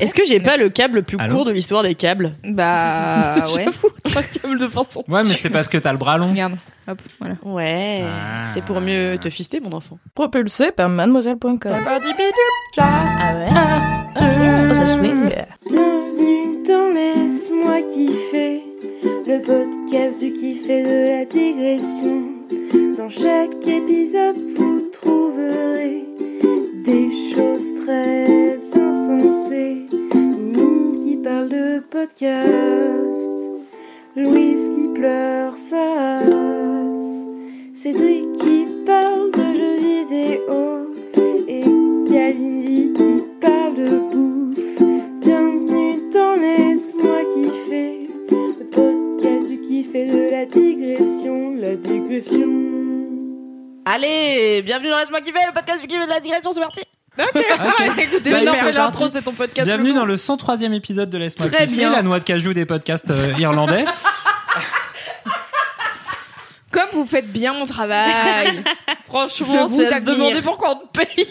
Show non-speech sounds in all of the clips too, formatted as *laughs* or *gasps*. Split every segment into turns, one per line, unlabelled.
Est-ce que j'ai pas le câble le plus
Allô
court de l'histoire des câbles *laughs*
Bah ouais.
J'avoue, *laughs* trois câbles de 20 cm.
Ouais, mais c'est parce que t'as le bras long.
Regarde. Hop, voilà.
Ouais,
Ah.
c'est pour mieux te fister, mon enfant.
Propulsé par mademoiselle.com. Ça swing.
Bienvenue dans Laisse-moi kiffer, le podcast du kiff et de la digression. Dans chaque épisode, vous trouverez des choses très insensées. Mimi qui parle de podcast, Louise qui pleure sa race, Cédric qui parle de jeux vidéo et Kalindi qui parle de bouffe. Bienvenue dans Laisse-moi kiffer, le podcast du kiff et de la digression, la digression.
Allez, bienvenue dans Laisse-moi kiffer, le podcast du kiff et de la digression, c'est parti. Ah,
Ok.
Déjà,
Super,
on fait
c'est
l'intro,
parti.
c'est ton podcast.
Bienvenue dans le 103e épisode de Laisse-moi
Très
kiffer,
bien.
la noix de cajou des podcasts euh, irlandais.
Comme vous faites bien mon travail.
*laughs* Franchement,
Je
c'est
vous
à se
admire.
demander pourquoi on te paye.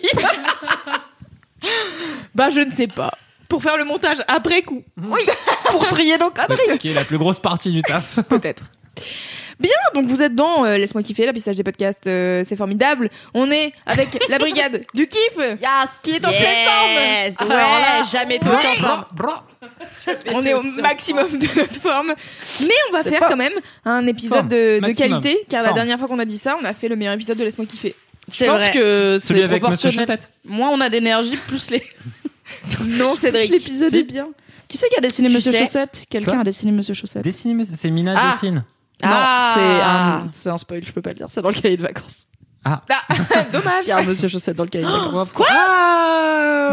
bah je ne sais pas. Pour faire le montage après coup.
Mhm. *laughs*
Oui. Pour trier nos conneries.
euh, qui est la plus grosse partie du taf.
Peut-être. Bien, donc vous êtes dans euh, Laisse-moi kiffer, la pistage des podcasts, euh, c'est formidable. On est avec la
*laughs*
brigade du kiff.
Yes
Qui est en
Yes.
pleine forme.
Ouais,
Ah, voilà.
jamais tout en forme.
On est au maximum de notre forme. Mais on va faire quand même un épisode
Forme.
de, de
Maximum.
qualité, car la
Forme.
dernière fois qu'on a dit ça, on a fait le meilleur épisode de Laisse-moi kiffer.
Je
C'est
pense
vrai.
que
Celui
c'est
avec Monsieur
proportionnel.
Chaussette.
Moins on a d'énergie,
*laughs*
plus les.
Non, Cédric.
L'épisode est bien. Qui c'est qui a dessiné
Tu
Monsieur
sais.
Chaussette Quelqu'un
Quoi
a dessiné Monsieur Chaussette
Dessine, mais c'est Mina
Ah.
dessine.
Non, c'est
Ah.
un, c'est un spoil, je peux pas le dire. C'est dans le cahier de vacances.
Ah, dommage.
Il y a un Monsieur Chaussette dans le cahier de vacances.
Quoi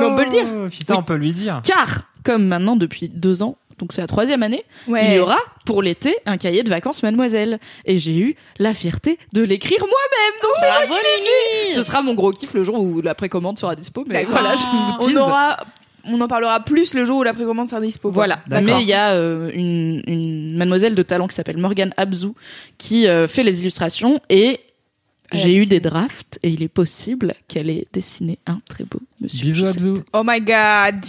Mais on peut le
dire. Ah. Putain,
Oui.
on peut lui dire.
Car, comme maintenant depuis deux ans, donc c'est la troisième année, il y aura pour l'été un cahier de vacances mademoiselle. Et j'ai eu la fierté de l'écrire moi-même. Donc c'est moi qui l'ai écrit. Ce sera mon gros kiff le jour où la précommande sera dispo. Mais
D'accord.
voilà, je vous
on
tease.
aura, on en parlera plus le jour où la précommande sera dispo.
Voilà,
D'accord.
mais il y a euh, une, une mademoiselle de talent qui s'appelle Morgane Abzou qui euh, fait les illustrations et
Elle a
j'ai eu
dessiné.
des drafts et il est possible qu'elle ait dessiné un très beau monsieur.
Bisous,
Chaussette.
Abzou.
Oh my god.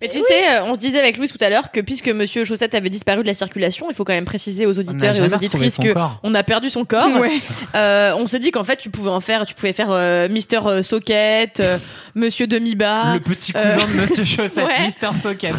Mais tu sais, euh, on se disait avec Louise tout à l'heure que puisque Monsieur Chaussette avait disparu de la circulation, il faut quand même préciser aux
On n'a
auditeurs et
jamais
aux
retrouvé
auditrices
son
que
corps.
on a perdu son corps.
Ouais.
Euh, on s'est dit qu'en fait, tu pouvais en faire, tu pouvais faire euh, Mister euh, Socket, euh, Monsieur
*laughs*
Demi-Bas,
Le petit cousin de Monsieur Chaussette,
ouais.
Mister Socket.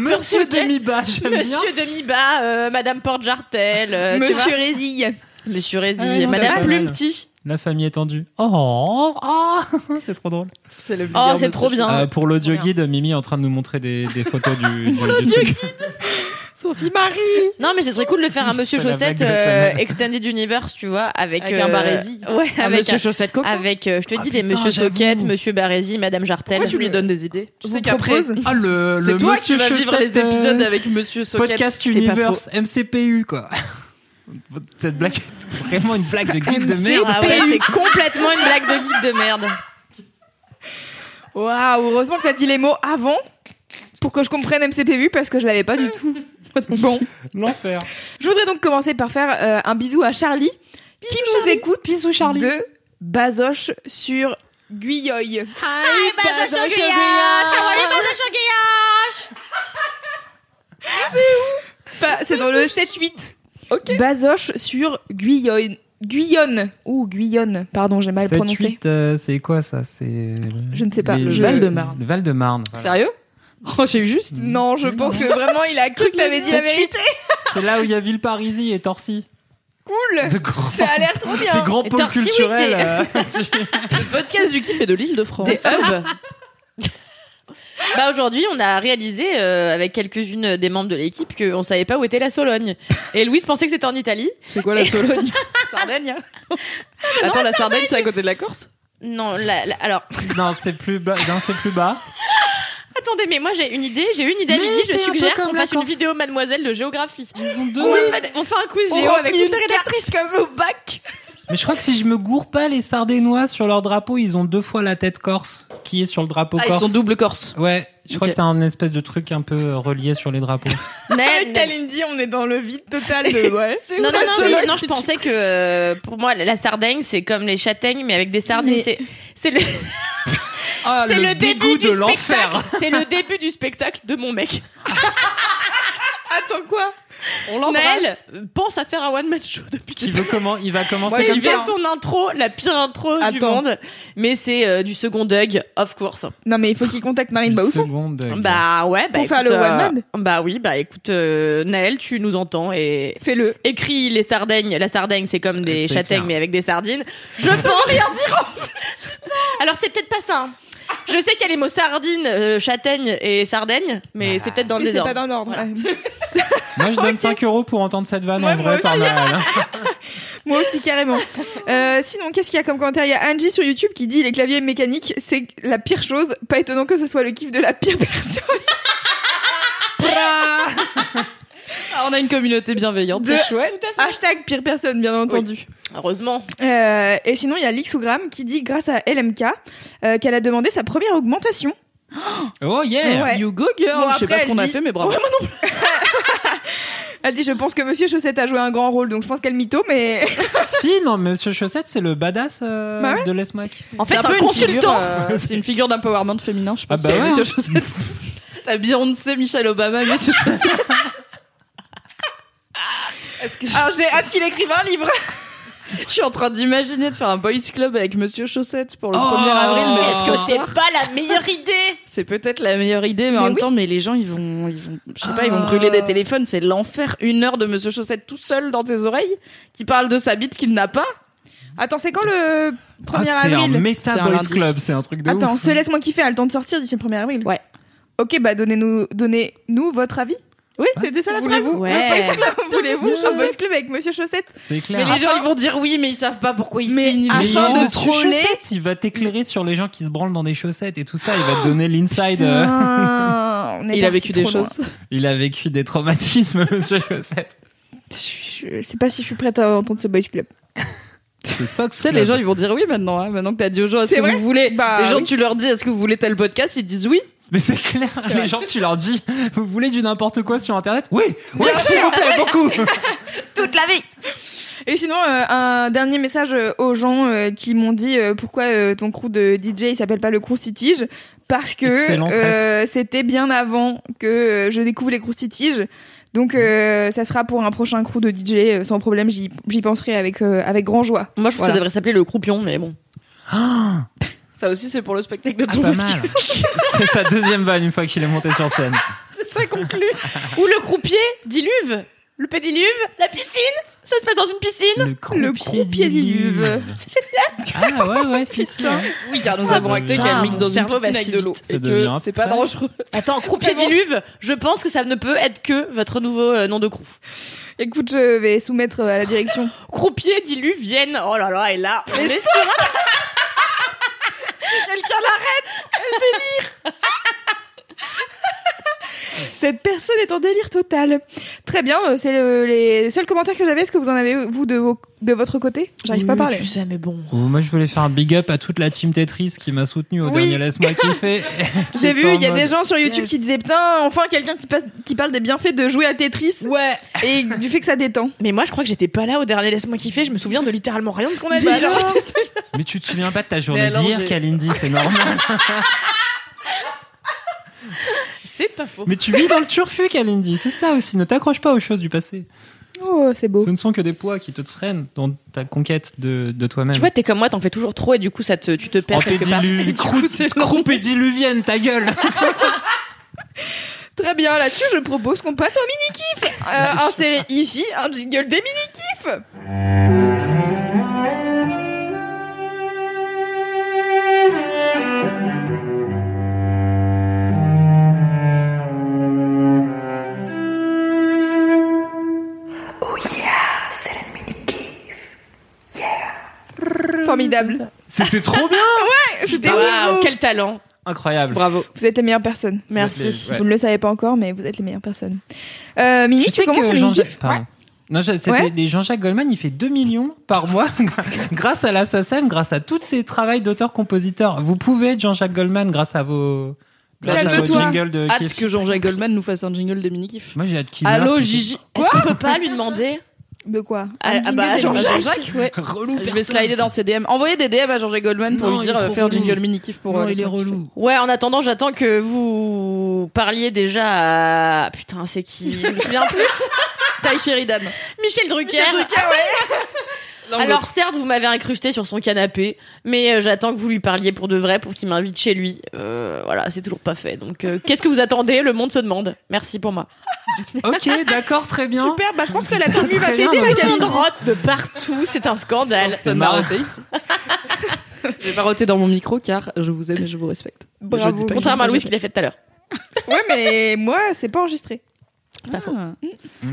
Monsieur
Socket.
Demi-Bas, j'aime bien.
Monsieur Demi-Bas, euh, Madame Porte-Jartel, euh, tu vois.
Monsieur Rézille.
Monsieur Rézy,
Ah, non, c'est
Madame
pas mal.
Plumetti.
La famille étendue. Oh, oh, *laughs* c'est trop drôle.
C'est le
Oh,
meilleur
c'est
monsieur
trop bien.
Euh, pour l'audio
Trop
guide, Mimi est en train de nous montrer des, des photos du, du, du truc.
Sophie Marie.
Non, mais ce serait cool de faire un Monsieur
C'est la
Chaussette
vague de
euh,
Samuel.
Extended Universe, tu vois, avec euh,
Avec un Barési.
*laughs* Ouais,
Ah,
avec
monsieur Chaussette Coco.
avec euh, je te
Ah,
dis des
putain,
Monsieur Socket,
j'avoue.
Monsieur Barési, Madame Jartel.
Pourquoi tu lui donnes des idées
Je
Tu
vous
sais qu'après,
propose.
Ah, le,
c'est
le
toi qui
Monsieur
vas vivre
Chaussette,
les épisodes
euh,
avec Monsieur Socket.
Podcast
c'est pas
Universe, MCPU, quoi. Cette blague, vraiment une blague de guide de merde.
Ah ouais, c'est complètement une blague de geek de merde.
Waouh, heureusement que t'as dit les mots avant pour que je comprenne MCPV parce que je l'avais pas du *laughs* tout. Bon,
L'enfer.
je voudrais donc commencer par faire euh, un bisou à Charlie qui nous écoute bisou Charlie. de Bazoche sur Guyoy.
Hi, Bazoche Guillaume
Pas- C'est dans le 7-8. Ok. Bazoche sur Guyoy. Guyonne. Ou Guyonne. Pardon, j'ai mal prononcé.
7-8, euh, c'est quoi ça C'est
Je ne sais pas.
les-
Le
les-
Val-de-Marne.
Le Val-de-Marne.
faux.
voilà. Mm.
Sérieux Oh, j'ai eu juste.
Non, je pense que vraiment il a cru que t'avais dit la vérité.
C'est là où il y a Villeparisis et Torcy.
Cool.
*laughs* De grands,
Ça a l'air trop
des
bien.
grands
Et
pôles
Torcy, oui,
culturels. euh,
Le podcast du kiff et de l'île de France.
Des hubs. Bah aujourd'hui, on a réalisé euh, avec quelques-unes des membres de l'équipe qu'on savait pas où était la Sologne. Et Louise pensait que c'était en Italie.
*laughs*
C'est quoi la Sologne Sardaigne. Attends, la Sardaigne, c'est à côté de la Corse
Non, la- la- alors,
*laughs* Non, c'est plus bas. Non, c'est plus bas.
attendez, mais moi j'ai une idée, j'ai une idée à
Mais
midi, je
c'est un peu
suggère
comme
qu'on
la
fasse une
Corse.
vidéo mademoiselle de géographie.
Ils ont deux.
On, va faire, on fait un quiz géo avec toutes les rédactrices comme au bac.
Mais je crois que si je me gourre pas, les Sardénois sur leur drapeau, ils ont deux fois la tête corse qui est sur le drapeau
Ah, ils
corse.
sont double corse.
Ouais, je crois
Ok.
que t'as un espèce de truc un peu euh, relié sur les drapeaux.
Nel-
Ah,
Avec Kalindi, on est dans le vide total
*laughs*
de. Ouais.
Non, non, non,
Seul-
mais- non, je pensais que euh, pour moi, la sardaigne, c'est comme les châtaignes, mais avec des sardines.
Mais-
C'est- C'est le,
Ah,
*laughs* c'est le
dégoût
début
de
du
l'enfer.
spectacle. C'est le début du spectacle de mon mec.
Attends quoi
On
l'embrasse.
Naël euh, pense à faire un one-man show depuis
*laughs* Qui veut comment Il va commencer
Moi,
comme
Il fait
ça.
hein.
son intro, la pire intro du
Attends.
monde, mais c'est euh, du second Doug, of course.
Non, mais il faut qu'il contacte Marine
Une
Baoufou.
seconde. euh,
Bah ouais, bah
Pour faire
écoute,
le
euh,
one-man
Bah oui, bah écoute, euh, Naël, tu nous entends et
Fais-le.
écris les sardaignes. La sardaigne, c'est comme des
C'est
châtaignes,
clair.
mais avec des sardines. Je pense. rien dire. Alors c'est peut-être pas ça. hein. Je sais qu'il y a les mots sardines, euh, châtaigne et sardaigne, mais c'est peut-être dans le
Mais c'est
désordre.
pas dans l'ordre.
Voilà.
ouais.
Moi, je donne 5 euros pour entendre cette vanne en
Ouais, moi
vrai par Naël.
Moi aussi,
*laughs*
carrément. Euh, sinon, qu'est-ce qu'il y a comme commentaire Il y a Angie sur YouTube qui dit les claviers mécaniques, c'est la pire chose. Pas étonnant que ce soit le kiff de la pire personne.
Ah, on a une communauté bienveillante.
De- Hashtag pire personne, bien entendu.
Heureusement.
Euh, et sinon, il y a Lixogram qui dit, grâce à LMK, euh, qu'elle a demandé sa première augmentation.
Oh yeah
Ouais.
You go girl.
Bon,
je sais
après,
pas ce
elle
qu'on a
dit-
fait, mais bravo.
*laughs* Elle dit, je pense que Monsieur Chaussette a joué un grand rôle, donc je pense qu'elle mytho, mais...
Si, non, Monsieur Chaussette, c'est le badass euh,
Bah ouais.
de l'ESMAC.
*laughs*
En fait, c'est un,
peu une
consultant.
figure, euh, c'est une figure d'empowerment féminin, je
Ah
pense.
bah ouais.
*laughs* Monsieur Chaussette. T'as Beyoncé, Michelle Obama, Monsieur
*laughs*
Chaussette. Est-ce que je-
Alors j'ai hâte qu'il écrive un livre
je suis en train d'imaginer de faire un boys club avec Monsieur Chaussette pour le
Oh.
1er avril, mais
Est-ce que
est-ce que
c'est
c'est
pas la meilleure idée
c'est peut-être la meilleure idée, mais, en
Mais
même
oui.
temps, mais les gens, ils vont, ils vont, je sais pas, ils vont
Oh.
brûler des téléphones, c'est l'enfer. Une heure de Monsieur Chaussette tout seul dans tes oreilles, qui parle de sa bite qu'il n'a pas.
Attends, c'est quand le 1er
Ah, c'est un
avril
méta
C'est un
boys
lundi.
club, c'est un truc de
Attends,
ouf. hein.
se laisse-moi kiffer, elle a le temps de sortir d'ici le 1er avril.
Ouais.
Ok, bah donnez-nous donnez -nous votre avis. Hein Oui, c'était ça la phrase.
Voulez-vous
Ouais.
Le boys club, voulez-vous
Monsieur
un boys club avec Monsieur Chaussette
C'est
Mais
clair.
les gens, ils vont dire oui, mais ils savent pas pourquoi ils
Mais
signent.
à-
Mais
afin
il-
de
Monsieur
troller-
Chaussette, il va t'éclairer sur les gens qui se branlent dans des chaussettes et tout ça. Il va te donner l'inside. euh,
Putain, on est
Il a
parti
vécu des
trop loin.
choses.
Il a vécu des traumatismes, *laughs* Monsieur Chaussette.
Je je sais pas si je suis prête à entendre ce boys club.
C'est ça que
Tu sais, les gens, ils vont dire oui maintenant. hein. Maintenant que t'as dit aux gens, est-ce
C'est
que
vrai
vous voulez
Bah,
Ah
Les gens,
oui.
tu leur dis, est-ce que vous voulez tel podcast Ils disent oui.
Mais c'est clair, les gens, tu leur dis, vous voulez du n'importe quoi sur Internet Oui, oui, s'il vous plaît, beaucoup.
Toute la vie Et sinon, euh, un dernier message euh, aux gens euh, qui m'ont dit euh, pourquoi euh, ton crew de DJ il s'appelle pas le crew Citige parce que
Excellent rêve.
euh, c'était bien avant que euh, je découvre les crews Citige. Donc euh, ça sera pour un prochain crew de DJ euh, sans problème, j'y j'y penserai avec euh, avec grand joie.
Moi, je trouve que ça
Voilà.
devrait s'appeler le croupion, mais bon.
Ah,
Ça aussi, c'est pour le spectacle de ton
pas
mec.
mal. C'est sa deuxième vanne une fois qu'il est monté sur scène.
*laughs* C'est ça conclu. *laughs* Ou le croupier diluve. Le pédiluve, la piscine. Ça se passe dans une piscine.
Le
Le croupier diluve.
*laughs* Ah ouais, ouais, si, si. hein.
Oui, car nous
Ah,
avons acté
putain,
qu'elle mixe dans
mon
une
cerveau
piscine
va
avec
si
de l'eau.
vite. Ça
Et
devient
que c'est pas
abstrait.
dangereux.
Attends, croupier
Tellement.
diluve, je pense que ça ne peut être que votre nouveau euh, nom de crew.
Écoute, je vais soumettre euh, à la direction.
Croupier diluve Vienne. Oh là là, et là, on est sur *laughs* un- Quelqu'un l'arrête
*laughs* Cette personne est en délire total. Très bien, euh, c'est le- les seuls commentaires que j'avais. Est-ce que vous en avez vous de, vos- de votre côté J'arrive pas à parler.
Tu sais, mais bon.
Oh, moi, je voulais faire un big up à toute la team Tetris qui m'a soutenu au
Oui.
dernier Laisse-moi kiffer.
*laughs* J'ai vu, il y a des gens sur YouTube
Yes.
qui disaient putain, enfin quelqu'un qui, passe- qui parle des bienfaits de jouer à Tetris
Ouais.
et du fait que ça détend.
Mais moi, je crois que j'étais pas là au dernier Laisse-moi kiffer. Je me souviens de littéralement rien de ce qu'on a dit.
Bah
genre.
non.
Mais tu te souviens pas de ta journée
alors,
d'hier,
j'ai-
Kalindi,
*laughs*
c'est normal.
*laughs* C'est pas faux.
Mais tu vis dans le turfu, Kalindi, c'est ça aussi. Ne t'accroche pas aux choses du passé.
oh, c'est beau.
Ce ne sont que des poids qui te freinent dans ta conquête de, de
Tu
toi-même.
vois, t'es comme moi, t'en fais toujours trop et du coup, ça te, tu te
Oh,
perds quelque part.
*laughs*
*laughs*
Antédilu- crou- Croupe et diluvienne, ta gueule
Très bien, là-dessus, je propose qu'on passe au mini-kiff. Euh, insérer ici un jingle des mini-kifs. Formidable.
C'était trop bien
C'était
Waouh,
ouf.
quel talent.
Incroyable.
Bravo.
Vous êtes les meilleures personnes.
Merci.
Ouais.
Vous ne le savez pas encore, mais vous êtes les meilleures personnes. Euh, Mimi,
Tu sais
tu commences
que
le
Jean-Jacques...
mini-kiff
Pardon. Non, je- c'était
Ouais.
les Jean-Jacques Goldman, il fait 2 millions par mois *laughs* grâce à l'assassin, grâce à tous ses travaux d'auteur-compositeur. Vous pouvez être Jean-Jacques Goldman grâce à vos, grâce à vos
Calme-toi.
jingles de
Hâte
kiff.
que Jean-Jacques Goldman nous fasse un jingle des mini-kiffs.
Moi j'ai hâte qu'il meure,
Allô,
putain.
Gigi.
Est-ce qu'on peut pas lui
*laughs*
demander
De quoi Un
Ah, ah
jingle
bah,
des
Jean-Jacques.
Jean-Jacques.
Ouais. *laughs*
Relou,
Je vais
personne.
slider dans ses DM. Envoyez des DM à Jean-Jacques Goldman pour
Non,
lui
il
dire
est
euh,
trop
faire
relou.
jingle mini-kiff pour euh,
Non,
les
il est
gens qui
relou.
Ouais, en attendant, j'attends que vous parliez déjà à... Putain, c'est qui Je me souviens *laughs* plus.
kiffent. Taille Sheridan.
Michel Drucker. *laughs* Alors certes, vous m'avez incrusté sur son canapé, mais euh, j'attends que vous lui parliez pour de vrai, pour qu'il m'invite chez lui. Euh, voilà, c'est toujours pas fait. Donc, euh, qu'est-ce que vous attendez Le monde se demande. Merci pour moi.
*laughs*
Ok, d'accord, très bien.
Super, bah je pense que la
Putain,
tenue va
très bien,
t'aider, la
mais-
Camille.
Droite de partout, c'est un scandale.
C'est
Personne n'a
marrant.
roté ici. *laughs* Je vais pas roter dans mon micro car je vous aime et je vous respecte.
Bravo.
Je dis pas
Contrairement à Louis qui
Jean-Jacques.
l'a fait tout à l'heure.
*laughs* Ouais, mais moi, c'est pas enregistré.
Ah.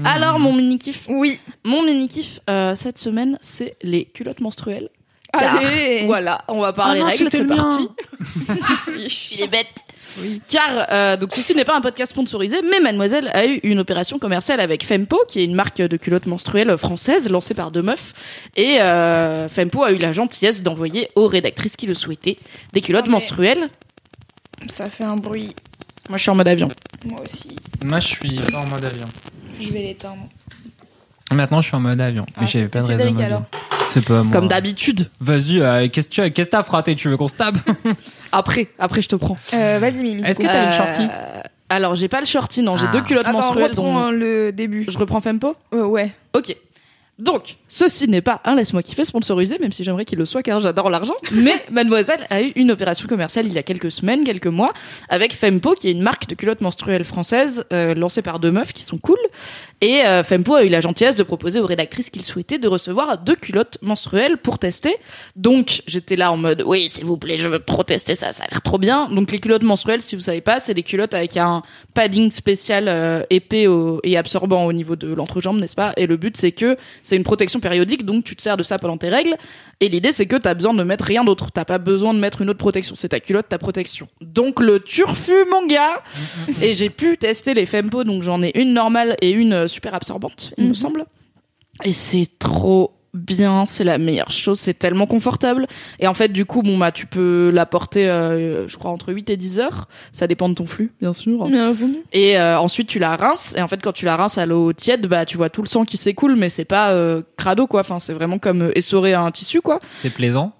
Alors mon mini-kiff.
Oui.
Mon mini-kiff euh, cette semaine, c'est les culottes menstruelles. Car-
Allez.
Voilà, on va parler
Ah non,
règles,
c'était
c'est
le mien.
parti.
Il est bête.
Car, euh, donc ceci n'est pas un podcast sponsorisé, mais Mademoiselle a eu une opération commerciale avec Fempo, qui est une marque de culottes menstruelles française lancée par deux meufs. Et euh, Fempo a eu la gentillesse d'envoyer aux rédactrices qui le souhaitaient des culottes
Oh,
Non, mais-
menstruelles.
Ça fait un bruit.
Moi, je suis en mode avion.
Moi aussi.
Moi je suis pas en mode avion.
Je vais l'éteindre.
Maintenant je suis en mode avion.
Ah,
Mais j'avais
c'est
pas de
Cédric,
raison. mobile.
alors.
C'est pas moi.
Comme d'habitude.
Vas-y, euh, qu'est-ce que tu as- qu'est-ce que t'as fraté Tu veux qu'on se tape
Après, après, je te prends.
Euh, Vas-y, Mimi.
Est-ce que t'as une shorty
Euh, Alors, j'ai pas le shorty, non. J'ai
Ah.
deux culottes
Attends,
menstruelles.
reprends
dont-
hein, le début.
Je reprends Fempo
Euh, ouais.
Ok. Donc, ceci n'est pas un laisse-moi kiffer sponsorisé, même si j'aimerais qu'il le soit car j'adore l'argent. Mais Mademoiselle a eu une opération commerciale il y a quelques semaines, quelques mois, avec Fempo, qui est une marque de culottes menstruelles française euh, lancée par deux meufs qui sont cool. Et euh, Fempo a eu la gentillesse de proposer aux rédactrices qu'il souhaitait de recevoir deux culottes menstruelles pour tester. Donc, j'étais là en mode, oui, s'il vous plaît, je veux trop tester ça, ça a l'air trop bien. Donc, les culottes menstruelles, si vous savez pas, c'est des culottes avec un padding spécial euh, épais au- et absorbant au niveau de l'entrejambe, n'est-ce pas Et le but, c'est que c'est une protection périodique, donc tu te sers de ça pendant tes règles. Et l'idée, c'est que t'as besoin de mettre rien d'autre. T'as pas besoin de mettre une autre protection. C'est ta culotte, ta protection. Donc le turfu, mon gars Et j'ai pu tester les Fempo, donc j'en ai une normale et une euh, super absorbante, il me
Mhm.
semble. Et c'est trop bien, c'est la meilleure chose, c'est tellement confortable. Et en fait, du coup, bon, bah, tu peux la porter, euh, je crois, entre 8 et 10 heures. Ça dépend de ton flux, bien sûr.
Bien entendu.
Et euh, ensuite tu la rinces et en fait quand tu la rinces à l'eau tiède bah tu vois tout le sang qui s'écoule mais c'est pas euh, crado quoi enfin c'est vraiment comme euh, essorer un tissu quoi.
C'est plaisant.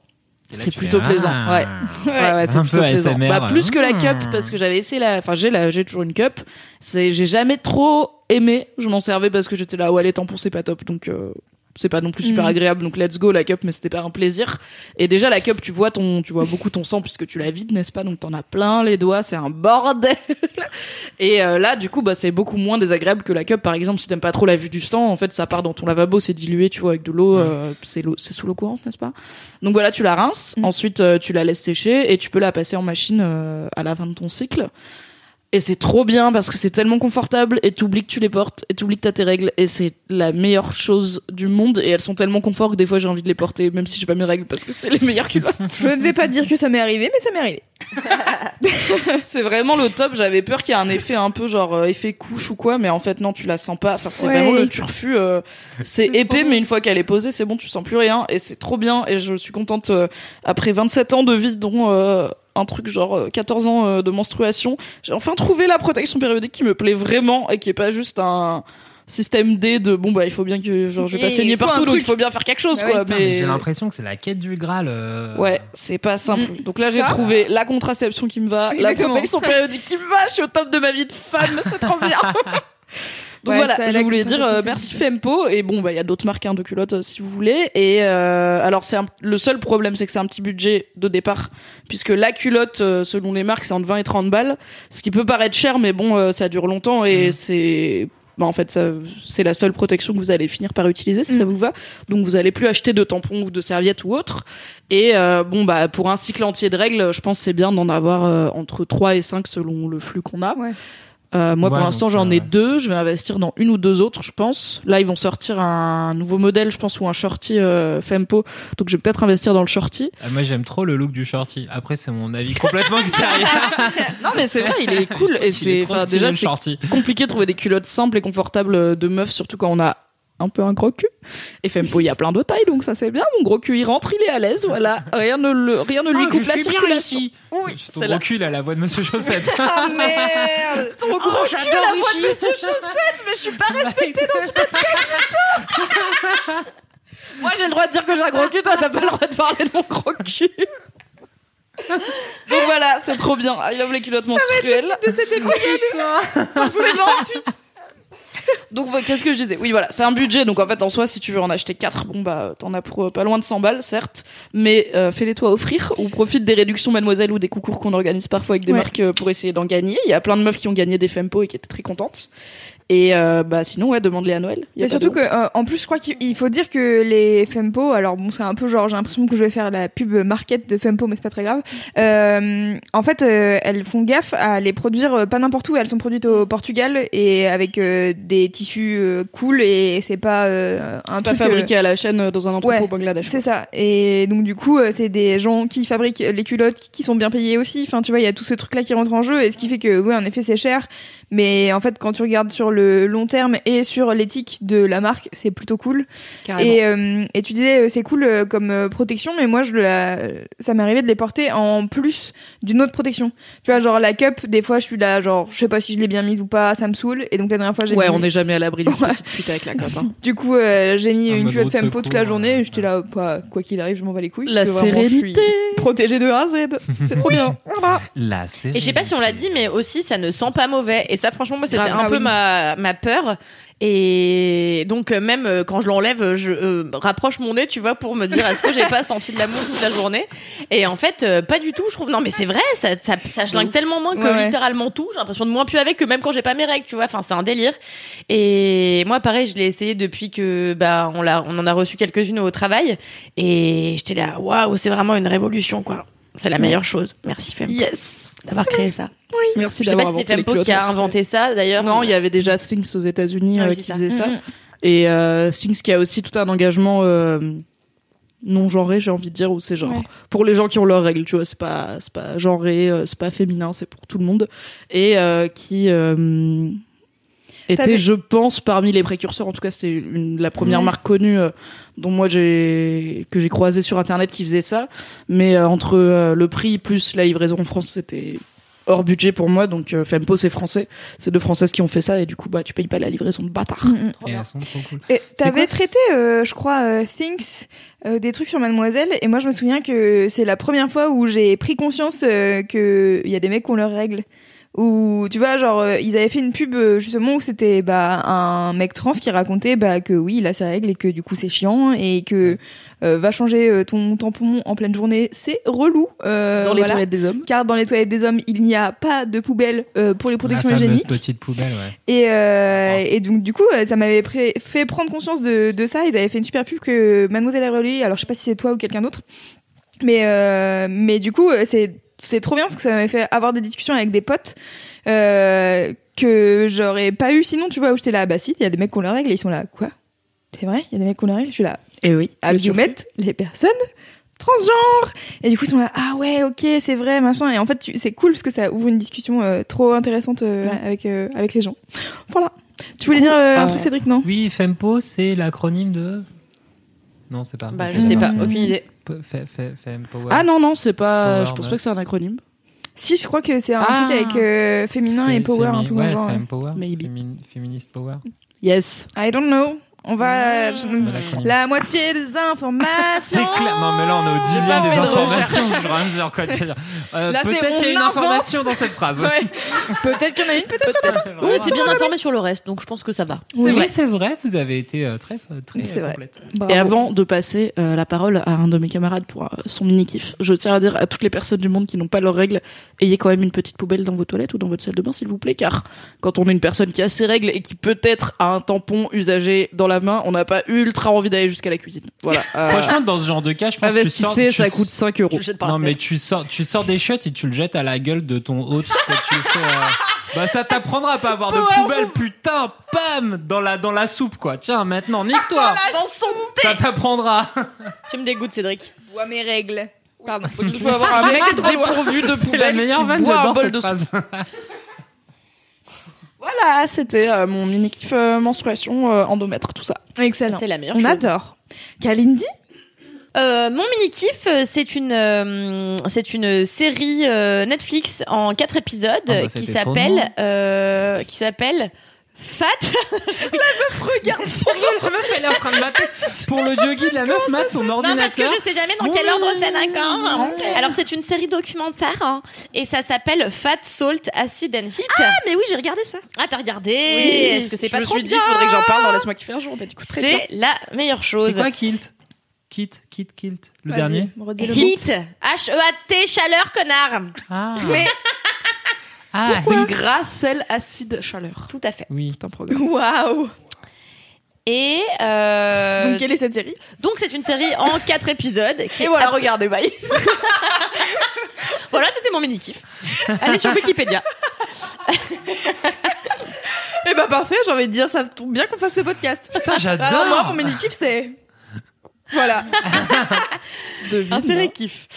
Et là,
C'est
tu
plutôt
fais,
plaisant,
ah. *laughs*
ouais. *laughs* Ouais, ouais, c'est
Un
plutôt
peu
plaisant.
ASMR,
Bah, plus que la
hmm.
cup parce que j'avais essayé la enfin j'ai la j'ai toujours une cup, c'est j'ai jamais trop aimé, je m'en servais parce que j'étais là ouais les tampons c'est pas top donc euh, c'est pas non plus super
Mm.
agréable donc let's go la cup mais c'était pas un plaisir et déjà la cup tu vois ton tu vois beaucoup ton sang puisque tu la vides n'est-ce pas donc t'en as plein les doigts c'est un bordel *laughs* et euh, là, du coup, bah, c'est beaucoup moins désagréable que la cup. Par exemple, si t'aimes pas trop la vue du sang, en fait, ça part dans ton lavabo, c'est dilué, tu vois, avec de l'eau. euh, c'est l'eau, c'est sous l'eau courante, n'est-ce pas Donc voilà, tu la rinces.
Mm.
Ensuite, euh, tu la laisses sécher et tu peux la passer en machine euh, à la fin de ton cycle. Et c'est trop bien parce que c'est tellement confortable et t'oublies que tu les portes et t'oublies que t'as tes règles et c'est la meilleure chose du monde et elles sont tellement confort que des fois j'ai envie de les porter même si j'ai pas mes règles parce que c'est les meilleures culottes.
Je ne vais pas dire que ça m'est arrivé, mais ça m'est arrivé.
*laughs* C'est vraiment le top. J'avais peur qu'il y ait un effet un peu genre euh, effet couche ou quoi, mais en fait non, tu la sens pas. Enfin, c'est
Ouais.
vraiment le turfu. euh, c'est
C'est trop
épais,
bon.
mais une fois qu'elle est posée, c'est bon, tu sens plus rien et c'est trop bien. Et je suis contente euh, après 27 ans de vie dont euh, un truc genre euh, 14 ans euh, de menstruation, j'ai enfin trouvé la protection périodique qui me plaît vraiment et qui est pas juste un système D de bon bah il faut bien que genre je vais
Et
pas
il
saigner
faut un
partout donc il
truc.
faut bien faire quelque chose
Bah
quoi
oui,
Putain, mais
mais
J'ai l'impression que c'est la quête du Graal. euh.
Ouais, c'est pas simple. Donc là, j'ai
Mm. Ça-
trouvé la contraception qui me va,
Exactement.
la protection périodique qui me va. Je suis au top de ma vie de femme, c'est trop
*laughs*
bien. Donc
Ouais, ça,
voilà, je
la
voulais dire
contraception,
euh,
c'est
merci
cool.
Fempo et bon bah il y a d'autres marques hein, de culottes euh, si vous voulez et euh, alors c'est un- le seul problème c'est que c'est un petit budget de départ puisque la culotte euh, selon les marques c'est entre 20 et 30 balles ce qui peut paraître cher mais bon euh, ça dure longtemps et
Mm.
c'est bah, en fait ça- c'est la seule protection que vous allez finir par utiliser si ça
Mm.
vous va donc vous allez plus acheter de tampons ou de serviettes ou autre et euh, bon bah pour un cycle entier de règles je pense que c'est bien d'en avoir euh, entre 3 et 5 selon le flux qu'on a
Ouais.
Euh, moi,
Ouais,
pour l'instant,
donc
j'en
ça,
ai
ouais.
deux. Je vais investir dans une ou deux autres, je pense. Là, ils vont sortir un nouveau modèle, je pense, ou un shorty euh, Fempo. Donc, je vais peut-être investir dans le shorty.
Ah, Moi, j'aime trop le look du shorty. Après, c'est mon avis complètement *laughs* extérieur.
Non, mais c'est vrai, *laughs* il est cool. et
Il est
c'est
trop
enfin,
stylé,
déjà
le
c'est
shorty.
compliqué de trouver des culottes simples et confortables euh, de meuf, surtout quand on a un peu un gros cul. Et Fempo, il y a plein de tailles, donc ça c'est bien. Mon gros cul, il rentre, il est à l'aise. Voilà, rien ne le, rien
Ah,
ne lui
Oh,
coupe la circulation.
Oui, je
c'est la-
recule à la voix de *laughs* Monsieur Chaussette.
Ah merde
Ton gros cul, la voix de Monsieur
Chaussette, mais je suis pas respectée dans ce
Moi, j'ai le droit de dire que j'ai un gros cul, toi, t'as pas le droit de parler de mon gros cul.
Donc voilà, c'est trop bien. Ah, I love les culottes menstruelles.
de cette épisode. Forcément.
Donc voilà, qu'est-ce que je disais Oui, voilà, c'est un budget. Donc en fait, en soi, si tu veux en acheter 4, bon bah euh, t'en as pour euh, pas loin de 100 balles, certes, mais euh, fais-les toi offrir ou profite des réductions Mademoiselle ou des concours qu'on organise parfois avec des
Ouais.
marques euh, pour essayer d'en gagner. Il y a plein de meufs qui ont gagné des Fempo et qui étaient très contentes. Et euh, bah sinon, ouais, demande-les à Noël. Il y a
Mais
pas de
surtout que,
honte.
euh, en plus, je crois qu'il il faut dire que les Fempo, alors bon, c'est un peu genre, j'ai l'impression que je vais faire la pub market de Fempo, mais c'est pas très grave. Euh, en fait, euh, elles font gaffe à les produire euh, pas n'importe où. Elles sont produites au Portugal et avec euh, des tissus euh, cool et c'est pas euh, un
C'est pas
truc. euh,
fabriqué à la chaîne euh, dans un entrepôt
ouais,
au Bangladesh.
C'est ça. Et donc du coup, euh, c'est des gens qui fabriquent les culottes qui- qui sont bien payés aussi. Enfin, tu vois, il y a tout ce truc-là qui rentre en jeu. Et ce qui fait que, oui, en effet, c'est cher. Mais en fait, quand tu regardes sur le long terme et sur l'éthique de la marque, c'est plutôt cool.
Carrément.
Et, euh, et tu disais, euh, c'est cool euh, comme euh, protection, mais moi, je la... ça m'est arrivé de les porter en plus d'une autre protection. Tu vois, genre la cup, des fois, je suis là, genre, je sais pas si je l'ai bien mise ou pas, ça me saoule. Et donc la dernière fois, j'ai
Ouais,
mis-
on n'est jamais à l'abri d'une
Ouais.
petite fuite avec
*laughs*
la coque. hein.
du coup, euh, j'ai mis
En
une
mode
culotte
route
Fempo toute la
secours, euh,
journée.
ouais.
et J'étais là, bah, quoi qu'il arrive, je m'en bats les couilles.
La
parce que vraiment, je suis
sérénité.
Protégée de A à Z. C'est trop
*laughs*
bien. Voilà.
La série.
*laughs* Et je sais pas si on l'a dit, mais aussi ça ne sent pas mauvais. Et ça, franchement, moi, c'était
Grave.
un
Ah
peu
oui.
ma, ma peur. Et donc, euh, même euh, quand je l'enlève, je euh, rapproche mon nez, tu vois, pour me dire est-ce que j'ai pas senti de l'amour toute la journée. Et en fait, euh, pas du tout, je trouve. Non, mais c'est vrai, ça, ça, ça chlingue tellement moins que
Ouais, ouais.
littéralement tout. J'ai l'impression de moins puer avec que même quand j'ai pas mes règles, tu vois. Enfin, c'est un délire. Et moi, pareil, je l'ai essayé depuis que, bah, on, l'a on en a reçu quelques-unes au travail. Et j'étais là, waouh, c'est vraiment une révolution, quoi. C'est la meilleure chose. Merci, Femme
Yes.
d'avoir créé ça.
Merci
Je sais pas
d'avoir
si c'est
inventé les
Fempo
culottes.
qui a inventé ça d'ailleurs.
Non, il y avait déjà Things aux États-Unis
Ah oui,
euh,
c'est
qui
ça.
faisait ça. Et euh, Things qui a aussi tout un engagement euh, non genré, j'ai envie de dire, où c'est genre
Ouais.
pour les gens qui ont leurs règles, tu vois, c'est pas c'est pas genré, euh, c'est pas féminin, c'est pour tout le monde, et euh, qui euh, était,
T'avais-
je pense, parmi les précurseurs. En tout cas, c'était une- la première
Ouais.
marque connue euh, dont moi j'ai que j'ai croisé sur internet qui faisait ça. Mais euh, entre euh, le prix plus la livraison en France, c'était hors budget pour moi. Donc euh, Fempo, c'est français, c'est deux françaises qui ont fait ça, et du coup, bah tu payes pas la livraison de bâtard.
Euh,
Et elles sont trop cool.
Et
quoi
T'avais traité, euh, je crois, euh, Things, euh, des trucs sur Mademoiselle. Et moi, je me souviens que c'est la première fois où j'ai pris conscience euh, que il y a des mecs qui ont leurs règles. Ou tu vois, genre, euh, ils avaient fait une pub euh, justement où c'était bah, un mec trans qui racontait bah, que oui, il a ses règles et que du coup c'est chiant et que euh, va changer euh, ton tampon en pleine journée, c'est relou. Euh,
Dans les
voilà.
toilettes des hommes.
Car dans les toilettes des hommes, il n'y a pas de poubelle euh, pour les protections
la fameuse
hygiéniques.
petite poubelle, ouais.
Et, euh, et donc du coup, euh, ça m'avait pré- fait prendre conscience de, de ça. Ils avaient fait une super pub que Mademoiselle a relayée. Alors je sais pas si c'est toi ou quelqu'un d'autre, mais euh, mais du coup, euh, c'est c'est trop bien parce que ça m'avait fait avoir des discussions avec des potes. euh, que j'aurais pas eu sinon tu vois où j'étais là bah si il y a des mecs qui ont leurs règles et ils sont là quoi c'est vrai il y a des mecs qui ont leurs règles je suis là
Et oui.
à mettre les personnes transgenres et du coup ils sont là ah ouais ok c'est vrai machin et en fait tu- c'est cool parce que ça ouvre une discussion euh, trop intéressante euh,
Ouais.
avec euh, avec les gens voilà tu voulais dire euh, un
euh,
truc Cédric non
Oui, FEMPO, c'est l'acronyme de. Non, c'est pas.
Bah, je sais pas, aucune idée.
Fe- fe- FEMPO.
Ah non, non, c'est pas.
Power,
je pense
ouais.
pas que c'est un acronyme.
si je crois que c'est un
Ah.
truc avec euh, féminin et
Fé-
power un
fémi-
truc dans le
ouais,
genre ouais.
FEMPOWER,
Maybe.
fémin- Feminist Power.
Yes.
I don't know on va je-
Mais l'acronyme.
la moitié des
C'est
informations
clair. Non, mais là, on est au dixième
pas
des
fait de
informations. Genre, hein, genre, quoi, tu veux dire. Euh,
Là, c'est
Peut-être qu'il y a
on
une
invente.
information dans cette *laughs*
*laughs*
phrase.
Ouais. peut-être qu'il y en a une peut-être sur
On était bien informé sur le reste, donc je pense que ça va.
Oui, c'est vrai, vous avez été euh, très, très
C'est
euh,
vrai.
complète.
Et avant de passer euh, la parole à un de mes camarades pour euh, son mini kiff, je tiens à dire à toutes les personnes du monde qui n'ont pas leurs règles, ayez quand même une petite poubelle dans vos toilettes ou dans votre salle de bain, s'il vous plaît, car quand on est une personne qui a ses règles et qui peut-être a un tampon usagé dans la main, on n'a pas ultra envie d'aller jusqu'à la cuisine.
*laughs*
Voilà. Euh,
Franchement, dans ce genre de cas, je pense que tu sors.
investissez,
tu
ça
s-
coûte 5 euros.
Je le jette par la
Non, mais
fenêtre.
tu sors, tu sors des shots et tu le jettes à la guule de ton hôte que tu fais. euh, Bah ça t'apprendra à pas avoir de poubelle, putain, pam, dans la dans la soupe quoi. Tiens, maintenant nique-toi.
Dans son
Ça t'apprendra.
Tu me dégoûtes,
*laughs*
Cédric.
Bois mes règles. Pardon.
Il faut
Ah,
avoir un mec Ah, dépourvu de
C'est la
poubelle
meilleure
qui
vanne,
boit un
j'adore
bol
cette
de soupe.
phrase.
Voilà, c'était euh, mon mini kiff euh, menstruation, euh, endomètre, tout ça.
Excellent.
C'est la meilleure
On
chose.
adore. Kalindi
Euh, mon mini kiff, c'est une euh, c'est une série euh, Netflix en quatre épisodes
Ah bah,
qui
c'était
s'appelle
étonnant.
euh, qui s'appelle
*laughs*
Fat.
Regarde
la meuf, elle est en train de mater. Pour le yogi, la meuf mate son
Non parce que
ordinateur.
je sais jamais dans
Bon,
quel
oui,
ordre
oui,
c'est
oui,
d'accord.
oui,
Alors c'est une série documentaire hein, et ça s'appelle Fat Salt Acid and Heat. Ah mais oui j'ai regardé ça. Ah t'as regardé. Est-ce que c'est
Je
pas
me
trop
suis dit,
bien
faudrait que j'en parle dans Laisse-moi kiffer un jour. Bah, du coup, très bien.
C'est la meilleure
C'est
chose.
quoi Kilt Kilt, Kilt, Kilt. Le dernier.
Heat. H E A T chaleur connard.
Ah.
Mais-
Ah,
C'est gras, sel, acide, chaleur.
Tout à fait.
oui.
C'est un programme.
*laughs* Waouh
Et euh,
Donc quelle est cette série
Donc c'est une série en quatre épisodes. Qui
Et voilà,
abs-
regardez, bye.
*laughs* Voilà, c'était mon mini kiff. Allez sur Wikipédia.
Eh bah parfait, j'ai envie de dire, ça tombe bien qu'on fasse ce podcast.
Putain,
Alors moi,
j'adore.
mon mini-kiff, c'est... Voilà.
Un série kiff.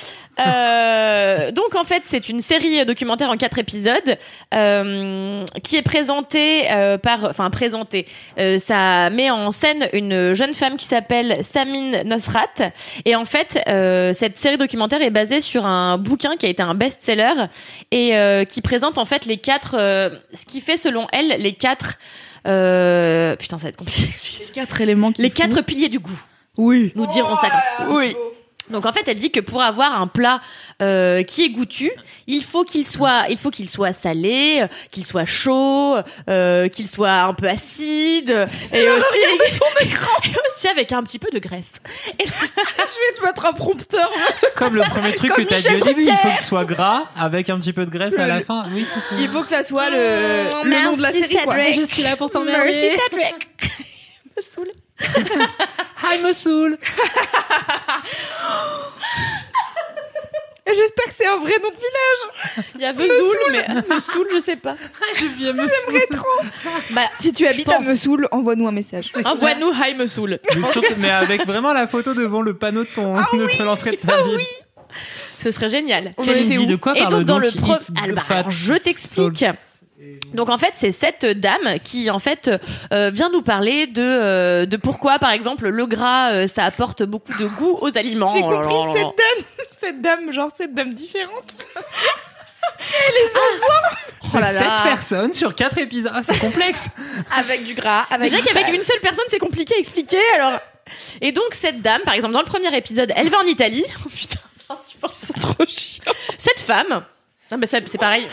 Euh, donc en fait c'est une série documentaire en quatre épisodes euh, qui est présentée euh, par enfin présentée Euh, ça met en scène une jeune femme qui s'appelle Samine Nosrat et en fait euh, cette série documentaire est basée sur un bouquin qui a été un best-seller et euh, qui présente en fait les quatre euh, ce qui fait selon elle les quatre euh, putain ça va être compliqué
Les quatre éléments qui
les quatre piliers du goût
Oui.
nous dirons ça comme ça.
Oui.
Donc en fait, elle dit que pour avoir un plat euh, qui est goûtu, il faut qu'il soit, il faut qu'il soit salé, euh, qu'il soit chaud, euh, qu'il soit un peu acide, euh, et aussi *laughs* et aussi avec un petit peu de graisse.
Ah, Je vais te mettre un prompteur.
Comme le premier truc que
Comme
t'as dit
Michel
au début, il faut que ce soit gras avec un petit peu de graisse à la fin. Oui, c'est tout.
Il faut que ça soit le, le nom de la
Merci,
série, quoi.
Cédric.
suis là pour
Merci Cédric. Il me saoule.
Hi, me saoule.
Et J'espère que c'est un vrai nom de village.
Il y a Vesoul, mais Vesoul, je sais pas.
Je viens me saoule.
Bah,
Si tu habites à
pense.
Mesoul, envoie-nous un message.
envoie-nous Hi me saoule.
Mais, surtout- mais avec vraiment la photo devant le panneau de ton de l'entrée de ta ville.
Ce serait génial.
Quelle idée de quoi
Et
parle
donc, dans le
Donkey
pro-
Eat
Ah, bah,
Fat
alors, je t'explique.
Salt.
Donc en fait, c'est cette dame qui en fait euh, vient nous parler de euh, de pourquoi par exemple le gras euh, ça apporte beaucoup de goût aux aliments.
J'ai
Oh là là
compris
là
cette
là.
dame, *laughs* cette dame, genre cette dame différente.
C'est
Oh là là.
7 personnes sur 4 épisodes. Ah, c'est complexe.
Avec du gras, avec
Ah, Déjà qu'avec une seule personne, c'est compliqué à expliquer. Alors et donc cette dame par exemple dans le premier épisode, elle va en Italie. *laughs* Oh, putain, c'est insupportable.
C'est trop chiant.
Cette femme non mais ça, c'est pareil.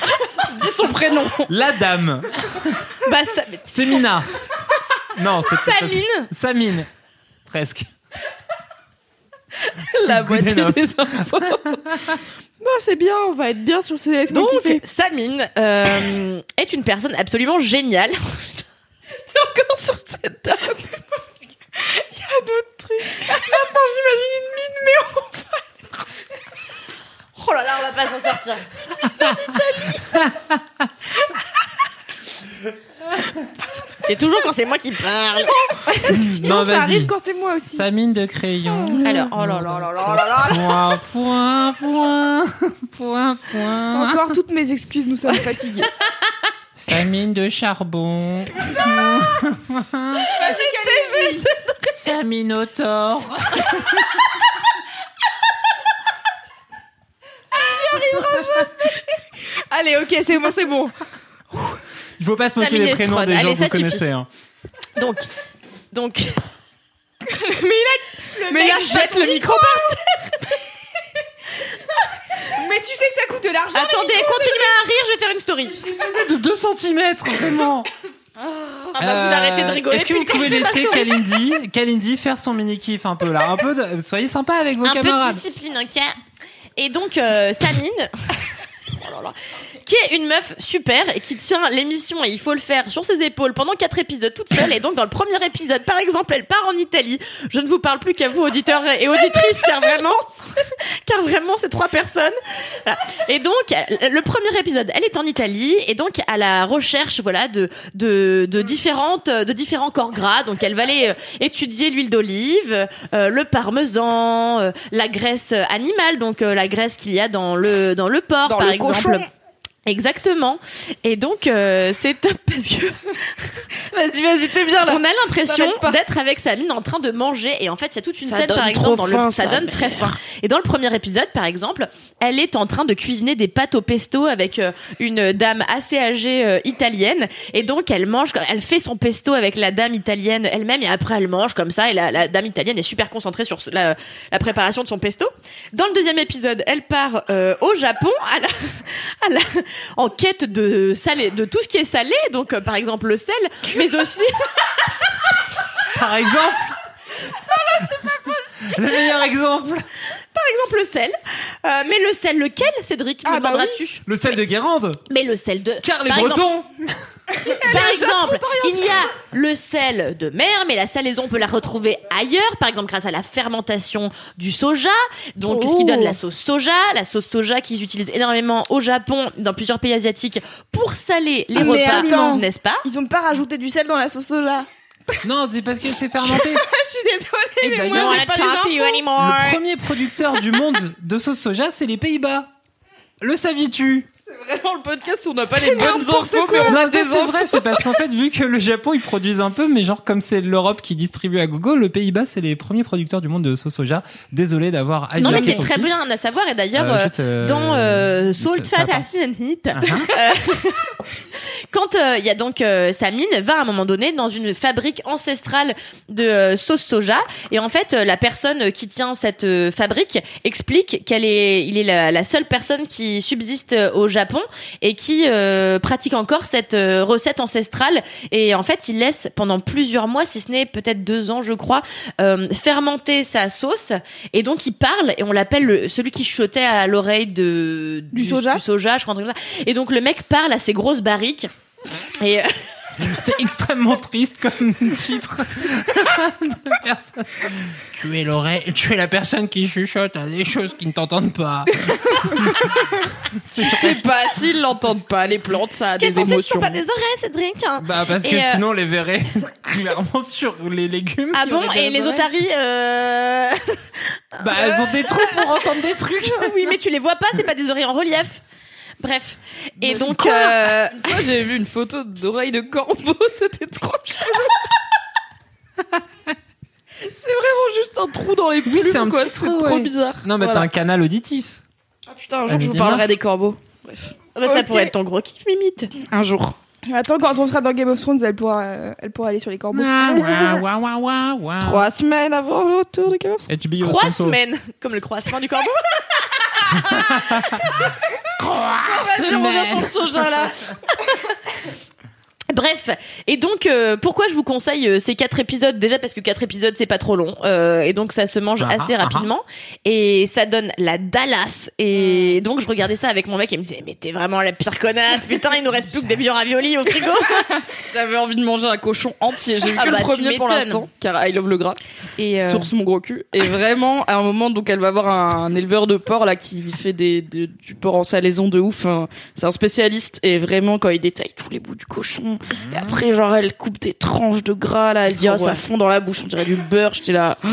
Dis son prénom.
La dame.
Bah ça, mais
C'est Mina. Non, c'est pas-
Samine.
Samine. Presque.
La
Good
boîte
enough.
des infos.
Non, c'est bien, on va être bien sur ce laisse
Donc Samine euh, est une personne absolument géniale. *laughs*
C'est encore sur cette table.
d'autres trucs. Maintenant, j'imagine une mine, mais
Oh là là, on va pas s'en sortir. C'est toujours quand c'est moi qui parle.
Non,
ça arrive
vas-y.
quand c'est moi aussi.
Samine de crayon.
Alors, oh là là là là là là.
Point, point, point, point, point.
Encore toutes mes excuses, nous sommes fatigués.
Samine de charbon. Saminotaur.
*laughs* Allez, ok, c'est bon, c'est bon.
Il faut pas se moquer
Samine
des prénoms
Estrode.
des gens
Allez,
que
ça
vous connaissez.
suffit.
hein.
Donc, donc,
mais là, je
jette le micro.
Mais tu sais que ça coûte de l'argent.
Ah,
les
Attendez,
micros.
continuez à rire, je vais faire une story.
Vous êtes de 2 cm, vraiment.
Ah bah, vous arrêtez de rigoler.
Euh, Est-ce que vous pouvez laisser Kalindi, Kalindi faire son mini-kiff un peu là un peu de- Soyez sympa avec vos
Un peu de
camarades.
discipline, ok. Et donc, euh, Samine. *laughs* Oh là là. qui est une meuf super et qui tient l'émission et il faut le faire sur ses épaules pendant quatre épisodes toute seule et donc dans le premier épisode par exemple elle part en Italie je ne vous parle plus qu'à vous auditeurs et auditrices car vraiment car vraiment ces trois personnes Voilà. et donc le premier épisode elle est en Italie et donc à la recherche voilà de de, de différentes de différents corps gras donc elle va aller euh, étudier l'huile d'olive euh, le parmesan euh, la graisse animale donc euh, la graisse qu'il y a dans le dans le porc
Dans
par
le
exemple
cochon.
Exactement. Et donc, euh, c'est top *laughs* parce que. vas-y, vas-y, t'es bien là. On a l'impression
T'arrêtes pas.
d'être avec sa mine en train de manger. Et en fait, il y a toute une
Ça
scène,
donne
par
trop
exemple, dans
faim,
le. Ça
ça,
donne très faim. Et dans le premier épisode, par exemple, elle est en train de cuisiner des pâtes au pesto avec euh, une dame assez âgée euh, italienne. Et donc, elle mange, elle fait son pesto avec la dame italienne elle-même. Et après, elle mange comme ça. Et la, la dame italienne est super concentrée sur la, la préparation de son pesto. Dans le deuxième épisode, elle part euh, au Japon à la, *laughs* à la, en quête de salé, de tout ce qui est salé. Donc, euh, par exemple, le sel, mais aussi. *laughs*
Par exemple. Le meilleur exemple,
par exemple le sel. Euh, mais le sel lequel, Cédric Me
Ah, bah
demanderas-tu
le sel de Guérande,
Mais le sel de...
car les
par exemple-
Bretons.
par exemple, il y a le sel de mer, mais la salaison, on peut la retrouver ailleurs, par exemple grâce à la fermentation du soja, donc
Oh.
ce qui donne la sauce soja, la sauce soja qu'ils utilisent énormément au Japon, dans plusieurs pays asiatiques, pour saler les
Ah, mais
repas,
attends.
n'est-ce pas
Ils ont pas rajouté du sel dans la sauce soja.
Non, c'est parce que
*laughs*
c'est fermenté.
Je suis désolée.
Et d'ailleurs,
Wanna talk to you anymore.
le premier producteur du monde de sauce soja, c'est les Pays-Bas. Le saviez-tu
Vraiment, le podcast, on n'a pas les bonnes infos, mais
Non,
on a
Ah, ça,
des
c'est
infos.
vrai, c'est parce qu'en fait, vu que le Japon, ils produisent un peu, mais genre, comme c'est l'Europe qui distribue à gogo, le Pays-Bas, c'est les premiers producteurs du monde de sauce soja. Désolé d'avoir
Non mais
hijacké
c'est
ton
très
kiff.
bien à savoir et d'ailleurs
Euh,
euh,
je te-
dans euh, Salt
ça- ça
Fat
part.
Asian Heat
Ah, hein.
*laughs* quand euh, il y a donc euh, Samine va à un moment donné dans une fabrique ancestrale de euh, sauce soja et en fait euh, la personne qui tient cette euh, fabrique explique qu'elle est il est la, la seule personne qui subsiste euh, au Japon et qui euh, pratique encore cette euh, recette ancestrale et en fait il laisse pendant plusieurs mois si ce n'est peut-être deux ans je crois euh, fermenter sa sauce et donc il parle et on l'appelle le- celui qui chuchotait à l'oreille de
Du soja
je crois un truc comme ça. et donc le mec parle à ses grosses barriques et euh,
C'est extrêmement triste comme *laughs* titre de personne. Tu es l'oreille, tu es la personne qui chuchote à des choses qui ne t'entendent pas. C'est vrai.
C'est pas s'ils l'entendent pas, les plantes, ça a des
qu'est-ce que c'est ce sont
émotions.
pas des oreilles Cédric hein
Bah, parce que
Et, euh,
sinon, on les verrait *laughs* clairement sur les légumes.
ah
Il y
bon
aurait des
et les
oreilles.
otaries euh...
Bah, elles ont des trous pour entendre des trucs.
*laughs* oui mais tu les vois pas c'est pas des oreilles en relief bref et donc euh,
Moi, j'ai vu une photo d'oreilles de corbeau, *laughs* c'était trop chelou. c'est vraiment juste un trou dans les plumes,
c'est un
quoi.
petit
C'est
trou,
trop
ouais.
bizarre.
Non, mais t'as un canal auditif.
Putain, un
Ah,
jour je
mais
vous
bien
parlerai des corbeaux.
bah, ça
Ok.
pourrait être ton gros kiff mimite
Un jour.
Attends, quand on sera dans Game of Thrones, elle pourra, euh, elle pourra aller sur les corbeaux.
Ah,
*laughs*
Trois semaines avant le tour de
HBO
trois
Alfonso.
semaines comme le croissement du corbeau Ah,
semaine.
Bref, et donc euh, pourquoi je vous conseille euh, ces quatre épisodes déjà parce que quatre épisodes c'est pas trop long euh, et donc ça se mange
Ah,
assez
ah, ah.
rapidement et ça donne la Dallas et
Hmm.
donc je regardais ça avec mon mec et il me disait mais t'es vraiment la pire connasse putain il nous reste plus que des vieux raviolis au
*laughs*
frigo
*laughs* J'avais envie de manger un cochon entier. J'ai vu
Ah
que
bah,
le
tu
premier pour
m'étonnes.
l'instant, car I love le gras.
et euh,
source mon gros cul. Et vraiment, à un moment, donc elle va voir un éleveur de porc là qui fait des, des- du porc en salaison de ouf. hein. C'est un spécialiste et vraiment quand il détaille tous les bouts du cochon. Et après, genre elle coupe des tranches de gras là. Elle dit ah ça fond dans la bouche, on dirait du beurre. J'étais là. *gasps*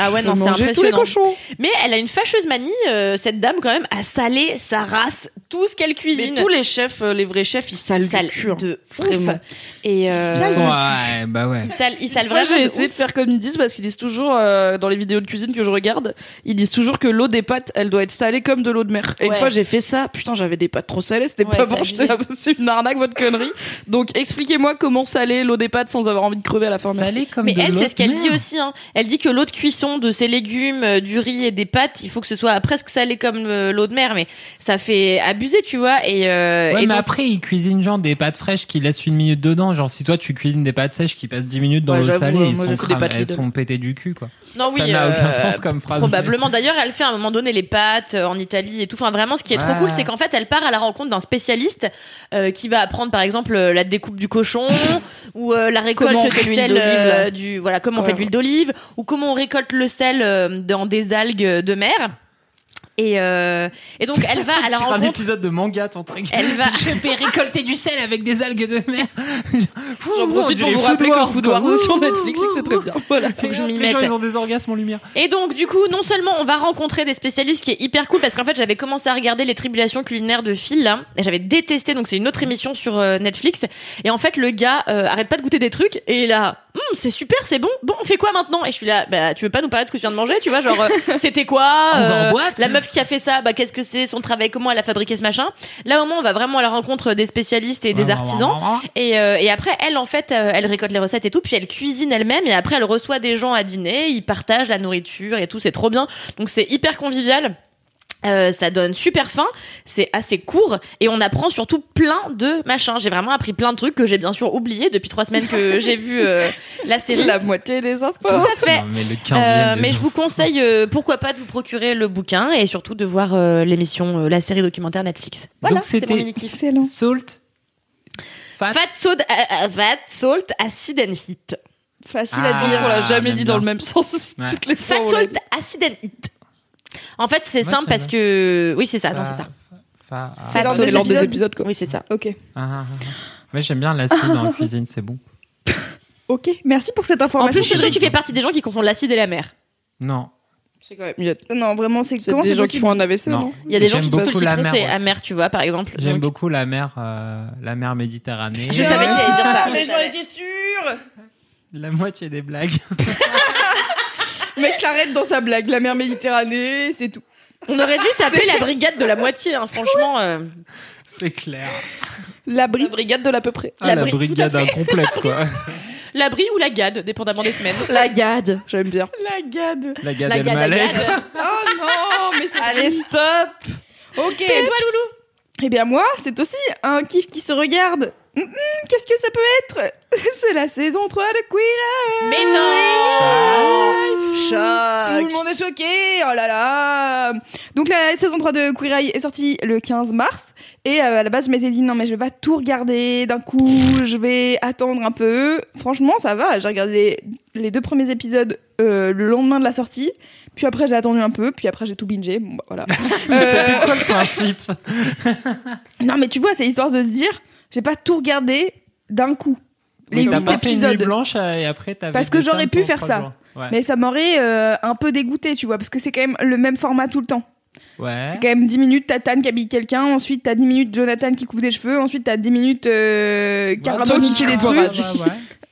ah ouais non c'est
manger tous les
impressionnant
cochons.
mais elle a une fâcheuse manie euh, cette dame quand même à saler sa race tout ce qu'elle
Mais
cuisine
tous les chefs, euh, les vrais chefs, ils salent
Sale
du cul. hein.
de ouf.
Vraiment.
et euh,
Ils sont- ouais, bah ouais.
il sale il sale
Moi,
vraiment
j'ai
de
essayé de faire comme ils disent parce qu'ils disent toujours euh, dans les vidéos de cuisine que je regarde, ils disent toujours que l'eau des pâtes, elle doit être salée comme de l'eau de mer. Et une
Ouais.
fois, j'ai fait ça. Putain, j'avais des pâtes trop salées, c'était
Ouais,
pas
c'est
bon.
abusé.
J'étais là, c'est une arnaque votre connerie. Donc, expliquez-moi comment saler l'eau des pâtes sans avoir envie de crever à la fin. merci.
Salé comme
Mais
de
elle,
l'eau
c'est ce
de
qu'elle
mer.
dit aussi. Hein. Elle dit que l'eau de cuisson, cuisson de ces légumes, euh, du riz et des pâtes, il faut que ce soit presque salé comme euh, l'eau de mer, mais ça fait abuser, tu vois. Et, euh,
Ouais,
et
mais
donc-
après, ils cuisinent genre des pâtes fraîches qui laissent une minute dedans. Genre, si toi tu cuisines des pâtes sèches qui passent 10 minutes dans
Ouais,
l'eau
j'avoue,
salée,
euh,
ils
moi,
sont
je fais des
cram-
pâtes
elles
Lidl.
sont pétées du cul, quoi.
Non, oui,
Ça n'a aucun
euh,
sens comme phrase. mais- *laughs*
Probablement. D'ailleurs, elle fait à un moment donné les pâtes euh, en Italie et tout. Enfin, vraiment, ce qui est trop
Ouais.
cool, c'est qu'en fait, elle part à la rencontre d'un spécialiste euh, qui va apprendre, par exemple, euh, la découpe du
*laughs*
cochon ou euh, la récolte
Comment on
de
fait l'huile
sel
d'olive,
euh,
là.
du voilà comment on fait
Ouais.
de l'huile d'olive ou comment on récolte le sel euh, dans des algues de mer. Et, euh, et donc, elle
*laughs*
va à la
Sur un
rencontre.
épisode de manga, ton truc.
Elle
*laughs*
va- *laughs*
Je vais récolter du sel avec des algues de mer.
J'en profite pour vous rappeler que Food Wars sur Netflix et que c'est très bien. Voilà,
faut
que je m'y mette.
Ils ont des orgasmes en lumière.
Et donc, du coup, non seulement on va rencontrer des spécialistes qui est hyper cool parce qu'en fait, j'avais commencé à regarder les tribulations culinaires de Phil là, et j'avais détesté. Donc, c'est une
Mm.
autre émission sur euh, Netflix. Et en fait, le gars euh, arrête pas de goûter des trucs et là, Hum, c'est super, c'est bon. Bon, on fait quoi maintenant Et je suis là, bah, tu veux pas nous parler de ce que tu viens de manger Tu vois, genre, euh, c'était quoi euh,
*laughs* On va en boîte
La meuf qui a fait ça, bah, qu'est-ce que c'est Son travail, comment elle a fabriqué ce machin Là, au moins, on va vraiment à la rencontre des spécialistes et des artisans. Et, euh, et après, elle, en fait, euh, elle récolte les recettes et tout, puis elle cuisine elle-même, et après, elle reçoit des gens à dîner, ils partagent la nourriture et tout, c'est trop bien. Donc, c'est hyper convivial. Euh, ça donne super faim, c'est assez court et on apprend surtout plein de machins. J'ai vraiment appris plein de trucs que j'ai bien sûr oublié depuis trois semaines que j'ai vu euh, la série.
La moitié des infos.
Tout à fait.
Non, mais le 15
Euh, mais je vous conseille, euh, pourquoi pas, de vous procurer le bouquin et surtout de voir euh, l'émission, euh, la série documentaire Netflix. Voilà,
Donc,
c'était mon
c'était
mini-kiff.
Salt. Fat.
Fat, salt, euh, euh, fat, salt, acid and heat.
Facile
Ah,
à
Je
dire.
pense qu'on l'a jamais
j'aime
dit dans le
bien.
même sens
Ouais.
*laughs* toutes les fois.
Fat,
on l'a
salt,
dit.
acid and heat. En fait, c'est
Ouais,
simple
c'est
parce
vrai.
que. Oui, c'est ça, Ah non, c'est ça.
Fa- fa-
C'est
Fat,
dans
salt,
des
lors des
épisodes.
Ah. épisodes quoi.
Oui, c'est ça.
Ok.
Ah, ah, ah. Mais j'aime bien l'acide en cuisine, c'est bon.
Ok. Merci pour cette
En
information.
plus, Cédric, tu fais partie des gens qui confondent l'acide et la mer.
Non.
C'est quand même mieux.
Non, vraiment, c'est
C'est
comment
des
c'est
gens qui
possible
font un AVC,
Non.
non
Il y a des gens
J'aime
qui disent que le
beaucoup la
citron,
mer
c'est
aussi.
amer, tu vois, par exemple.
J'aime
Donc-
beaucoup la mer, euh, la mer Méditerranée.
Je savais qu'il allait dire ça.
Ah, mais j'en étais sûre.
La moitié des blagues. *laughs*
Le mec s'arrête dans sa blague. La mer Méditerranée, c'est tout.
On
*laughs*
aurait dû s'appeler la brigade de la moitié, hein, franchement. euh,
C'est clair.
L'abri.
La brigade de l'à peu près.
Ah, la,
bri- tout à
brigade
fait.
incomplète,
*laughs*
quoi.
L'abri ou la gade, dépendamment des semaines.
La gade, j'aime bien.
La gade.
La gade
La
El
gade, la
Malek. *laughs*
gade.
Oh non, mais c'est
Allez, stop
Ok. Et toi, Loulou Eh bien, moi, c'est aussi un kiff qui se regarde. Hum, hum, Qu'est-ce que ça peut être *laughs* C'est la saison 3 de Queer
Mais non Choc
Tout le monde est choqué Oh là là Donc la saison 3 de Queer Eye est sortie le 15 mars. Et euh, à la base, je m'étais dit, non mais je vais pas tout regarder d'un coup, je vais attendre un peu. Franchement, ça va, j'ai regardé les deux premiers épisodes euh, le lendemain de la sortie. Puis après, j'ai attendu un peu, puis après, j'ai tout bingé. Bon, bah, voilà. Euh,
C'était quoi le principe
Euh,
non mais tu vois, c'est histoire de se dire, j'ai pas tout regardé d'un coup. Les
Oui, T'as
huit
pas fait une nuit
épisodes.
blanche euh, et après t'avais.
Parce que
des
j'aurais
scènes
pu
pendant
faire
trois
ça.
jours. Ouais.
Mais ça m'aurait euh, un peu dégoûté, tu vois, parce que c'est quand même le même format tout le temps.
Ouais.
C'est quand même 10 minutes Tatane qui habille quelqu'un, ensuite t'as 10 minutes Jonathan qui coupe des cheveux, ensuite t'as 10 minutes euh,
Bah,
Carabao
Anthony
qui fait des
qui coupe
trucs,
un
Ouais,
*laughs*
ouais,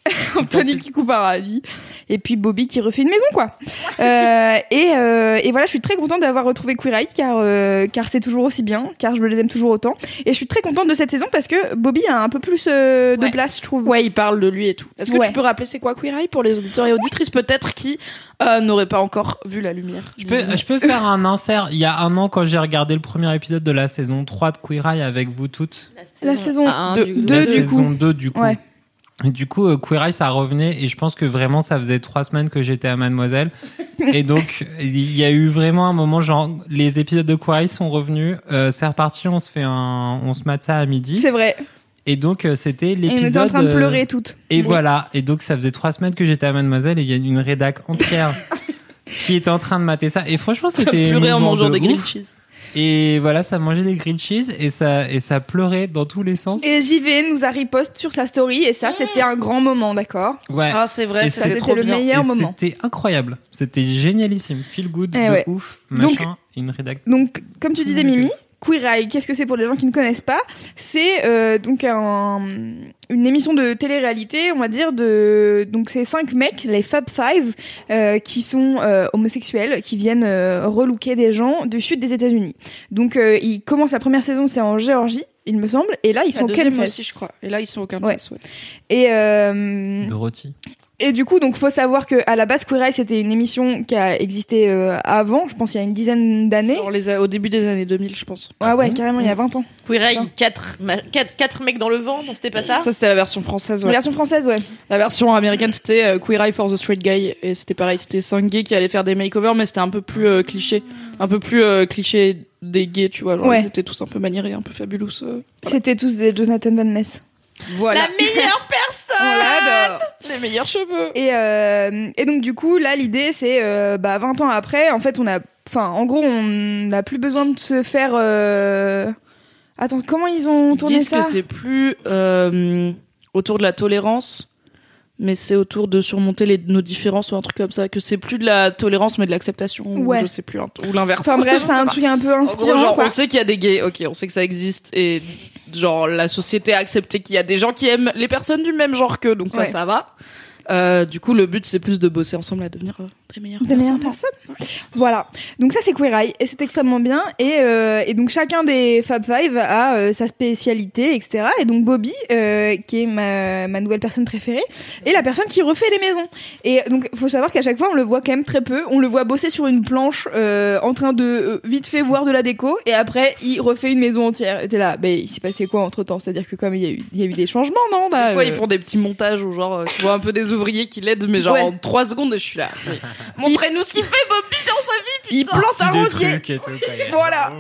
ouais.
Anthony qui coupe un radis, et puis Bobby qui refait une maison quoi. Euh, et, euh, et voilà, je suis très contente d'avoir retrouvé Queer Eye car, euh, car c'est toujours aussi bien, car je les aime toujours autant. Et je suis très contente de cette saison parce que Bobby a un peu plus euh, de
Ouais.
place, je trouve.
Ouais, il parle de lui et tout. Est-ce que
Ouais.
tu peux rappeler c'est quoi Queer Eye pour les auditeurs et auditrices peut-être qui euh, n'auraient pas encore vu la lumière
Je peux, je peux faire un insert. Il y a un an, quand j'ai regardé le premier épisode de la saison 3 de Queer Eye avec vous toutes,
La saison
un,
2
du
du,
coup.
la
coup.
saison 2 du coup.
Ouais.
Et du coup, euh, Queer Eye, ça revenait et je pense que vraiment, ça faisait trois semaines que j'étais à Mademoiselle. et donc, il y a eu vraiment un moment, genre, les épisodes de Queer Eye sont revenus, euh, c'est reparti, on se fait un, on se mate ça à midi.
C'est vrai.
Et donc, euh, c'était
Et on
l'épisode.
était en train de
euh,
pleurer toutes.
Et voilà. Et donc, ça faisait trois semaines que j'étais à Mademoiselle et il y a une rédac
*laughs*
entière qui était en train de mater ça. Et franchement, c'était.
*laughs* pleurer en
émouvant
mangeant
de
des
ouf.
grilled cheese.
Et voilà, ça mangeait des grilled cheese et ça, et ça pleurait dans tous les sens.
Et JVN nous a riposte sur sa story, et ça, c'était un grand moment, d'accord
Ouais.
Ah, c'est vrai,
Et
ça,
ça,
c'est
c'était
trop
le
bien.
meilleur.
Et
moment.
C'était incroyable. C'était génialissime. Feel good,
Eh
de
ouais.
ouf,
Donc-
machin, une rédac.
Donc, comme tu disais,
Tout le monde
Mimi, Queer Eye, qu'est-ce que c'est pour les gens qui ne connaissent pas C'est euh, donc un- une émission de télé-réalité, on va dire, de donc ces cinq mecs, les Fab Five, euh, qui sont euh, homosexuels, qui viennent euh, relooker des gens du sud des États-Unis. Donc, euh, ils commencent la première saison, c'est en Géorgie, il me semble, et là, ils
Ils sont
sont
au
au Kansas.
Kansas aussi, je crois. Et là, ils sont au Kansas, ouais.
Et euh,
Dorothy.
Et du coup, donc faut savoir que à la base, Queer Eye c'était une émission qui a existé euh, avant, je pense il y a une dizaine d'années.
au début des années 2000, je pense.
Ah ouais, carrément, il y a 20 ans.
Queer Eye, quatre, ma- quatre, quatre mecs dans le vent, non, c'était pas ça
Ça, c'était la version française. Ouais.
La version française, ouais.
La version américaine, c'était euh, Queer Eye for the Straight Guy. Et c'était pareil, c'était 5 gays qui allaient faire des makeovers, mais c'était un peu plus euh, cliché. Un peu plus euh, cliché des gays, tu vois. Genre,
Ouais.
Ils étaient tous un peu maniérés, un peu fabulous. euh.
C'était tous des Jonathan Van Ness.
Voilà.
La meilleure personne
Les meilleurs cheveux.
Et, euh, et donc du coup, là, l'idée, c'est euh, bah, 20 ans après, en fait, on a... Enfin, en gros, on n'a plus besoin de se faire... euh, Attends, comment ils ont
Ils
tourné
disent
ça
que c'est plus euh, autour de la tolérance, mais c'est autour de surmonter les, nos différences ou un truc comme ça. Que c'est plus de la tolérance, mais de l'acceptation.
Ouais.
Ou je sais plus, un- ou l'inverse.
Enfin
*laughs*
bref,
Je
c'est
sais
un
pas.
truc un peu
En gros,
inspirant,
genre,
quoi.
on sait qu'il y a des gays, ok, on sait que ça existe, et genre, la société a accepté qu'il y a des gens qui aiment les personnes du même genre qu'eux, donc ça,
Ouais.
ça va. Euh, du coup, le but, c'est plus de bosser ensemble à devenir euh, des meilleurs.
Des meilleures personnes. Voilà. Donc ça, c'est Queer Eye, et c'est extrêmement bien. Et, euh, et donc chacun des Fab Five a euh, sa spécialité, etc. Et donc Bobby, euh, qui est ma, ma nouvelle personne préférée, est la personne qui refait les maisons. Et donc faut savoir qu'à chaque fois, on le voit quand même très peu. On le voit bosser sur une planche euh, en train de euh, vite fait voir de la déco, et après, il refait une maison entière. Et t'es là, mais il s'est passé quoi entre-temps C'est-à-dire que comme il y, a eu, il y a eu des changements, non bah,
Des fois,
euh,
ils font des petits montages où, genre, euh, tu vois un peu des ouvriers qui l'aident, mais genre
Ouais.
en 3 secondes, et je suis là. oui. Montrez-nous ce qu'il fait, Bobby, dans sa vie,
il
putain.
plante un rosier
et tout. quoi.
*laughs* Voilà.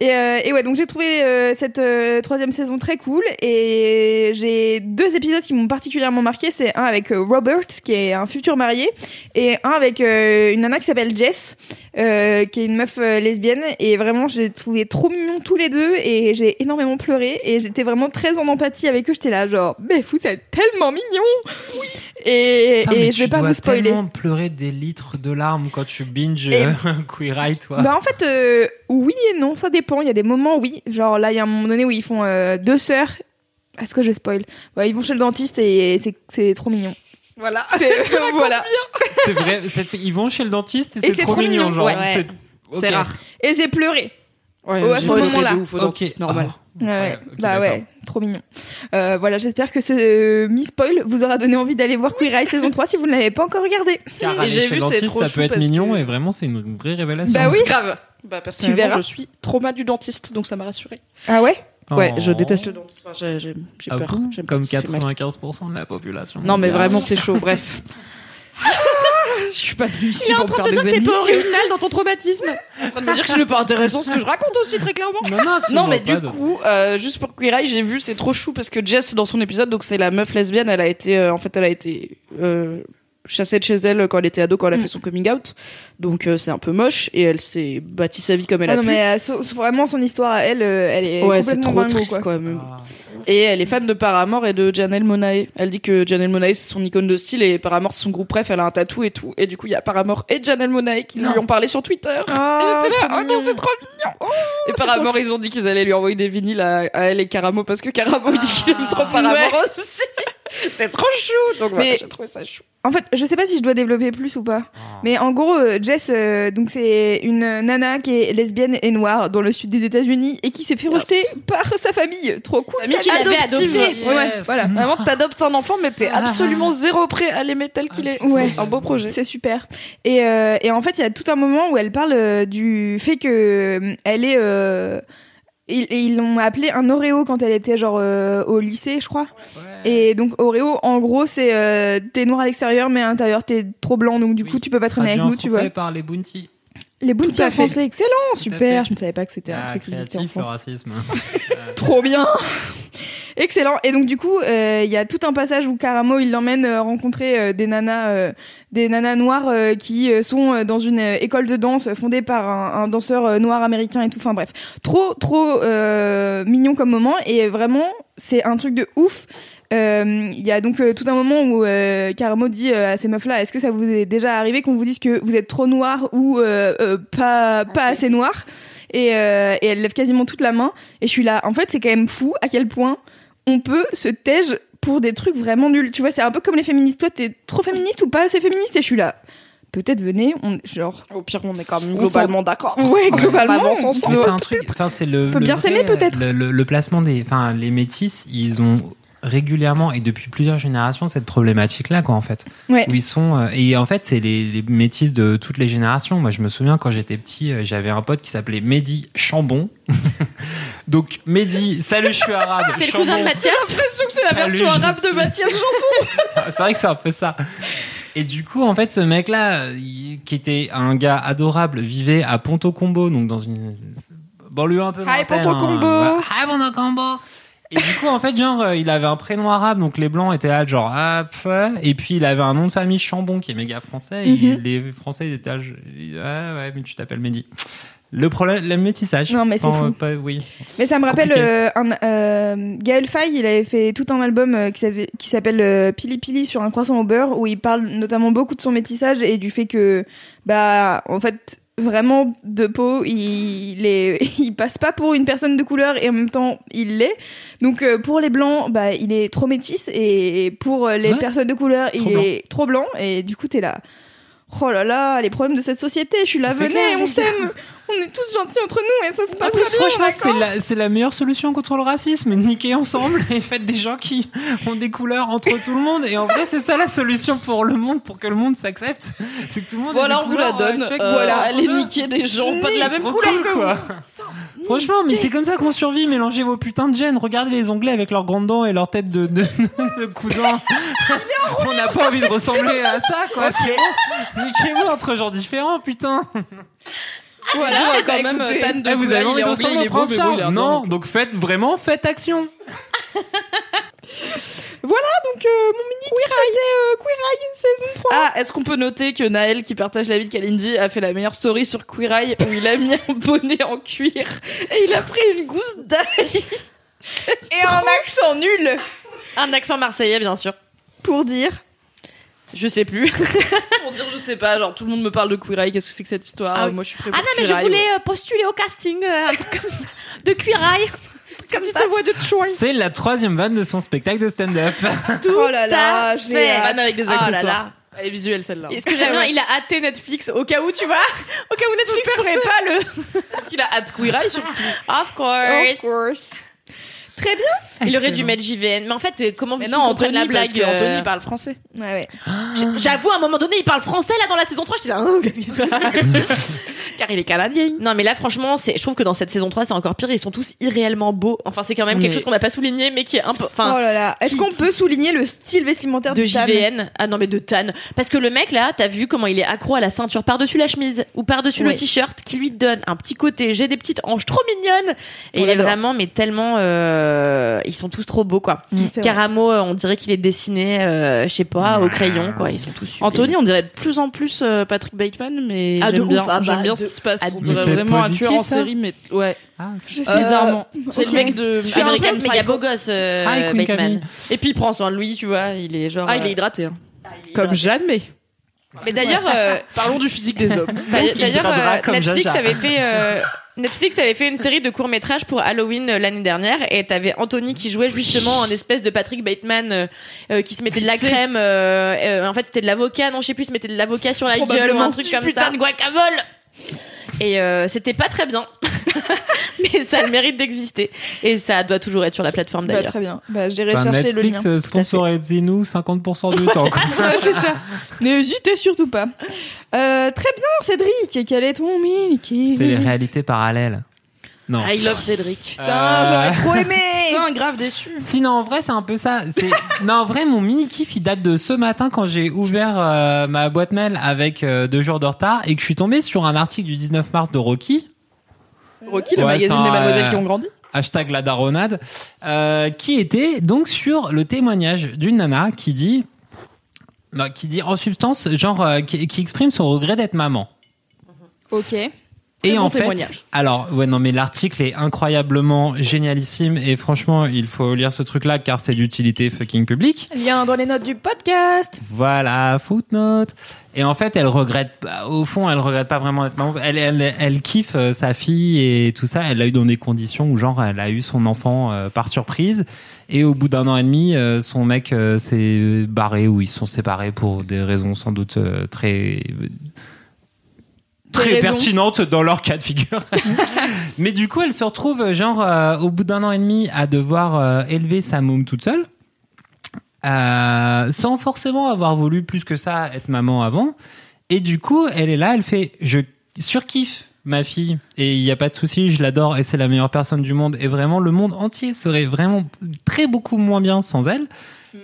Et, euh, et ouais, donc j'ai trouvé euh, cette euh, troisième saison très cool et j'ai deux épisodes qui m'ont particulièrement marqué. C'est un avec euh, Robert, qui est un futur marié, et un avec euh, une nana qui s'appelle Jess, euh, qui est une meuf euh, lesbienne. Et vraiment, j'ai trouvé trop mignon tous les deux et j'ai énormément pleuré et j'étais vraiment très en empathie avec eux. J'étais là genre, mais vous êtes tellement mignons Et,
Putain,
et
mais
je vais
tu
pas
dois
vous spoiler.
tellement pleurer des litres de larmes quand tu binges
Et-
euh, Queer Eye, toi.
Bah en fait euh, oui et non, ça dépend. Il y a des moments oui, genre là il y a un moment donné où ils font euh, deux sœurs. Est-ce que je spoil Ouais, Ils vont chez le dentiste et c'est- c'est trop mignon.
euh, Voilà.
C'est- voilà.
C'est vrai, ça te fait- ils vont chez le dentiste et,
Et
c'est trop, mignon, genre.
ouais.
C'est ok.
C'est rare.
Et j'ai pleuré.
*laughs* Ouais,
à ce moment-là.
Ok,
c'est normal. Ah.
oh,
Ouais, ouais.
incroyable. Ok,
bah
d'accord.
ouais, trop mignon. Euh, voilà, j'espère que ce euh, mi-spoil vous aura donné envie d'aller voir Queer Eye saison 3 si vous ne l'avez pas encore regardé.
Car
Et
aller
j'ai
chez
vu,
le
c'est
dentiste,
trop
ça
chou
peut être
parce
mignon
que-
et vraiment, c'est une vraie révélation.
Bah oui.
Grave. Bah, personnellement,
verras.
je suis trauma du dentiste, donc ça m'a rassurée.
Ah ouais
Ouais, je
Oh.
déteste le dentiste. Enfin, j'ai j'ai- j'ai
Ah
peur.
bon
J'aime pas
Comme Ah.
ce qui fait mal.
95% de la population.
Non, mais
mondiale.
vraiment, c'est chaud. Bref. Je suis pas venue ici
Il est en
pour me
train
faire
de te
des
dire que
ennemis.
t'es pas original dans ton traumatisme
en train de me dire que je suis pas intéressant ce que je raconte aussi très clairement.
Non, non,
Non
absolument
mais du
pas de-
coup, euh, juste pour Queer Eye, j'ai vu c'est trop chou parce que Jess dans son épisode, donc c'est la meuf lesbienne, elle a été euh, en fait elle a été euh, chassée de chez elle quand elle était ado quand elle a fait son coming out, donc euh, c'est un peu moche et elle s'est bâtie sa vie comme elle
Ah
a
Non
pu.
mais euh, so- so- vraiment son histoire, à elle, euh, elle est
Ouais, c'est
complètement
trop
dingo,
triste
quoi.
quoi. mais-
Ah.
Et elle est fan de Paramore et de Janelle Monae. Elle dit que Janelle Monae c'est son icône de style et Paramore c'est son groupe préf, elle a un tatou et tout. Et du coup, il y a Paramore et Janelle Monae qui lui ont parlé sur Twitter. Et
Ah,
j'étais là,
trop
oh non,
mignon.
c'est trop mignon. et Paramore, ils ont dit qu'ils allaient lui envoyer des vinyles à, à elle et Caramo parce que Caramo il dit qu'il aime trop Paramore aussi. *laughs* c'est trop chou. Donc voilà,
Mais-
j'ai trouvé ça chou.
En fait, je sais pas si je dois développer plus ou pas.
Ah.
Mais en gros, euh, Jess, euh, donc c'est une euh, nana qui est lesbienne et noire dans le sud des États-Unis et qui s'est fait
Yes.
rejeter par sa famille. Trop cool.
Famille
ça.
qu'il avait
adoptive.
adoptée. Ouais, voilà. Vraiment, t'adoptes un enfant, mais t'es absolument zéro prêt à l'aimer tel qu'il est.
Ouais.
C'est un beau projet.
C'est super. Et, euh, et en fait, il y a tout un moment où elle parle euh, du fait que euh, elle est. euh, ils ils l'ont appelée un Oreo quand elle était genre euh, au lycée, je crois. Et donc Oreo, en gros, c'est euh, t'es noir à l'extérieur, mais à l'intérieur t'es trop blanc, donc du
Oui,
coup tu peux pas traîner avec
traduit en
nous, tu vois.
français par les Bounty.
Les bounty
Tout à
en
fait.
français, excellent,
à
super.
fait.
Je ne savais pas que c'était un
Ah,
truc qui existait en
créatif, le
France.
*laughs*
racisme. Euh,
Trop bien *laughs* Excellent Et donc du coup, euh, il y a tout un passage où Karamo, il l'emmène euh, rencontrer euh, des nanas euh, des nanas noires euh, qui euh, sont euh, dans une euh, école de danse euh, fondée par un, un danseur euh, noir américain et tout. Enfin bref, trop trop euh, mignon comme moment et vraiment, c'est un truc de ouf Euh, il y a donc euh, tout un moment où euh, Karamo dit euh, à ces meufs-là, est-ce que ça vous est déjà arrivé qu'on vous dise que vous êtes trop noir ou euh, euh, pas, pas assez noir et, euh, et elle lève quasiment toute la main. Et je suis là, en fait, c'est quand même fou à quel point on peut se taire pour des trucs vraiment nuls. Tu vois, c'est un peu comme les féministes. Toi, t'es trop féministe ou pas assez féministe Et je suis là, peut-être venez, on genre.
Au pire, on est quand même
On
globalement d'accord.
Ouais, globalement,
On avance
on-
ensemble.
Mais c'est un truc. Enfin, c'est le.
Peut
le
bien
vrai-
s'aimer, peut-être.
Le, le- le placement des. Enfin, les métis, ils ont régulièrement et depuis plusieurs générations cette problématique-là, quoi, en fait.
Ouais.
Où ils sont. euh, et en fait, c'est les, les métis de toutes les générations. Moi, je me souviens quand j'étais petit, euh, j'avais un pote qui s'appelait Mehdi Chambon. *laughs* Donc, Mehdi, salut, je suis arabe.
*laughs* C'est le cousin de
Chambon.
Mathias. J'ai l'impression que c'est la
Salut,
version
je
arabe de
suis-
Mathias Jambon.
*laughs* c'est vrai que c'est un peu ça. Et du coup, en fait, ce mec-là, il- qui était un gars adorable, vivait à Ponto Combo, donc dans une banlieue un peu
Hi,
lointaine,
Ponto
hein,
Combo.
voilà. Hi, Ponto Combo. Et du coup, en fait, genre, euh, il avait un prénom arabe, donc les blancs étaient là, genre, ah, pff. et puis il avait un nom de famille Chambon, qui est méga français, et
Mhm.
les Français étaient là, je- ah, ouais, mais tu t'appelles Mehdi. Le problème, le métissage.
Non, mais c'est
Pas-
fou.
pas- oui.
Mais ça me rappelle
Compliqué.
euh, un, euh, Gaël Faye, il avait fait tout un album euh, qui s'avait- qui s'appelle euh, Pili Pili sur un croissant au beurre, où il parle notamment beaucoup de son métissage et du fait que, bah, en fait, vraiment de peau, il, est, *laughs* il passe pas pour une personne de couleur et en même temps, il l'est. Donc euh, pour les blancs, bah, il est trop métisse et pour euh, les
Ouais.
personnes de couleur, il
Trop blanc.
est trop blanc et du coup, t'es là. Oh là là, les problèmes de cette société, je suis là,
C'est
venez,
clair,
on
les gars.
s'aime, on est tous gentils entre nous et ça se
En
passe
plus,
pas bien,
franchement,
d'accord
c'est la, c'est la meilleure solution contre le racisme. Niquez ensemble et faites des gens qui ont des couleurs entre tout le monde. Et en vrai, c'est ça la solution pour le monde, pour que le monde s'accepte. C'est que tout le monde. ait
Voilà,
des
on vous la
couleurs, euh,
donne.
check,
Euh,
voilà,
allez
entre deux.
niquer des gens, pas de la
Nique,
même
trop
couleur
cool,
que
quoi.
vous.
Franchement, mais c'est comme ça qu'on survit. Mélangez vos putains de gènes. Regardez les Anglais avec leurs grandes dents et leur tête de, de, de cousin. On n'a pas envie de ressembler à ça, quoi. C'est bon. Niquez-vous entre gens différents, putain.
Voilà,
bah,
quand même,
écoutez,
Tan de
Eh, vous
Boulogne,
avez
il
envie
est anglais,
de ressembler
il
au
est beau,
prince
mais bon, il est
Charles
ardent.
Non, donc faites vraiment, faites action.
Donc, euh, mon mini qui c'était euh, Queer Eye saison 3.
Ah, est-ce qu'on peut noter que Naël, qui partage la vie de Kalindi, a fait la meilleure story sur Queer Eye où il a mis un bonnet en cuir et il a pris une gousse d'ail
Et un accent nul
Un accent marseillais, bien sûr.
pour dire.
Je sais *laughs* plus.
pour dire je sais pas, genre tout le monde me parle de Queer Eye, qu'est-ce que c'est que cette histoire
Ah oui.
Moi je suis prêt
Ah non,
pour
mais
Queer
je
Eye,
voulais euh, postuler au casting, euh, un truc comme ça, de cuirail. Comme tu te vois de choix.
C'est la troisième vanne de son spectacle de stand-up. *laughs*
oh là
à
là, je l'ai. euh,
fait.
hâte.
Van euh, avec des
Oh là
accessoires.
là.
Elle est visuelle celle-là.
Et ce que j'aime bien, il a hâté Netflix au cas où, tu vois. Au cas où Netflix ferait pas le.
Est-ce qu'il a hâte Queer Eye sur-
Of
Of
course.
course. Très bien.
Il aurait dû mettre JVN. Mais en fait, euh, comment
Mais
veux-tu
non,
qu'on prenne
Anthony,
la
parce
blague
que
euh,
Anthony parle français.
Ouais, ouais.
J'- J'avoue, à un moment donné, il parle français là dans la saison 3. J'étais là. Hein, qu'est-ce qui se
*laughs*
passe
Car il est canadien.
non, mais là, franchement, c'est- je trouve que dans cette saison 3, c'est encore pire. Ils sont tous irréellement beaux. Enfin, c'est quand même quelque
Mais-
chose qu'on n'a pas souligné, mais qui est un peu. Enfin,
oh là là. Est-ce
qui-
qu'on
qui-
peut souligner le style vestimentaire
de
du Tam
JVN. Ah non, mais de Tan. Parce que le mec, là, t'as vu comment il est accro à la ceinture par-dessus la chemise ou par-dessus
Oui.
le t-shirt qui lui donne un petit côté. J'ai des petites hanches trop mignonnes. Et
On
il est
l'adore.
vraiment, mais tellement. euh, ils sont tous trop beaux, quoi.
Mm, C'est vrai.
Caramo, euh, on dirait qu'il est dessiné, euh, je sais pas, au crayon, quoi. Ils sont tous. sublimes.
Anthony, on dirait de plus en plus euh, Patrick Bateman, mais
Ah, de
j'aime
ouf,
bien,
ah bah,
j'aime bien
de-
ce qui se passe.
ah,
On
de-
dirait
C'est
vraiment
positif,
un tueur en
ça
série, mais ouais,
Ah,
Je sais.
bizarrement. C'est
ok.
le mec de
Je suis
American
enceinte, mais il y a
Psycho.
beau gosse, euh,
Hi, Ah, Queen
Bateman.
Camille.
Et puis il prend soin de lui, tu vois. Il est genre.
Ah, il
euh,
est hydraté. hein. Comme jamais.
Mais d'ailleurs, *laughs* euh,
Parlons du physique des *laughs* hommes.
Bah,
Donc, il
D'ailleurs,
bradera
euh,
comme
Netflix
Jaja.
avait fait. euh,
*laughs*
Netflix avait fait une série de courts métrages pour Halloween euh, l'année dernière et t'avais Anthony qui jouait justement un espèce de Patrick Bateman euh, euh, qui se mettait de la crème. euh, euh, en fait, c'était de l'avocat, non, je sais plus, il se mettait de l'avocat sur la gueule ou un truc comme ça.
de guacamole
Et euh, c'était pas très bien, *laughs* mais ça a le mérite d'exister et ça doit toujours être sur la plateforme
Bah,
d'ailleurs.
très bien. Bah, j'irai
Enfin,
chercher le
Netflix,
lien. *laughs*
euh, sponsorisez-nous 50% du temps. *laughs* quoi.
Ouais, c'est ça. N'hésitez surtout pas. Euh, très bien, Cédric. Quel est ton mini qui-
C'est les réalités parallèles. Non.
I love Cédric.
Putain, j'aurais
Euh.
trop
*laughs*
aimé.
Putain, grave déçu.
Si non, en vrai, c'est un peu ça. C'est- non, en vrai, mon mini kiff, il date de ce matin quand j'ai ouvert euh, ma boîte mail avec euh, deux jours de retard et que je suis tombé sur un article du 19 mars de Rocky.
Rocky, le
Ouais,
magazine
ça,
des mademoiselles
euh,
qui ont grandi.
hashtag la daronade, euh, qui était donc sur le témoignage d'une nana qui dit, non, qui dit en substance, genre, euh, qui, qui exprime son regret d'être maman.
Ok.
Et
bon
en fait,
témoignage.
alors ouais non mais l'article est incroyablement génialissime et franchement il faut lire ce truc là car c'est d'utilité fucking publique.
Lien dans les notes du podcast.
Voilà, footnote. Et en fait, elle regrette, bah, au fond, elle regrette pas vraiment d'être maman. Elle, elle, elle kiffe euh, sa fille et tout ça. Elle l'a eu dans des conditions où, genre, elle a eu son enfant euh, par surprise. Et au bout d'un an et demi, euh, son mec euh, s'est barré ou ils se sont séparés pour des raisons sans doute euh, très très
raisons.
pertinentes dans leur cas de figure. *laughs* Mais du coup, elle se retrouve, genre, euh, au bout d'un an et demi, à devoir euh, élever sa môme toute seule. euh, sans forcément avoir voulu plus que ça être maman avant. Et du coup, elle est là, elle fait je surkiffe ma fille et il n'y a pas de souci, je l'adore et c'est la meilleure personne du monde et vraiment le monde entier serait vraiment très beaucoup moins bien sans elle.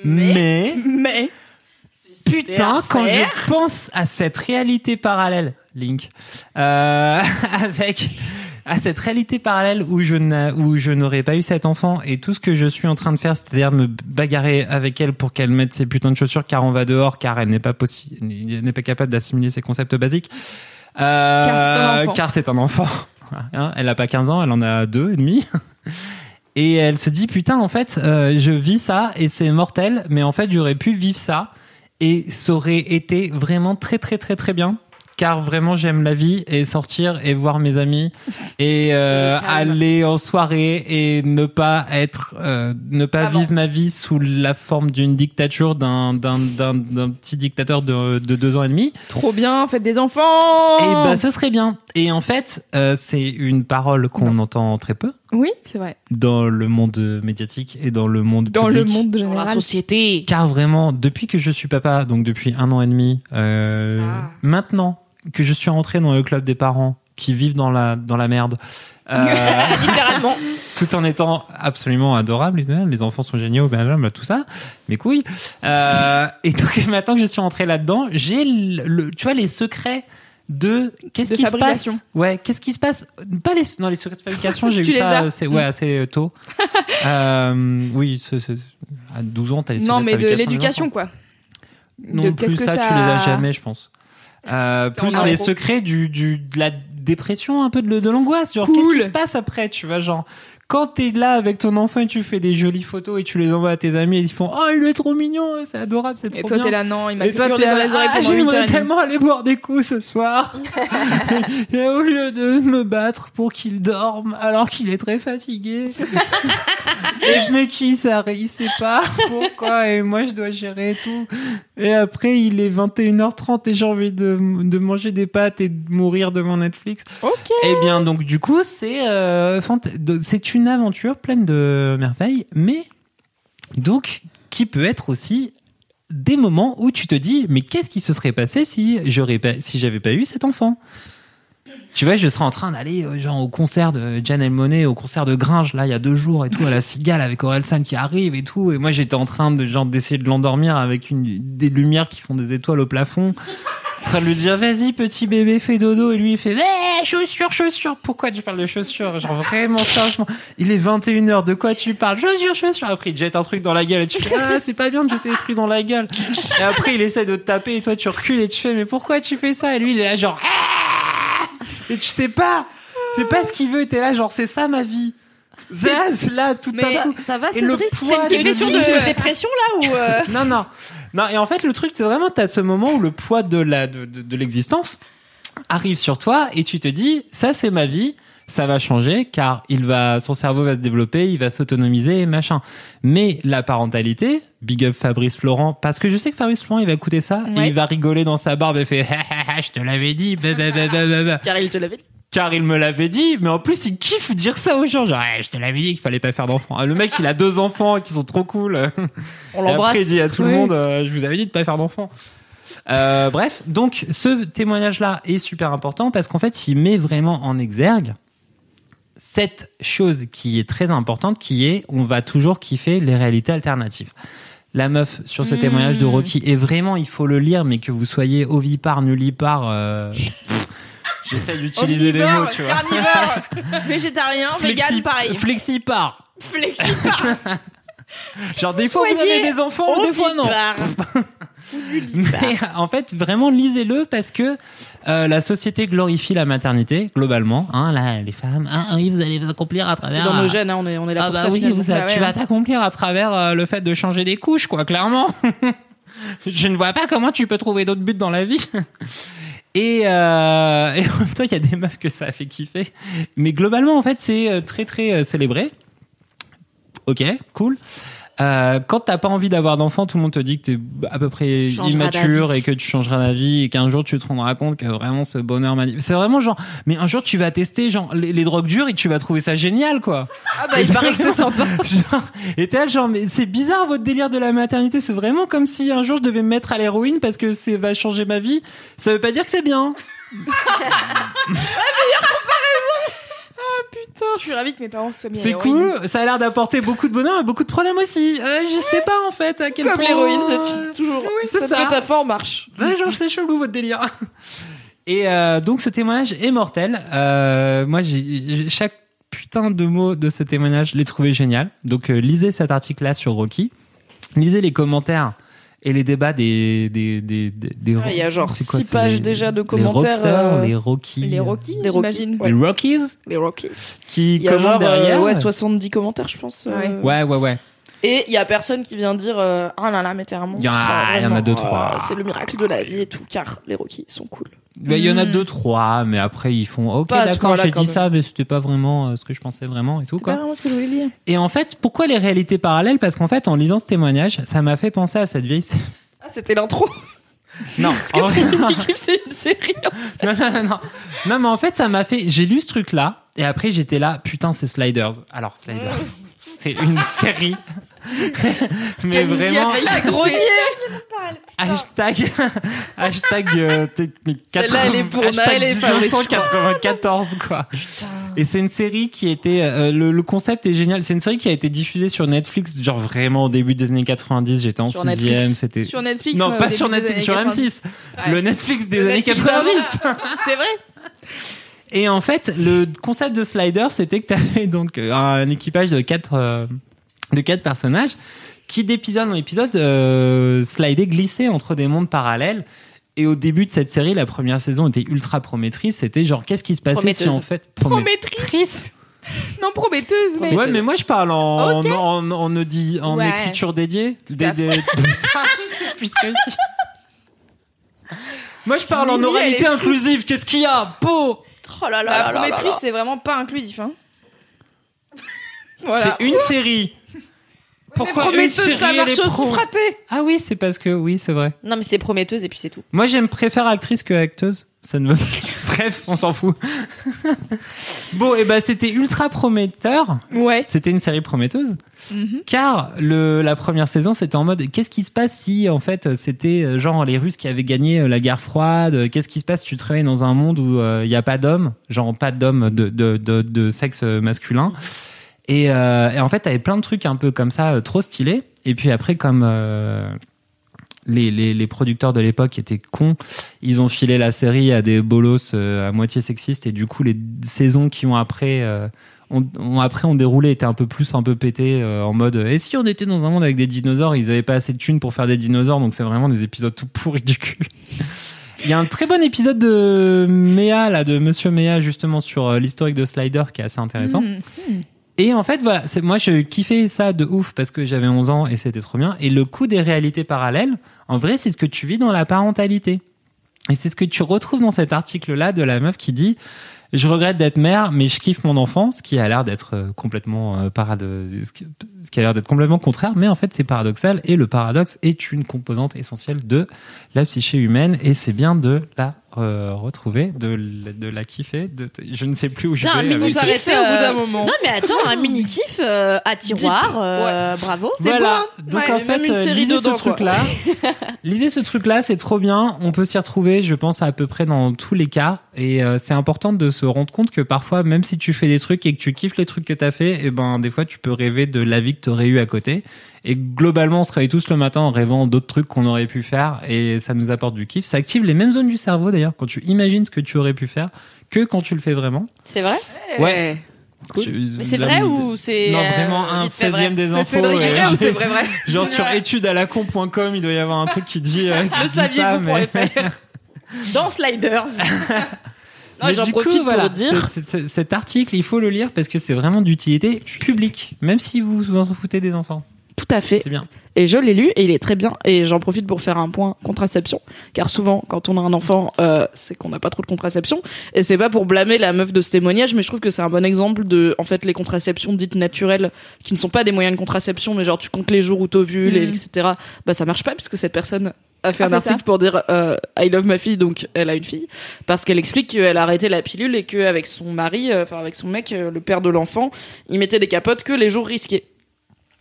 Mais,
mais
putain,
à
quand je
faire.
pense à cette réalité parallèle, Link, euh, *laughs* avec à cette réalité parallèle où je n'a- où je n'aurais pas eu cet enfant et tout ce que je suis en train de faire, c'est-à-dire me bagarrer avec elle pour qu'elle mette ses putains de chaussures car on va dehors car elle n'est pas possible, n'est pas capable d'assimiler ces concepts basiques. Euh,
Car c'est un enfant.
car c'est un enfant. Hein, elle a pas 15 ans, elle en a deux et demi. Et elle se dit putain en fait euh, je vis ça et c'est mortel mais en fait j'aurais pu vivre ça et ça aurait été vraiment très très très très bien car vraiment j'aime la vie et sortir et voir
*laughs*
mes amis et euh, aller en soirée et ne pas être euh, ne pas vivre ma vie sous la forme d'une dictature d'un d'un d'un d'un petit dictateur de de deux ans et demi
Trop bien, faites des enfants.
et bah ce serait bien et en fait euh, c'est une parole qu'on entend très peu
Oui, c'est vrai.
dans le monde médiatique et dans le monde
Dans le
public.
monde général.
société.
Car vraiment, depuis que je suis papa, donc depuis un an et demi, euh,
Ah.
maintenant que je suis rentré dans le club des parents qui vivent dans la dans
*laughs*
la merde. euh,
Littéralement.
*laughs* tout en étant absolument adorable. Les enfants sont géniaux, Benjamin, tout ça. Mes couilles. Euh, et donc *laughs* maintenant que je suis rentré là-dedans, j'ai le, le- tu vois, les secrets de qu'est-ce
De
qui se passe
fabrication.
ouais qu'est-ce qui se passe pas les non les secrets de
*laughs*
fabrication j'ai
Tu
eu
les
ça
as
euh, c'est ouais
Mm.
assez tôt Euh, oui c'est- c'est- à 12 ans t'as les
Non,
secrets
mais de
fabrication des
l'éducation,
enfants.
quoi.
non
De
plus
qu'est-ce que
ça, tu les as jamais je pense Euh, plus
en
les
gros.
secrets du, du de la dépression un peu de, de l'angoisse genre qu'est-ce qui se passe après tu vois genre quand t'es là avec ton enfant et tu fais des jolies photos et tu les envoies à tes amis et ils font oh il est trop mignon c'est adorable c'est trop
Et toi,
bien.
t'es là, non, il m'a
Et
fait
toi,
hurler
t'es
dans
là,
les oreilles
Ah,
pendant
j'aimerais
huit heures et demie.
tellement aller boire des coups ce soir. *laughs* Et au lieu de me battre pour qu'il dorme alors qu'il est très fatigué. Et mais qui ça il sait pas pourquoi et moi je dois gérer tout. Et après il est 21h30 et j'ai envie de, de manger des pâtes et de mourir devant Netflix.
OK.
Eh bien donc du coup c'est euh, fanta- de- c'est une aventure pleine de merveilles mais donc, qui peut être aussi des moments où tu te dis, mais qu'est-ce qui se serait passé si j'aurais pas, si j'avais pas eu cet enfant Tu vois, je serais en train d'aller euh, genre au concert de Jan Elmonet, au concert de Gringe là il y a deux jours et tout à la Cigale avec Orelsan qui arrive et tout, et moi j'étais en train de genre d'essayer de l'endormir avec une des lumières qui font des étoiles au plafond. En train de lui dire vas-y petit bébé fais dodo et lui il fait Eh, chaussures chaussures pourquoi tu parles de chaussures genre vraiment sérieusement il est 21h de quoi tu parles chaussures chaussures après il te jette un truc dans la gueule et tu fais ah c'est pas bien de jeter des trucs dans la gueule et après il essaie de te taper et toi tu recules et tu fais mais pourquoi tu fais ça et lui il est là genre Ah et tu sais pas c'est pas ce qu'il veut et t'es là genre c'est ça ma vie Zaz, là, tout
Mais ça-
à coup.
ça va,
Et le
Cédric
poids
C'est une question
l'idée-
de dépression, là, ou, euh
Non, non. Non, et en fait, le truc, c'est vraiment, t'as ce moment où le poids de la, de, de- de l'existence arrive sur toi et tu te dis, ça, c'est ma vie, ça va changer car il va, son cerveau va se développer, il va s'autonomiser et machin. Mais la parentalité, big up Fabrice Florent, parce que je sais que Fabrice Florent, il va écouter ça et
Ouais.
il va rigoler dans sa barbe et fait, *laughs* Ah, ah, ah, je te l'avais dit, bah, bah, bah, bah, bah, bah.
Car il te l'avait dit.
Car il me l'avait dit, mais en plus il kiffe dire ça aux gens. Genre, Eh, je te l'avais dit qu'il fallait pas faire d'enfants. Ah, Le mec, il a deux enfants qui sont trop cool. *laughs*
On
Et
l'embrasse.
après, il dit à tout
Oui.
le monde, euh, je vous avais dit de pas faire d'enfants. Euh, bref, donc ce témoignage-là est super important parce qu'en fait, il met vraiment en exergue cette chose qui est très importante, qui est on va toujours kiffer les réalités alternatives. La meuf sur
Hmm.
ce témoignage de Rocky, et vraiment, il faut le lire, mais que vous soyez ovipare, nullipare,
*laughs*
euh, j'essaie d'utiliser les mots,
Omnivore,
tu vois.
Carnivore, végétarien, Hein, vegan,
Flexi-
pareil.
Flexipare.
Flexipar.
*laughs* Genre, des fois, vous avez des enfants, des fois, non. *laughs* Mais euh, en fait, vraiment, lisez-le parce que euh, la société glorifie la maternité, globalement. Hein, là, les femmes, ah, oui, vous allez vous accomplir à
C'est
travers.
dans nos gènes, hein, on est, on est là
Ah
pour
bah
ça,
oui,
finalement. hein.
vous- tu vas t'accomplir à travers euh, le fait de changer des couches, quoi, clairement. *laughs* Je ne vois pas comment tu peux trouver d'autres buts dans la vie. *laughs* Et, euh, et en même temps, il y a des meufs que ça a fait kiffer. Mais globalement, en fait, c'est euh, très très euh, célébré. Ok, cool. Euh, quand t'as pas envie d'avoir d'enfant, tout le monde te dit que t'es à peu près
Changera
immature
d'avis.
et que tu changeras d'avis et qu'un jour tu te rendras compte que vraiment ce bonheur magnifique. C'est vraiment genre, mais un jour tu vas tester genre les, les drogues dures et tu vas trouver ça génial quoi.
Ah bah, il paraît que c'est sympa.
*laughs* Genre, et t'es là, genre, mais c'est bizarre votre délire de la maternité. C'est vraiment comme si un jour je devais me mettre à l'héroïne parce que ça va changer ma vie. Ça veut pas dire que
*laughs*
c'est bien. *laughs*
Putain, je suis ravie que mes parents soient mis à
Ah, C'est
l'héroïne.
cool, ça a l'air d'apporter beaucoup de bonheur et beaucoup de problèmes aussi. Euh, je sais pas en fait à quel
Comme
point.
l'héroïne, c'est
toujours.
cette
métaphore marche. Ouais, genre c'est chelou votre délire. *laughs* Et euh, donc ce témoignage est mortel. Euh, moi, j'ai j'ai- chaque putain de mot de ce témoignage, je l'ai trouvé génial. Donc euh, lisez cet article-là sur Rocky. Lisez les commentaires et les débats des des des des. des-
Ah, il y a genre
c'est quoi,
six
c'est les-
pages déjà de commentaires,
Les rockstars,
euh,
les Rocky.
les Rocky, j'imagine.
Les Rockies.
Les Rockies.
Qui
Il y a
commentent
genre, euh,
derrière.
ouais, 70 commentaires, je pense. euh,
Ouais, ouais, ouais.
Et il y a personne qui vient dire euh, Ah là là, mais t'es un monstre. Ah,
Il y en a- il y en a
vraiment,
deux, trois.
euh, C'est le miracle de la vie et tout, car les Rockies sont cool.
Ben, Il y en a
Hmm.
deux, trois, mais après ils font Ok,
Pas à ce
d'accord,
point-là,
j'ai
quand
dit
même.
ça, mais c'était pas vraiment euh, ce que je pensais vraiment et tout quoi.
vraiment ce que je voulais dire.
Et en fait, pourquoi les réalités parallèles Parce qu'en fait, en lisant ce témoignage, ça m'a fait penser à cette
*laughs*
vieille. sé-
Ah, c'était l'intro.
Non,
Parce que
en-
Training Équipe, c'est une série.
non, non, non, non. Non, mais en fait, ça m'a fait. J'ai lu ce truc-là, et après, j'étais là, putain, c'est Sliders. Alors, Sliders,
*laughs*
c'est une série. mais vraiment. Hashtag, *laughs* hashtag euh, technique
Celle-là, elle est pour
hashtag
Naël et Fabrice, je crois.
1994, quoi. Et c'est une série qui était, euh, le, le concept est génial. C'est une série qui a été diffusée sur Netflix, genre vraiment au début des années 90. J'étais en
Sur
sixième,
Netflix.
c'était.
Sur Netflix,
Non,
ouais, au
pas
début
sur
des
Netflix,
années
sur
90.
M6. Le Netflix des années 90.
*laughs* C'est vrai.
Et en fait, le concept de slider, c'était que t'avais *laughs* donc euh, un équipage de quatre euh, de quatre personnages qui d'épisode en épisode euh, slidaient, glissaient entre des mondes parallèles. Et au début de cette série, la première saison était ultra promettrice. C'était genre qu'est-ce qui se passait si
Prometteuse.
en fait Promet-
Promettrice. Non, prometteuse, mais.
Ouais, mais moi je parle en
Ok.
en, en, en, audi- en
Ouais.
écriture dédiée. Des- des-
*laughs*
moi je parle en
Mimi, elle est
oralité
fou.
inclusive. Qu'est-ce qu'il y a Po
Oh là là.
là là là
promettrice,
là.
c'est vraiment pas inclusif, hein.
C'est une série. Pourquoi une série
ça
elle est
marche aussi,
pro-
fraté.
Ah oui, c'est parce que oui, c'est vrai.
Non, mais c'est prometteuse et puis c'est tout.
Moi, j'aime préfère actrice que acteuse. Ça ne veut Bref, on s'en fout. bon, et ben c'était ultra prometteur.
Ouais.
C'était une série prometteuse. Car le, la première saison, c'était en mode qu'est-ce qui se passe si en fait c'était euh, genre les Russes qui avaient gagné euh, la guerre froide euh, Qu'est-ce qui se passe si tu te réveilles dans un monde où il n'y a pas d'hommes, genre pas d'hommes de, de, de, de sexe euh, masculin et, euh, et en fait, t'avais plein de trucs un peu comme ça, euh, trop stylés. Et puis après, comme euh, les, les, les producteurs de l'époque étaient cons, ils ont filé la série à des bolos euh, à moitié sexistes. Et du coup, les saisons qui ont après, euh, ont, ont- après ont déroulé étaient un peu plus, un peu pétées, euh, en mode. euh, Et si on était dans un monde avec des dinosaures, ils avaient pas assez de thunes pour faire des dinosaures, donc c'est vraiment des épisodes tout pourris du cul. *laughs* Il y a un très bon épisode de Méa, là, de Monsieur Méa, justement, sur euh, l'historique de Slider, qui est assez intéressant. Et en fait, voilà, c'est moi je kiffais ça de ouf parce que j'avais 11 ans et c'était trop bien. Et le coup des réalités parallèles, en vrai, c'est ce que tu vis dans la parentalité. Et c'est ce que tu retrouves dans cet article-là de la meuf qui dit Je regrette d'être mère, mais je kiffe mon enfant, ce qui a l'air d'être euh, complètement euh, parado- ce qui- ce qui a l'air d'être complètement contraire, mais en fait c'est paradoxal et le paradoxe est une composante essentielle de la psyché humaine et c'est bien de la euh, retrouver, de, la- de la kiffer. De, je ne sais plus où je
Non,
vais.
un
avec
mini
ça.
kiff euh,
au bout d'un moment.
Non, mais attends, un mini kiff à tiroir, euh, bravo.
Voilà. Donc en fait, euh, lisez ce truc-là. lisez ce truc-là, c'est trop bien. On peut s'y retrouver, je pense, à peu près dans tous les cas. Et euh, c'est important de se rendre compte que parfois, même si tu fais des trucs et que tu kiffes les trucs que t'as fait, et ben des fois, tu peux rêver de la vie que t'aurais eu à côté. Et globalement, on se réveille tous le matin en rêvant d'autres trucs qu'on aurait pu faire, et ça nous apporte du kiff. Ça active les mêmes zones du cerveau d'ailleurs quand tu imagines ce que tu aurais pu faire que quand tu le fais vraiment.
C'est vrai
Ouais. Je-
Mais c'est
là,
vrai
mon-
ou c'est.
non,
euh,
vraiment un
vite fait vrai
16ème des infos.
C'est Cédric
ouais.
Leclerc ou *laughs* c'est vrai, vrai
Genre sur
Ouais.
étudesalacon.com, il doit y avoir un truc qui dit. euh, qui
Le
dit
saviez-vous
ça,
pour
mais-
les faire
*laughs*
Dans Sliders. Non,
Mais
j'en
du
profite
coup,
pour
voilà,
dire.
c'est- c'est- cet article, il faut le lire parce que c'est vraiment d'utilité publique, même si vous vous en foutez des enfants.
à fait.
C'est bien.
Et je l'ai lu et il est très bien. Et j'en profite pour faire un point contraception. Car souvent, quand on a un enfant, euh, c'est qu'on n'a pas trop de contraception. Et c'est pas pour blâmer la meuf de ce témoignage, mais je trouve que c'est un bon exemple de, en fait, les contraceptions dites naturelles, qui ne sont pas des moyens de contraception, mais genre tu comptes les jours où t'ovules, et
Mhm.
etc. Bah ça marche pas puisque cette personne a fait
A
un
fait
article
ça.
pour dire euh, I love ma fille, donc elle a une fille. Parce qu'elle explique qu'elle a arrêté la pilule et qu'avec son mari, euh, enfin avec son mec, euh, le père de l'enfant, il mettait des capotes que les jours risqués.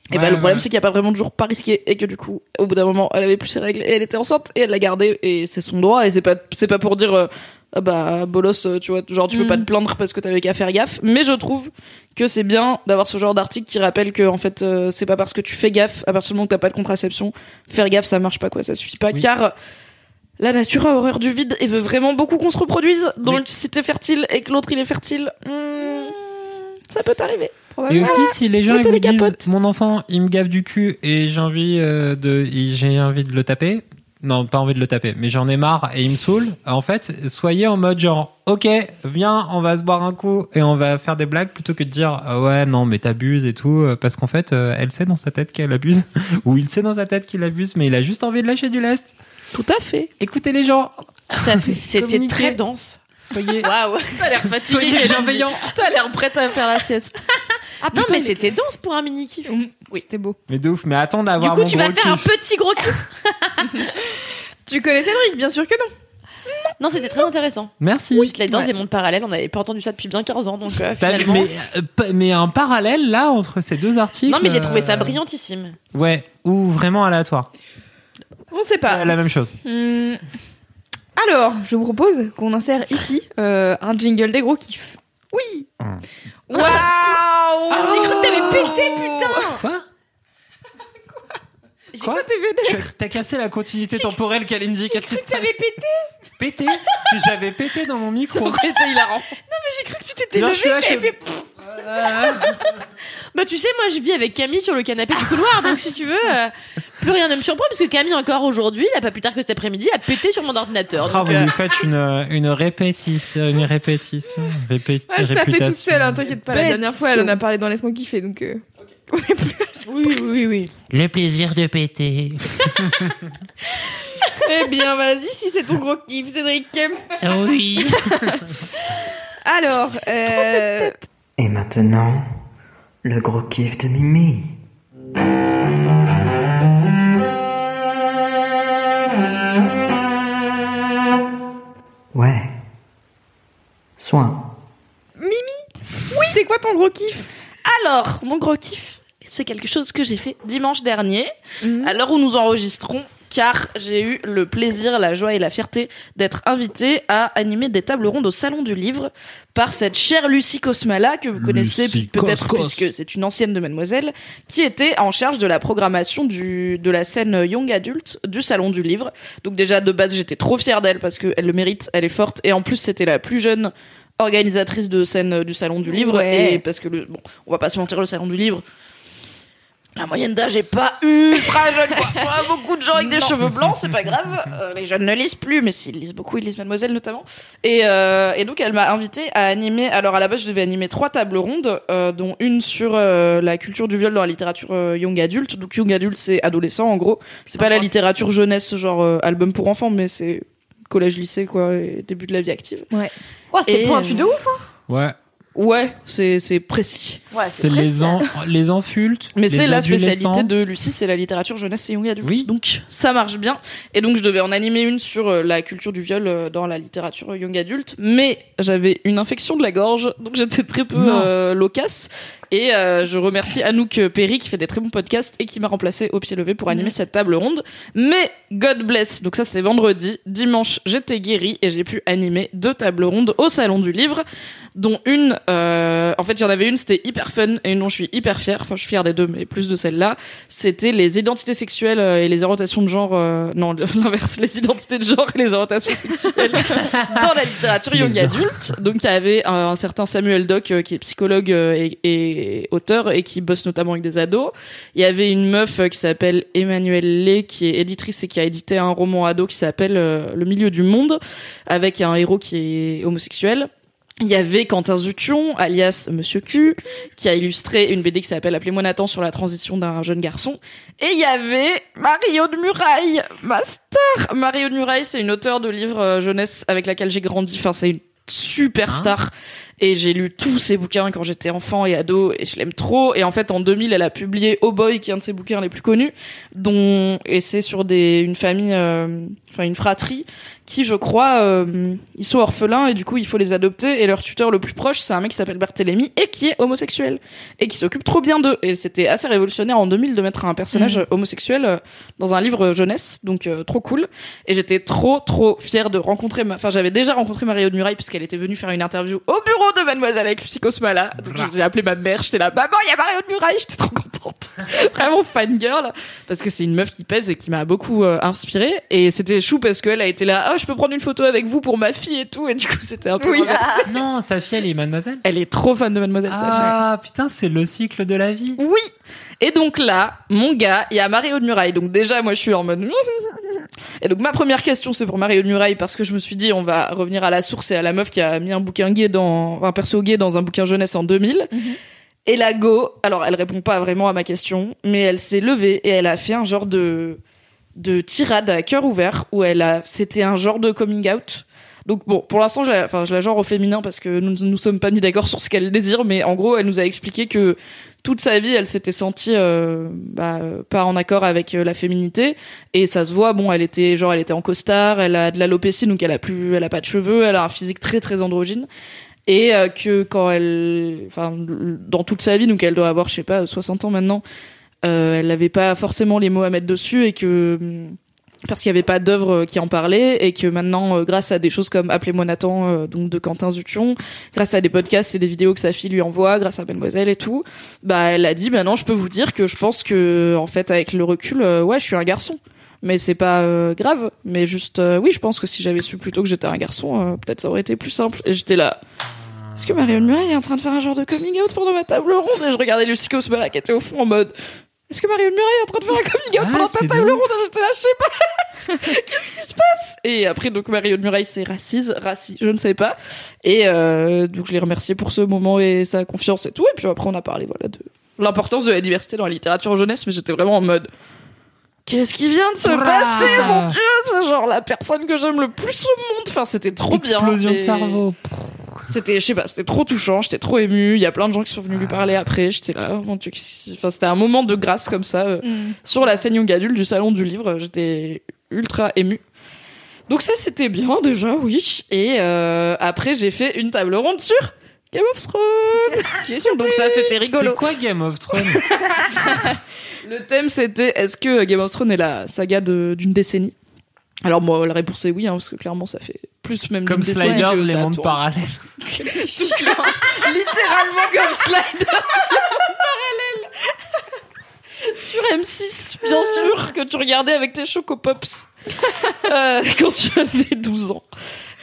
Et
Ouais,
bah, le
ouais,
problème,
ouais.
c'est qu'il n'y a pas vraiment de jours pas risqués et que du coup, au bout d'un moment, elle avait plus ses règles et elle était enceinte et elle l'a gardée et c'est son droit et c'est pas, c'est pas pour dire, euh, Ah bah, bolos, euh, tu vois, genre, tu peux
Mm.
pas te plaindre parce que t'avais qu'à faire gaffe. Mais je trouve que c'est bien d'avoir ce genre d'article qui rappelle que, en fait, euh, c'est pas parce que tu fais gaffe, à partir du moment où t'as pas de contraception, faire gaffe, ça marche pas, quoi, ça suffit pas,
Oui.
car la nature a horreur du vide et veut vraiment beaucoup qu'on se reproduise. Donc, si t'es fertile et que l'autre il est fertile, hmm, ça peut t'arriver.
Et
probablement.
aussi, si les gens ils
Mettez
vous
des
disent
capotes.
mon enfant, il me gave du cul et j'ai envie euh, de, et j'ai envie de le taper. Non, pas envie de le taper, mais j'en ai marre et il me saoule. En fait, soyez en mode genre, ok, viens, on va se boire un coup et on va faire des blagues plutôt que de dire Ah ouais, non, mais t'abuses et tout, euh, parce qu'en fait, euh, elle sait dans sa tête qu'elle abuse *laughs* ou il sait dans sa tête qu'il abuse, mais il a juste envie de lâcher du lest.
Tout à fait.
Écoutez les gens.
Tout
*laughs*
à fait. C'était
Communiquez.
très dense.
Soyez. *laughs*
Waouh.
T'as l'air fatigué.
Soyez
*laughs*
Kevin.
bienveillant.
T'as l'air prête à faire la sieste.
Ah, non, mais c'était dense pour un mini kiff.
Oui. C'était beau.
Mais de ouf, mais attends
Du
d'avoir
coup,
mon
tu vas
gros
faire un
kiff.
petit gros kiff.
Tu connais Cédric, bien sûr que non.
Non, c'était très intéressant.
Merci.
Oui, la danse des mondes parallèles, on n'avait pas entendu ça depuis bien 15 ans, donc euh,
T'as vu,
finalement.
mais, euh, p- mais un parallèle là entre ces deux articles.
Non, mais j'ai trouvé
euh,
ça brillantissime.
Ouais, ou vraiment aléatoire.
On sait pas.
Euh, La même chose.
Hmm. Alors, je vous propose qu'on insère ici euh, un jingle des gros kiffs. Oui.
Hmm.
Waouh Oh, J'ai cru que t'avais pété,
Quoi
J'ai
Quoi
cru que t'avais *laughs* pété.
Tu as- T'as cassé la continuité temporelle, Kalindi. Qu'est-ce qui se passe
T'avais pété
Pété Que J'avais pété dans mon micro.
C'était hilarant.
J'ai cru que tu t'étais
Non,
levé,
je suis Ah, là,
t'avais
je-
fait... Bah tu sais, moi je vis avec Camille sur le canapé *laughs* du couloir, donc si tu veux, euh, plus rien ne me surprend, parce que Camille encore aujourd'hui, là pas plus tard que cet après-midi, a pété sur mon ordinateur.
Ah,
donc,
vous
euh,
lui faites une, une répétition. Une répétition. Répé
Ouais, ça fait
réputation.
toute seule, hein, t'inquiète pas. La dernière fois, elle en a parlé dans Laisse-moi kiffer, donc... *laughs* euh, on est plus à ça.
*laughs* Oui, oui, oui.
Le plaisir de péter.
Eh bien, vas-y, si c'est ton gros kiff, Cédric.
Ah oui.
Alors, euh,
Et maintenant, le gros kiff de Mimi. Ouais. Soin.
c'est quoi ton gros kiff
Alors, mon gros kiff, c'est quelque chose que j'ai fait dimanche dernier, à l'heure où nous enregistrons, car j'ai eu le plaisir, la joie et la fierté d'être invitée à animer des tables rondes au Salon du Livre par cette chère Lucie Cosmala, que vous connaissez
Lucie
peut-être
Coscos.
puisque c'est une ancienne de Mademoiselle, qui était en charge de la programmation du, de la scène young adulte du Salon du Livre. Donc déjà, de base, j'étais trop fière d'elle parce qu'elle le mérite, elle est forte, et en plus, c'était la plus jeune organisatrice de scène euh, du Salon du Livre,
Ouais.
et parce que, le, bon, on va pas se mentir, le Salon du Livre, la moyenne d'âge est pas ultra jeune. Quoi. Ouais, beaucoup de gens avec des cheveux blancs, c'est pas grave. Euh, les jeunes ne lisent plus, mais s'ils lisent beaucoup, ils lisent Mademoiselle notamment. Et, euh, et donc elle m'a invité à animer. Alors à la base, je devais animer trois tables rondes, euh, dont une sur euh, la culture du viol dans la littérature euh, young adulte. Donc young adulte, c'est adolescent en gros. C'est pas la littérature jeunesse, genre euh, album pour enfants, mais c'est collège, lycée, quoi, et début de la vie active.
Oh,
c'était pointu de
ouf
Ouais,
Ouais, c'est c'est précis.
Ouais,
c'est hein. les, en, les enfultes.
Mais
les
c'est la spécialité
adolescents.
de Lucie, c'est la littérature jeunesse et young adulte.
Oui.
Donc ça marche bien. Et donc je devais en animer une sur euh, la culture du viol euh, dans la littérature young adulte, mais j'avais une infection de la gorge, donc j'étais très peu
Non.
euh, loquace. Et euh, je remercie Anouk euh, Perry qui fait des très bons podcasts et qui m'a remplacée au pied levé pour animer cette table ronde. Mais God bless, donc ça c'est vendredi, dimanche j'étais guérie et j'ai pu animer deux tables rondes au salon du livre dont une, euh, en fait, il y en avait une, c'était hyper fun, et une dont je suis hyper fière. Enfin, je suis fière des deux, mais plus de celle-là. C'était les identités sexuelles euh, et les orientations de genre, euh, non, *laughs* l'inverse, les identités de genre et les orientations sexuelles dans la littérature young
Les or-
adulte. Donc, il y avait un, un certain Samuel Doc, euh, qui est psychologue euh, et, et auteur, et qui bosse notamment avec des ados. Il y avait une meuf euh, qui s'appelle Emmanuelle Lé, qui est éditrice et qui a édité un roman ado qui s'appelle euh, Le milieu du monde, avec un héros qui est homosexuel. Il y avait Quentin Zution, alias Monsieur Q, qui a illustré une BD qui s'appelle Appelez-moi Nathan sur la transition d'un jeune garçon. Et il y avait Mario de Muraille, ma star Mario de Muraille, c'est une auteure de livres euh, jeunesse avec laquelle j'ai grandi. Enfin, c'est une super star. Et j'ai lu tous ses bouquins quand j'étais enfant et ado, et je l'aime trop. Et en fait, en 2000, elle a publié Oh Boy, qui est un de ses bouquins les plus connus, dont et c'est sur des une famille, euh, enfin une fratrie, qui je crois, euh, ils sont orphelins et du coup il faut les adopter. Et leur tuteur le plus proche, c'est un mec qui s'appelle Barthélemy et qui est homosexuel et qui s'occupe trop bien d'eux. Et c'était assez révolutionnaire en 2000 de mettre un personnage
Mhm.
homosexuel euh, dans un livre jeunesse, donc euh, trop cool. Et j'étais trop trop fière de rencontrer, ma- enfin j'avais déjà rencontré Mario de Muraille puisqu'elle était venue faire une interview au bureau de Mademoiselle avec Lucie Cosmala. Donc j'ai appelé ma mère, j'étais là, maman, il y a Mario de Muraille, j'étais trop contente, *laughs* vraiment fan girl parce que c'est une meuf qui pèse et qui m'a beaucoup euh, inspirée. Et c'était chou parce qu'elle a été là, ah je peux prendre une photo avec vous pour ma fille et tout. Et du coup c'était un peu
Oui.
inversé.
Ah, Non, sa fille, elle est mademoiselle.
Elle est trop fan de mademoiselle.
Ah putain, c'est le cycle de la vie.
Oui. Et donc là, mon gars, il y a Mario de Muraille. Donc déjà, moi, je suis en mode. *laughs* Et donc ma première question, c'est pour Mario de Muraille parce que je me suis dit, on va revenir à la source et à la meuf qui a mis un bouquin gay dans un perso gay dans un bouquin jeunesse en 2000. Et la go, alors elle répond pas vraiment à ma question, mais elle s'est levée et elle a fait un genre de de tirade à cœur ouvert où elle a c'était un genre de coming out. Donc bon, pour l'instant, je la, enfin, je la genre au féminin parce que nous ne sommes pas mis d'accord sur ce qu'elle désire, mais en gros, elle nous a expliqué que toute sa vie, elle s'était sentie euh, bah, euh, pas en accord avec euh, la féminité, et ça se voit. Bon, elle était genre, elle était en costard, elle a de l'alopécie, donc elle a plus, elle a pas de cheveux, elle a un physique très très androgyne, et euh, que quand elle, enfin, l- dans toute sa vie, donc elle doit avoir, je sais pas, 60 ans maintenant, euh, elle n'avait pas forcément les mots à mettre dessus et que hum, parce qu'il n'y avait pas d'œuvre euh, qui en parlait et que maintenant euh, grâce à des choses comme appelez-moi Nathan euh, donc de Quentin Zution grâce à des podcasts et des vidéos que sa fille lui envoie grâce à Mademoiselle et tout bah elle a dit maintenant je peux vous dire que je pense que en fait avec le recul euh, ouais je suis un garçon mais c'est pas euh, grave mais juste euh, oui je pense que si j'avais su plus tôt que j'étais un garçon euh, peut-être ça aurait été plus simple et j'étais là est-ce que Marion Murray est en train de faire un genre de coming out pendant ma table ronde Et je regardais Lucie Cosmala qui était au fond en mode Est-ce que Marion Murray est en train de faire un coming out pendant ta table ronde Et J'étais là, je sais pas *laughs* Qu'est-ce qui se passe Et après, donc Marion Murray c'est raciste, raciste, je ne sais pas. Et euh, donc je l'ai remercié pour ce moment et sa confiance et tout. Et puis après, on a parlé voilà, de l'importance de la diversité dans la littérature jeunesse, mais j'étais vraiment en mode. Qu'est-ce qui vient de se
Bravo.
passer, mon dieu C'est genre la personne que j'aime le plus au monde. Enfin, c'était trop bien.
Explosion de
Et-
cerveau.
c'était je sais pas c'était trop touchant j'étais trop émue il y a plein de gens qui sont
Ah.
venus lui parler après j'étais là oh mon dieu qu'est-ce qui- enfin c'était un moment de grâce comme ça euh,
Mm.
sur la scène young adulte du salon du livre j'étais ultra émue donc ça c'était bien déjà oui et euh, après j'ai fait une table ronde sur Game of Thrones qui est sur- donc ça c'était rigolo
C'est quoi Game of *laughs* Thrones
le thème c'était est-ce que Game of Thrones est la saga de- d'une décennie alors moi la réponse est oui hein, parce que clairement ça fait plus même
Comme
d'une décennie
Sliders,
que
les
ça
mondes
tourne.
parallèles.
littéralement comme Sliders parallèle sur M6 bien sûr que tu regardais avec tes chocopops euh, quand tu avais 12 ans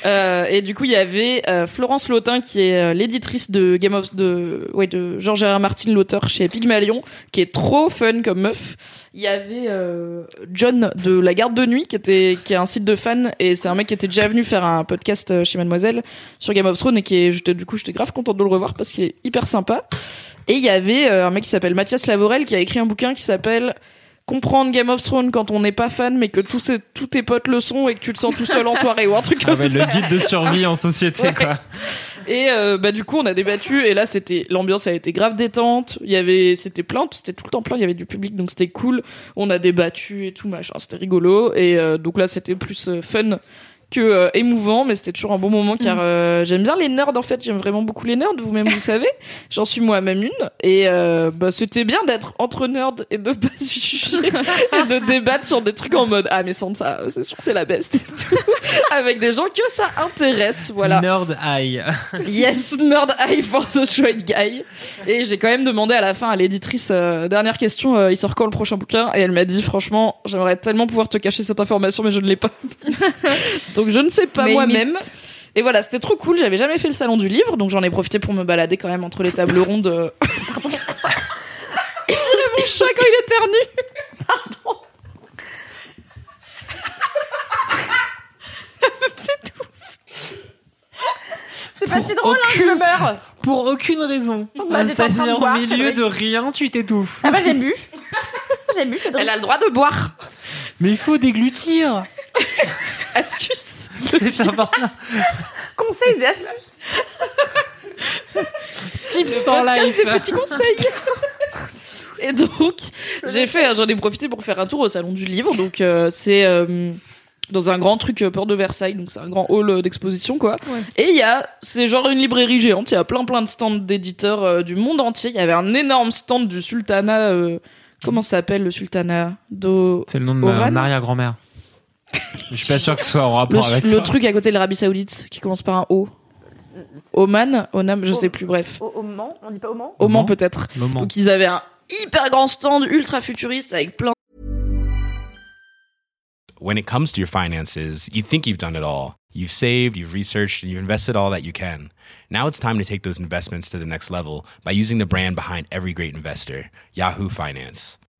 Euh, et du coup il y avait euh, Florence Lautin qui est euh, l'éditrice de Game of de ouais de Georges R. R. Martin l'auteur chez Pygmalion qui est trop fun comme meuf il y avait euh, John de la garde de nuit qui était qui est un site de fans et c'est un mec qui était déjà venu faire un podcast euh, chez Mademoiselle sur Game of Thrones et qui est j'étais du coup j'étais grave contente de le revoir parce qu'il est hyper sympa et il y avait euh, un mec qui s'appelle Mathias Lavorel qui a écrit un bouquin qui s'appelle comprendre Game of Thrones quand on n'est pas fan mais que tous ses- tous tes potes le sont et que tu te sens tout seul en soirée ou un truc
Ah
comme
ouais,
ça
le guide de survie en société,
Ouais.
quoi.
et euh, bah du coup on a débattu et là c'était l'ambiance a été grave détente. Il y avait c'était plein, c'était tout le temps plein. Il y avait du public donc c'était cool. On a débattu et tout machin, c'était rigolo. Et euh, donc là c'était plus euh, fun que euh, émouvant, mais c'était toujours un bon moment car euh, j'aime bien les nerds en fait. J'aime vraiment beaucoup les nerds. Vous-même vous savez, j'en suis moi-même une. Et euh, bah c'était bien d'être entre nerds et de pas se juger et de débattre sur des trucs en mode ah mais sans ça c'est sûr c'est la best et tout. avec des gens que ça intéresse voilà.
Nerd Eye.
*laughs* Yes, Nerd Eye for the Straight Guy. Et j'ai quand même demandé à la fin à l'éditrice, euh, dernière question, euh, il sort quand le prochain bouquin Et elle m'a dit, franchement, j'aimerais tellement pouvoir te cacher cette information, mais je ne l'ai pas. *laughs* donc je ne sais pas
Mais
moi-même.
limite.
Et voilà, c'était trop cool, j'avais jamais fait le salon du livre, donc j'en ai profité pour me balader quand même entre les *laughs* tables rondes. euh. Il dirait *laughs* mon chat quand il éternue Pardon
C'est
pas si drôle, hein, que je meurs.
Pour aucune raison.
Bah, j'étais en train de
C'est-à-dire
boire,
au milieu
Cédric.
de rien, tu t'étouffes.
Ah bah j'ai
*laughs*
bu. J'ai bu, c'est drôle.
Elle a le droit de boire.
Mais il faut déglutir.
*laughs* Astuce.
*laughs* C'est important.
Conseils et
*laughs*
astuces.
Tips for life.
des petits conseils. *laughs* Et donc, j'ai fait, hein, j'en ai profité pour faire un tour au salon du livre. Donc, euh, c'est euh, dans un grand truc euh, Port de Versailles. Donc, c'est un grand hall euh, d'exposition, quoi. Et il y a, c'est genre une librairie géante. Il y a plein, plein de stands d'éditeurs euh, du monde entier. Il y avait un énorme stand du Sultanat. euh, comment ça s'appelle le Sultanat Do...
C'est le nom de
Oran
ma arrière-grand-mère. Je suis pas sûr que ce soit en
Le,
rapport avec
le
ça.
truc à côté de l'Arabie Saoudite qui commence par un O. Euh, Oman, Onam, je
O-
sais plus, bref.
Au, au Mans, on dit pas au Mans
Oman peut-être.
Moment.
Donc ils avaient un hyper grand stand ultra futuriste avec plein
when it comes to your finances, you think you've done it all. You've saved, you've researched, and you've invested all that you can. Now it's time to take those investments to the next level by using the brand behind every great investor, Yahoo Finance.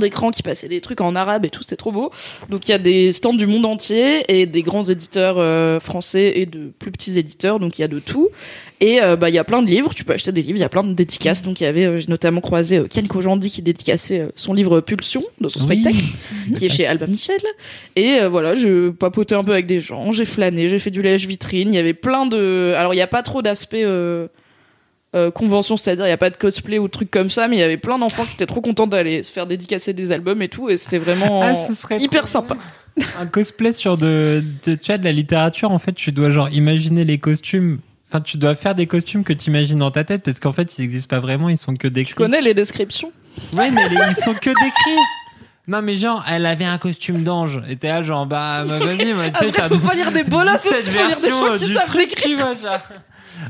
d'écran qui passait des trucs en arabe et tout, c'était trop beau. Donc il y a des stands du monde entier et des grands éditeurs euh, français et de plus petits éditeurs, donc il y a de tout. Et euh, bah il y a plein de livres, tu peux acheter des livres, il y a plein de dédicaces. Donc il y avait, euh, j'ai notamment croisé euh, Ken Kojandi qui dédicaçait euh, son livre Pulsion dans son
Oui.
spectacle, qui est chez Alba Michel. Et euh, voilà, je papotais un peu avec des gens, j'ai flâné, j'ai fait du lèche vitrine, il y avait plein de... Alors il n'y a pas trop d'aspects... euh, euh, convention, c'est-à-dire il n'y a pas de cosplay ou de trucs comme ça, mais il y avait plein d'enfants qui étaient trop contents d'aller se faire dédicacer des albums et tout, et c'était vraiment
Ah, ce serait
hyper sympa.
un cosplay sur de, de- tu vois, de la littérature, en fait, tu dois genre imaginer les costumes. Enfin, tu dois faire des costumes que tu imagines dans ta tête parce qu'en fait, ils n'existent pas vraiment, ils sont que décrits.
Tu connais les descriptions
Ouais, mais les- ils sont que décrits. Non, mais genre, elle avait un costume d'ange. Et t'es là, genre, bah, bah, vas-y, moi, tu sais,
Après,
t'as
faut pas lire des bolas, aussi,
17
faut lire des
versions,
gens
euh,
qui
du
savent
truc,
décrire.
tu vois, genre.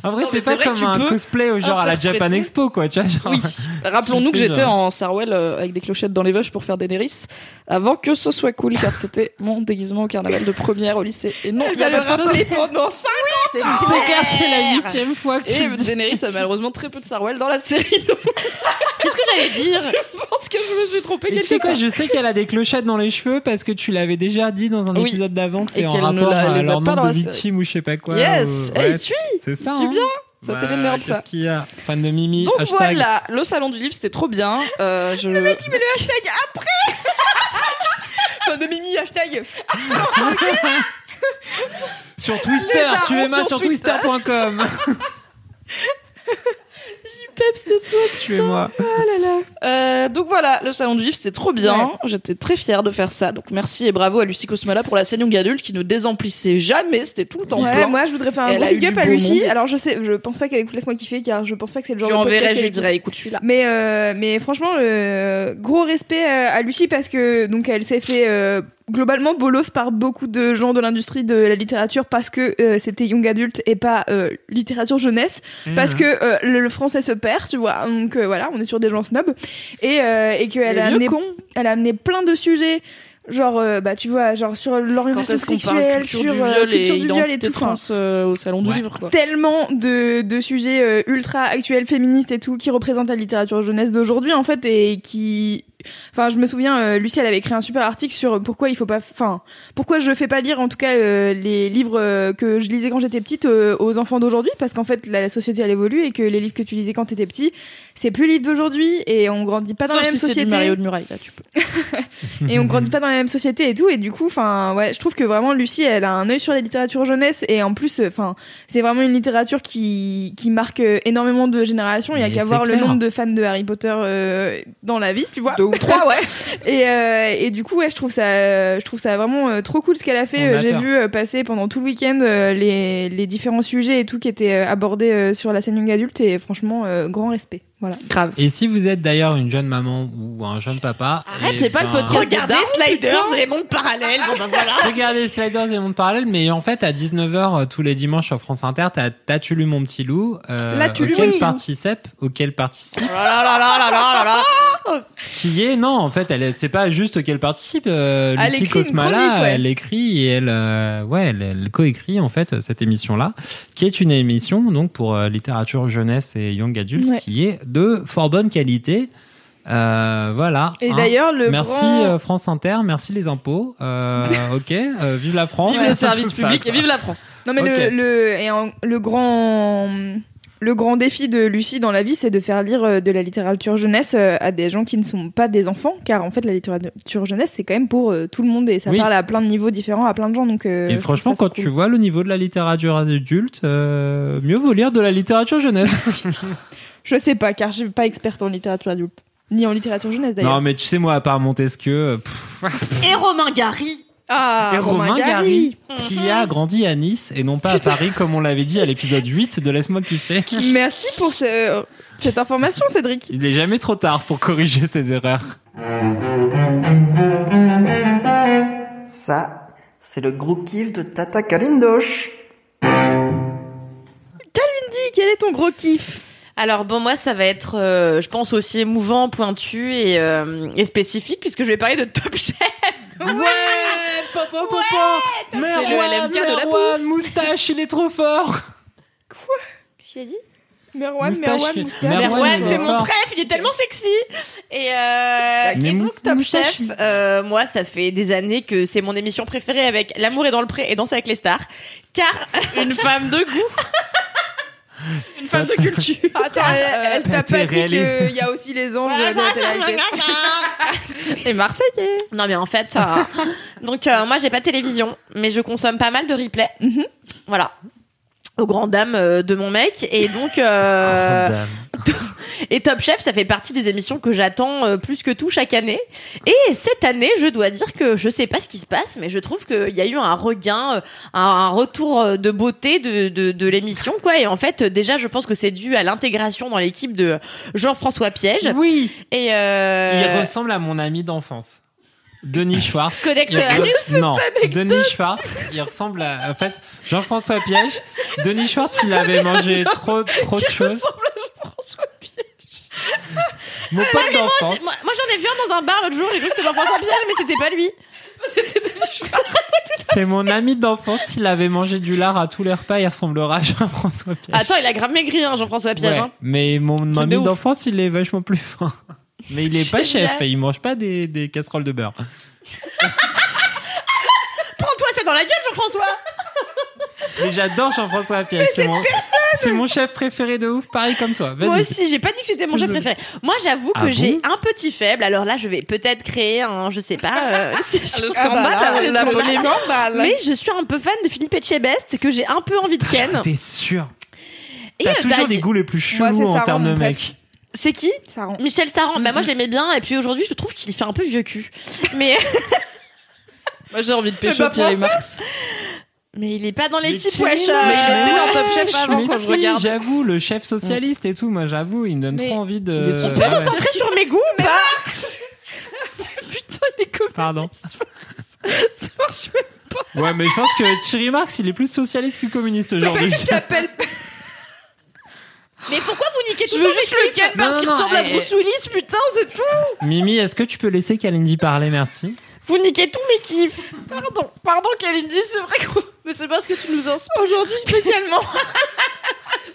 En vrai,
Non, mais
c'est pas
vrai que
comme
tu
un
peux
cosplay, euh, genre, à la Japan
interpréter.
Expo, quoi, tu vois, genre.
Oui. Rappelons-nous que
Tu fais
j'étais
genre-
en Sarwell euh, avec des clochettes dans les vaches pour faire des Néris avant que ce soit cool, car c'était mon déguisement au carnaval de première au lycée. Et non, il y a
le
pas de
rappeler
chose.
pendant 5
C'est clair, c'est la
huitième
fois que
tu
Et
le
Eh, Daenerys a malheureusement très peu de Sarwell dans la série. donc
C'est ce que j'allais dire.
*laughs* Je pense que je me suis trompée
Et tu
quelque
sais quoi,
part.
je sais qu'elle a des clochettes dans les cheveux parce que tu l'avais déjà dit dans un
Oui.
épisode d'avant que
Et
c'est en
qu'elle ne
rapport
l'a-
à
les a
leur
pas dans
nombre de
la série.
victimes ou je sais pas quoi.
Yes,
ou-
Eh,
ouais,
il suit.
C'est
Il
ça.
suit
hein.
bien. Ça, c'est les nerds, ça.
Qu'est-ce qu'il y a Fan de Mimi.
Donc
hashtag.
voilà, le salon du livre, c'était trop bien. Euh, je...
Le mec il met le hashtag après
*laughs*
Enfin, de Mimi, hashtag
*laughs* Sur
Les
Twister,
darons
suivez-moi
sur
sur
Twitter. *laughs*
twister.com.
peps de toi.
Tuez-moi.
Euh, donc voilà, le salon du livre, c'était trop bien. J'étais très fière de faire ça. Donc merci et bravo à Lucie Cosmala pour la scène Young Adult qui ne désemplissait jamais. C'était tout le temps
Ouais,
plein.
moi je voudrais faire un
Elle a
gros big
eu
up
du
à
beau
Lucie.
monde.
Alors je sais, je pense pas qu'elle écoute Laisse-moi kiffer car je pense pas que c'est le genre
je
de podcast
enverrai, je
qu'elle
lui
écoute.
dirai, écoute celui-là.
Mais euh, mais franchement, le gros respect euh, à Lucie parce que donc elle s'est fait euh, globalement bolos par beaucoup de gens de l'industrie de la littérature parce que euh, c'était young adulte et pas euh, littérature jeunesse parce
Mm.
que euh, le, le français se perd, tu vois. Donc euh, voilà, on est sur des gens snobs et euh, et qu'elle
Le
a
vieux
amené
con.
elle a amené plein de sujets. Genre, euh, bah, tu vois, genre sur
Quand
l'orientation
est-ce qu'on parle
sexuelle,
culture
sur
du
euh,
viol et
culture du viol et
identité
tout.
trans
enfin,
euh, au salon du
Ouais.
livre quoi.
tellement de, de sujets euh, ultra actuels, féministes et tout, qui représentent la littérature jeunesse d'aujourd'hui, en fait, et qui... Enfin, je me souviens, euh, Lucie, elle avait écrit un super article sur euh, pourquoi il faut pas... Enfin, pourquoi je fais pas lire, en tout cas, euh, les livres euh, que je lisais quand j'étais petite euh, aux enfants d'aujourd'hui, parce qu'en fait, la, la société, elle évolue, et que les livres que tu lisais quand t'étais petit, c'est plus les livres d'aujourd'hui, et on grandit pas dans
Sauf
la même
si c'est
société
du Mario de Muraille là, tu peux.
*laughs* Mm.
et on grandit pas dans la même société et tout et du coup enfin ouais je trouve que vraiment Lucie elle a un œil sur la littérature jeunesse et en plus euh, enfin c'est vraiment une littérature qui qui marque euh, énormément de générations il y a
Mais
qu'à
c'est
voir le
clair.
nombre de fans de Harry Potter euh, dans la vie tu vois
Deux ou trois, ouais.
*laughs* et euh, et du coup ouais je trouve ça euh, je trouve ça vraiment euh, trop cool ce qu'elle a fait
On
Euh, j'ai
adore.
vu euh, passer pendant tout le week-end euh, les les différents sujets et tout qui étaient euh, abordés euh, sur la scène young adulte et franchement euh, grand respect voilà
Grave.
Et si vous êtes d'ailleurs une jeune maman ou un jeune papa.
Arrête,
eh
c'est pas le
ben,
podcast.
Regardez
Daron,
Sliders
putain.
et les mondes parallèles. Bon bah voilà.
Regardez Sliders et Monde Parallèle, mais en fait, à 19h euh, tous les dimanches sur France Inter, t'as t'as tu lu mon petit loup euh,
Là, tu lu
auquel
mon petit loup.
participe, auquel participe
Oh là là là là là là là.
*laughs* Qui est non en fait elle est- c'est pas juste qu'elle participe euh,
Elle
Lucie
écrit une
Cosmala
chronique, ouais.
elle écrit et elle euh, ouais elle, elle coécrit en fait cette émission là qui est une émission donc pour euh, littérature jeunesse et young adultes
Ouais.
qui est de fort bonne qualité Euh, voilà
Et d'ailleurs, le
merci
grand-
euh, France Inter merci les impôts Euh, ok euh, vive la France
Vive le service
*laughs* Tout ça,
public
quoi.
et vive la France.
Non mais
Ok.
le, le, et en- le grand le grand défi de Lucie dans la vie, c'est de faire lire euh, de la littérature jeunesse euh, à des gens qui ne sont pas des enfants, car en fait la littérature jeunesse c'est quand même pour euh, tout le monde et ça
Oui.
parle à plein de niveaux différents, à plein de gens. Donc euh, je
Et
trouve
franchement,
ça, c'est
quand
cool.
tu vois le niveau de la littérature adulte, euh, mieux vaut lire de la littérature jeunesse.
je sais pas, car je suis pas experte en littérature adulte ni en littérature jeunesse
*laughs* non,
d'ailleurs.
mais tu sais, moi, à part Montesquieu, euh, pff,
Et Romain Gary.
Ah,
*laughs* et Romain, Gary, qui a grandi à Nice et non pas à Paris, comme on l'avait dit à l'épisode 8 de Laisse-moi kiffer.
Merci pour ce- cette information, Cédric.
Il n'est jamais trop tard pour corriger ses erreurs.
Ça, c'est le gros kiff de Tata Kalindosh.
Kalindi, quel est ton gros kiff
Alors bon moi ça va être euh, je pense aussi émouvant, pointu et, euh, et spécifique puisque je vais parler de Top Chef.
Ouais, papa, papa,
C'est le LMK de la
Merwan, moustache, il est trop fort.
Qui a dit
Merwan,
Moustache.
Merwan,
Merwan,
Moustache.
Merwan, c'est mon
Merwan.
préf, il est tellement sexy. Et, euh,
Mais
et
Bah, mou-
donc Top
moustache.
Chef, euh, moi ça fait des années que c'est mon émission préférée avec L'amour est dans le pré et Danse avec les stars, car
Une femme de goût. Une femme de culture. *laughs*
Attends, elle, elle t'a pas dit
réalisé.
qu'il Euh, y a aussi les anges
Voilà,
dans la
ça, ça,
télé-réalité. euh,
Et Marseillais.
Non mais en fait, euh, *laughs* donc euh, moi j'ai pas de télévision, mais je consomme pas mal de replays.
Mhm.
Voilà. Aux grandes dames euh, de mon mec et donc
*laughs*
euh, et Top Chef ça fait partie des émissions que j'attends euh, plus que tout chaque année et cette année je dois dire que je sais pas ce qui se passe mais je trouve qu'il y a eu un regain euh, un, un retour euh, de beauté de, de, de l'émission quoi et en fait euh, déjà je pense que c'est dû à l'intégration dans l'équipe de Jean-François Piège
Oui,
et euh,
il ressemble à mon ami d'enfance. Denis Schwartz.
Codex
Il-
Serranus,
Non, Denis Schwartz, il ressemble à. En fait, Jean-François Piège. Denis Schwartz, il avait mangé trop, trop de choses.
ressemble à Jean-François Piège Ah,
Mon pote d'enfance.
Moi, moi, j'en ai vu un dans un bar l'autre jour, j'ai cru que c'était Jean-François Piège, mais c'était pas lui.
C'est mon ami d'enfance, il avait mangé du lard à tous les repas, il ressemblera à Jean-François Piège.
Attends, il a grave maigri, hein, Jean-François Piège.
Ouais,
hein.
Mais mon
de
ami
ouf.
d'enfance, il est vachement plus fin. Mais il est pas
Génial.
chef et il mange pas des, des casseroles de beurre.
Prends-toi ça dans la gueule, Jean-François
Mais j'adore Jean-François Piège. C'est mon, c'est mon chef préféré de ouf, pareil comme toi. Vas-y.
Moi aussi, j'ai pas dit que c'était mon chef
Désolé.
préféré. Moi, j'avoue
Ah
que
bon
j'ai un petit faible, alors là, je vais peut-être créer un, je sais pas, euh,
Le
Ah bah
scandale,
là,
la-
le
la polémique.
scandale.
Mais je suis un peu fan de Philippe Etchebest, que j'ai un peu envie de
*laughs*
ken.
T'es sûr
Et,
T'as
euh,
toujours
t'as-
les goûts les plus
Moi,
chelous
c'est
en
Saran,
termes de
mon
mec.
C'est qui
Ça rend.
Michel Saran. Bah, moi, je l'aimais bien, et puis aujourd'hui, je trouve qu'il fait un peu vieux cul. Mais, *laughs*
Moi j'ai envie de
Eh ben,
pécho Thierry
princesse.
Marx.
mais il est pas dans l'équipe,
Mais
wesh
tu-
euh,
Mais il
Mais
était dans Top Chef avant
Mais
quand
si,
je regarde.
j'avoue, le chef socialiste et tout, moi j'avoue, il me donne
Mais-
trop envie de...
Il est hein.
On peut
Ouais.
concentrer sur mes goûts, mais
Putain, les copains.
Pardon.
Ça marche
Ouais, mais je pense que Thierry Marx, il est plus socialiste que communiste aujourd'hui.
Mais pourquoi vous niquez tout
Je
le
veux
temps
juste
mes
le
clips
ken parce *laughs*
Non,
qu'il
non,
ressemble à
eh,
Bruce Willis, putain, c'est tout.
*laughs* Mimi, est-ce que tu peux laisser Kalindi parler, merci
Vous niquez tous mes kiffs
Pardon, pardon Kalindi, c'est vrai que... *laughs* Mais c'est parce que tu nous inspires aujourd'hui spécialement.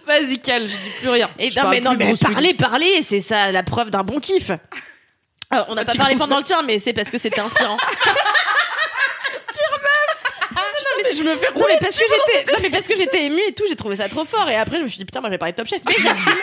Vas-y Cal, je dis plus rien.
Et
Je
non
parle
Eh ben, mais, non,
plus de
mais
Bruce
parlez,
Willis.
parlez, c'est ça la preuve d'un bon kiff *laughs* Alors, Euh, on n'a
Ah,
pas
tu
parlé
grosses
pendant le tien, mais c'est parce que c'était inspirant. *laughs* Pire meuf *laughs* non, mais je me fais non, mais parce que j'étais non, mais parce que j'étais émue et tout j'ai trouvé ça trop fort et après je me suis dit putain moi je vais parler de Top Chef *laughs* mais j'assume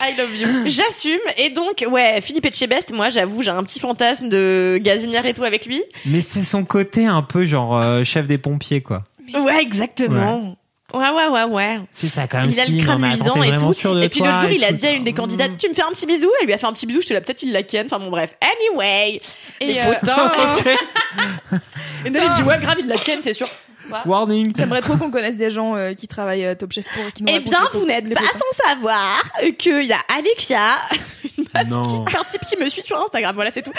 I love you *laughs* j'assume et donc ouais Philippe Etchebest moi j'avoue j'ai un petit fantasme de gazinière et tout avec lui
Mais c'est son côté un peu genre euh, chef des pompiers, quoi.
ouais exactement ouais ouais ouais, ouais.
C'est ça quand même
il a
si,
le crâne
non, mais attends,
luisant
t'es
et
vraiment
tout.
sûr de
et Mm. puis
toi
l'autre jour,
et
il a
tout.
dit à une des candidates Tu me fais un petit bisou Elle lui a fait un petit bisou, je te l'ai peut-être, il la ken. Enfin bon, bref. Anyway. Et, euh,
Ok.
et non, il dit Ouais, grave, il la ken, c'est sûr.
*laughs* *laughs* Warning.
J'aimerais trop qu'on connaisse des gens euh, qui travaillent euh, Top Chef pour qui nous
Eh
racontent
bien,
les
vous
co-
n'êtes
les
pas
copains.
sans savoir qu'il y a Alexia,
Non.
un type qui me suit sur Instagram. Voilà, c'est tout.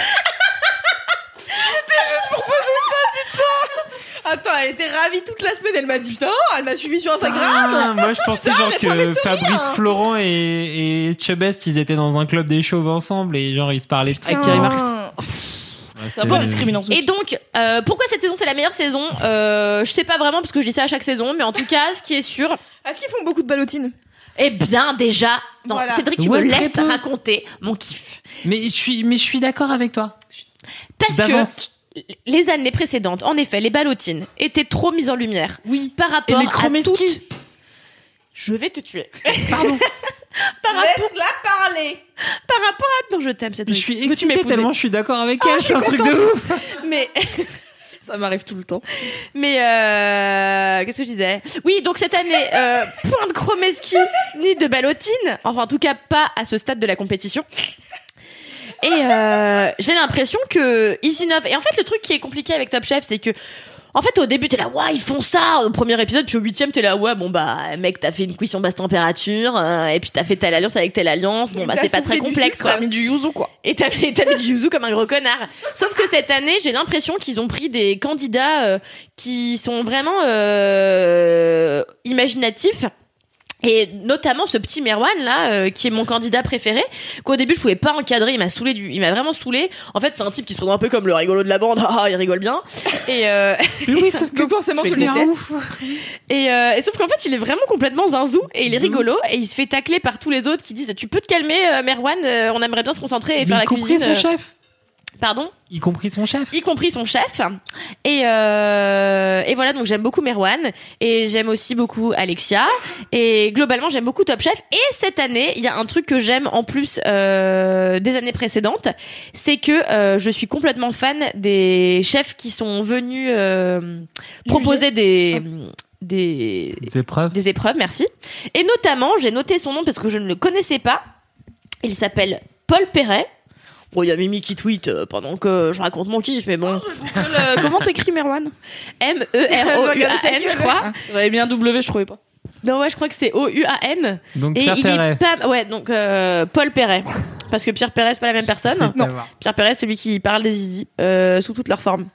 Attends, elle était ravie toute la semaine. Elle m'a dit putain, elle m'a suivi sur
Ah,
Instagram.
moi je pensais
Putain,
genre
mais attends,
que
les stories,
Fabrice
hein.
Florent et, et Chebest ils étaient dans un club des chauves ensemble et genre ils se parlaient de
Avec
tout.
Thierry Marx.
Ouais,
Ah, un peu
c'était-
discriminant,
Et donc, euh, pourquoi cette saison c'est la meilleure saison euh, Je sais pas vraiment parce que je dis ça à chaque saison, mais en tout cas, ce qui est sûr.
Est-ce qu'ils font beaucoup de ballotines
Eh bien, déjà, non,
Voilà.
Cédric, tu
Ouais,
me
très
laisses
peu.
raconter mon kiff.
Mais je suis, mais je suis d'accord avec toi.
Parce
D'avance.
que les années précédentes, en effet, les ballotines étaient trop mises en lumière.
Oui.
Par
Et
rapport
les
à
Kromeski.
toutes. Je vais te tuer. Pardon.
Laisse-la parler.
Par rapport à. Non, je t'aime, Cédric.
Mais je suis
Mais tu
excité
m'épousais.
tellement je suis d'accord avec elle.
Ah, je
c'est un
suis
truc
contente.
de ouf.
Mais.
Ça m'arrive tout le temps.
Mais euh, qu'est-ce que je disais Oui, donc cette année, euh, point de Kromeski ni de Ballotine. Enfin, en tout cas, pas à ce stade de la compétition. Et euh, j'ai l'impression que ils innovent. Et en fait, le truc qui est compliqué avec Top Chef, c'est que en fait, au début, t'es là, ouais, ils font ça au premier épisode, puis au huitième, t'es là, ouais, bon bah, mec, t'as fait une cuisson basse température, euh, et puis t'as fait telle alliance avec telle alliance, bon
Et
bah,
t'as
c'est pas très
soufflé du
complexe,
jus,
quoi.
quoi. T'as mis
du yuzu, quoi.
Et t'as mis, t'as mis du yuzu comme un gros connard. Sauf que cette année, j'ai l'impression qu'ils ont pris des candidats euh, qui sont vraiment euh, imaginatifs. Et notamment ce petit Merwan là, euh, qui est mon candidat préféré, qu'au début je pouvais pas encadrer, il m'a saoulé du, il m'a vraiment saoulé. En fait, c'est un type qui se présente un peu comme le rigolo de la bande, *laughs* ah il rigole bien. Et euh,
Oui, sauf que
Donc forcément, tu
c'est un
détestes.
ouf.
et, euh, et sauf qu'en fait, il est vraiment complètement zinzou et il est
De ouf.
rigolo et il se fait tacler par tous les autres qui disent Tu peux te calmer, euh, Merwan euh, On aimerait bien se concentrer et faire
Mais
la
y compris
cuisine.
son
euh,
chef.
Pardon
Y compris son chef.
y compris son chef. Et, euh, et voilà, donc j'aime beaucoup Merwan et j'aime aussi beaucoup Alexia. Et globalement, j'aime beaucoup Top Chef. Et cette année, il y a un truc que j'aime en plus euh, des années précédentes, c'est que euh, je suis complètement fan des chefs qui sont venus euh, proposer des... Des,
Des épreuves.
des épreuves, merci. Et notamment, j'ai noté son nom parce que je ne le connaissais pas. Il s'appelle Paul Perret. Bon, il y a Mimi qui tweet euh, pendant que je raconte mon kiff, mais bon.
euh, *laughs*
E
comment t'écris Merwan
M-E-R-O-U-A-N, je crois.
J'avais bien W, je trouvais pas.
Non, ouais, je crois que c'est O-U-A-N.
Donc
Et
Pierre
il est
Perret.
pas. Ouais, donc euh, Paul Perret. Parce que Pierre Perret, c'est pas la même personne.
C'est à voir.
Pierre Perret, celui qui parle des zizi euh, sous toutes leurs formes.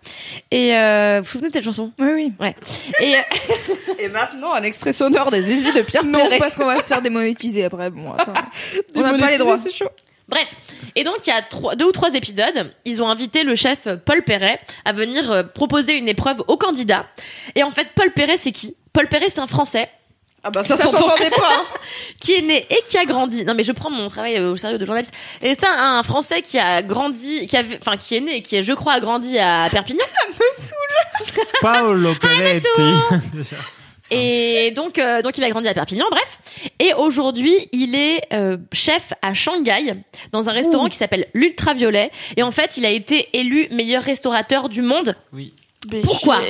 Et euh, vous vous souvenez de cette chanson
Oui, oui.
Ouais. Et. euh,
*laughs* Et maintenant, un extrait sonore des zizi de Pierre
Non,
Perret.
parce qu'on va se faire démonétiser après. Bon,
*laughs*
attends. On n'a pas les droits.
C'est chaud.
Bref, et donc il y a trois, deux ou trois épisodes, ils ont invité le chef Paul Perret à venir euh, proposer une épreuve aux candidats. Et en fait, Paul Perret, c'est qui Paul Perret, c'est un Français
Ah bah ça,
Ça
s'entend.
s'entendait pas.
*laughs*
hein.
qui est né et qui a grandi. Non, mais je prends mon travail euh, au sérieux de journaliste. Et c'est un, un Français qui a grandi, qui a, enfin qui est né et qui, est, je crois, a grandi à Perpignan.
Paolo Pelletti. *laughs*
Et donc, euh, donc il a grandi à Perpignan, bref. Et aujourd'hui, il est euh, chef à Shanghai, dans un restaurant qui s'appelle l'Ultraviolet. Et en fait, il a été élu meilleur restaurateur du monde
Oui.
Pourquoi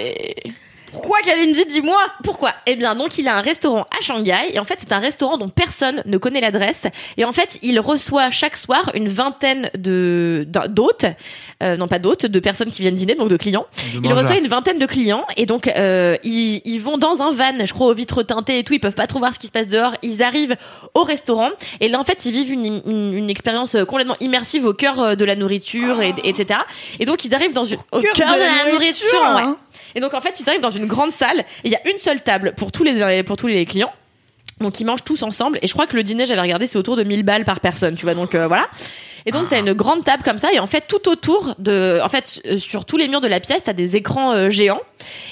Pourquoi Kalindi, dis-moi
Pourquoi Eh bien, donc, il a un restaurant à Shanghai. Et en fait, c'est un restaurant dont personne ne connaît l'adresse. Et en fait, il reçoit chaque soir une vingtaine de d'un- d'hôtes, euh, non pas d'hôtes, de personnes qui viennent dîner, donc de clients.
De
Il
mangeur.
reçoit une vingtaine de clients. Et donc, euh, ils, ils vont dans un van, je crois, aux vitres teintées et tout. Ils peuvent pas trop voir ce qui se passe dehors. Ils arrivent au restaurant. Et là, en fait, ils vivent une, une, une expérience euh, complètement immersive au cœur euh, de la nourriture, et, etc. Et donc, ils arrivent dans une, au cœur de, la nourriture, ouais.
hein.
Et donc en fait, ils arrivent dans une grande salle et il y a une seule table pour tous les pour tous les clients. Donc ils mangent tous ensemble et je crois que le dîner, j'avais regardé, c'est autour de 1000 balles par personne, tu vois. Donc euh, voilà. Et donc t'as une grande table comme ça et en fait tout autour de en fait euh, sur tous les murs de la pièce, t'as des écrans euh, géants.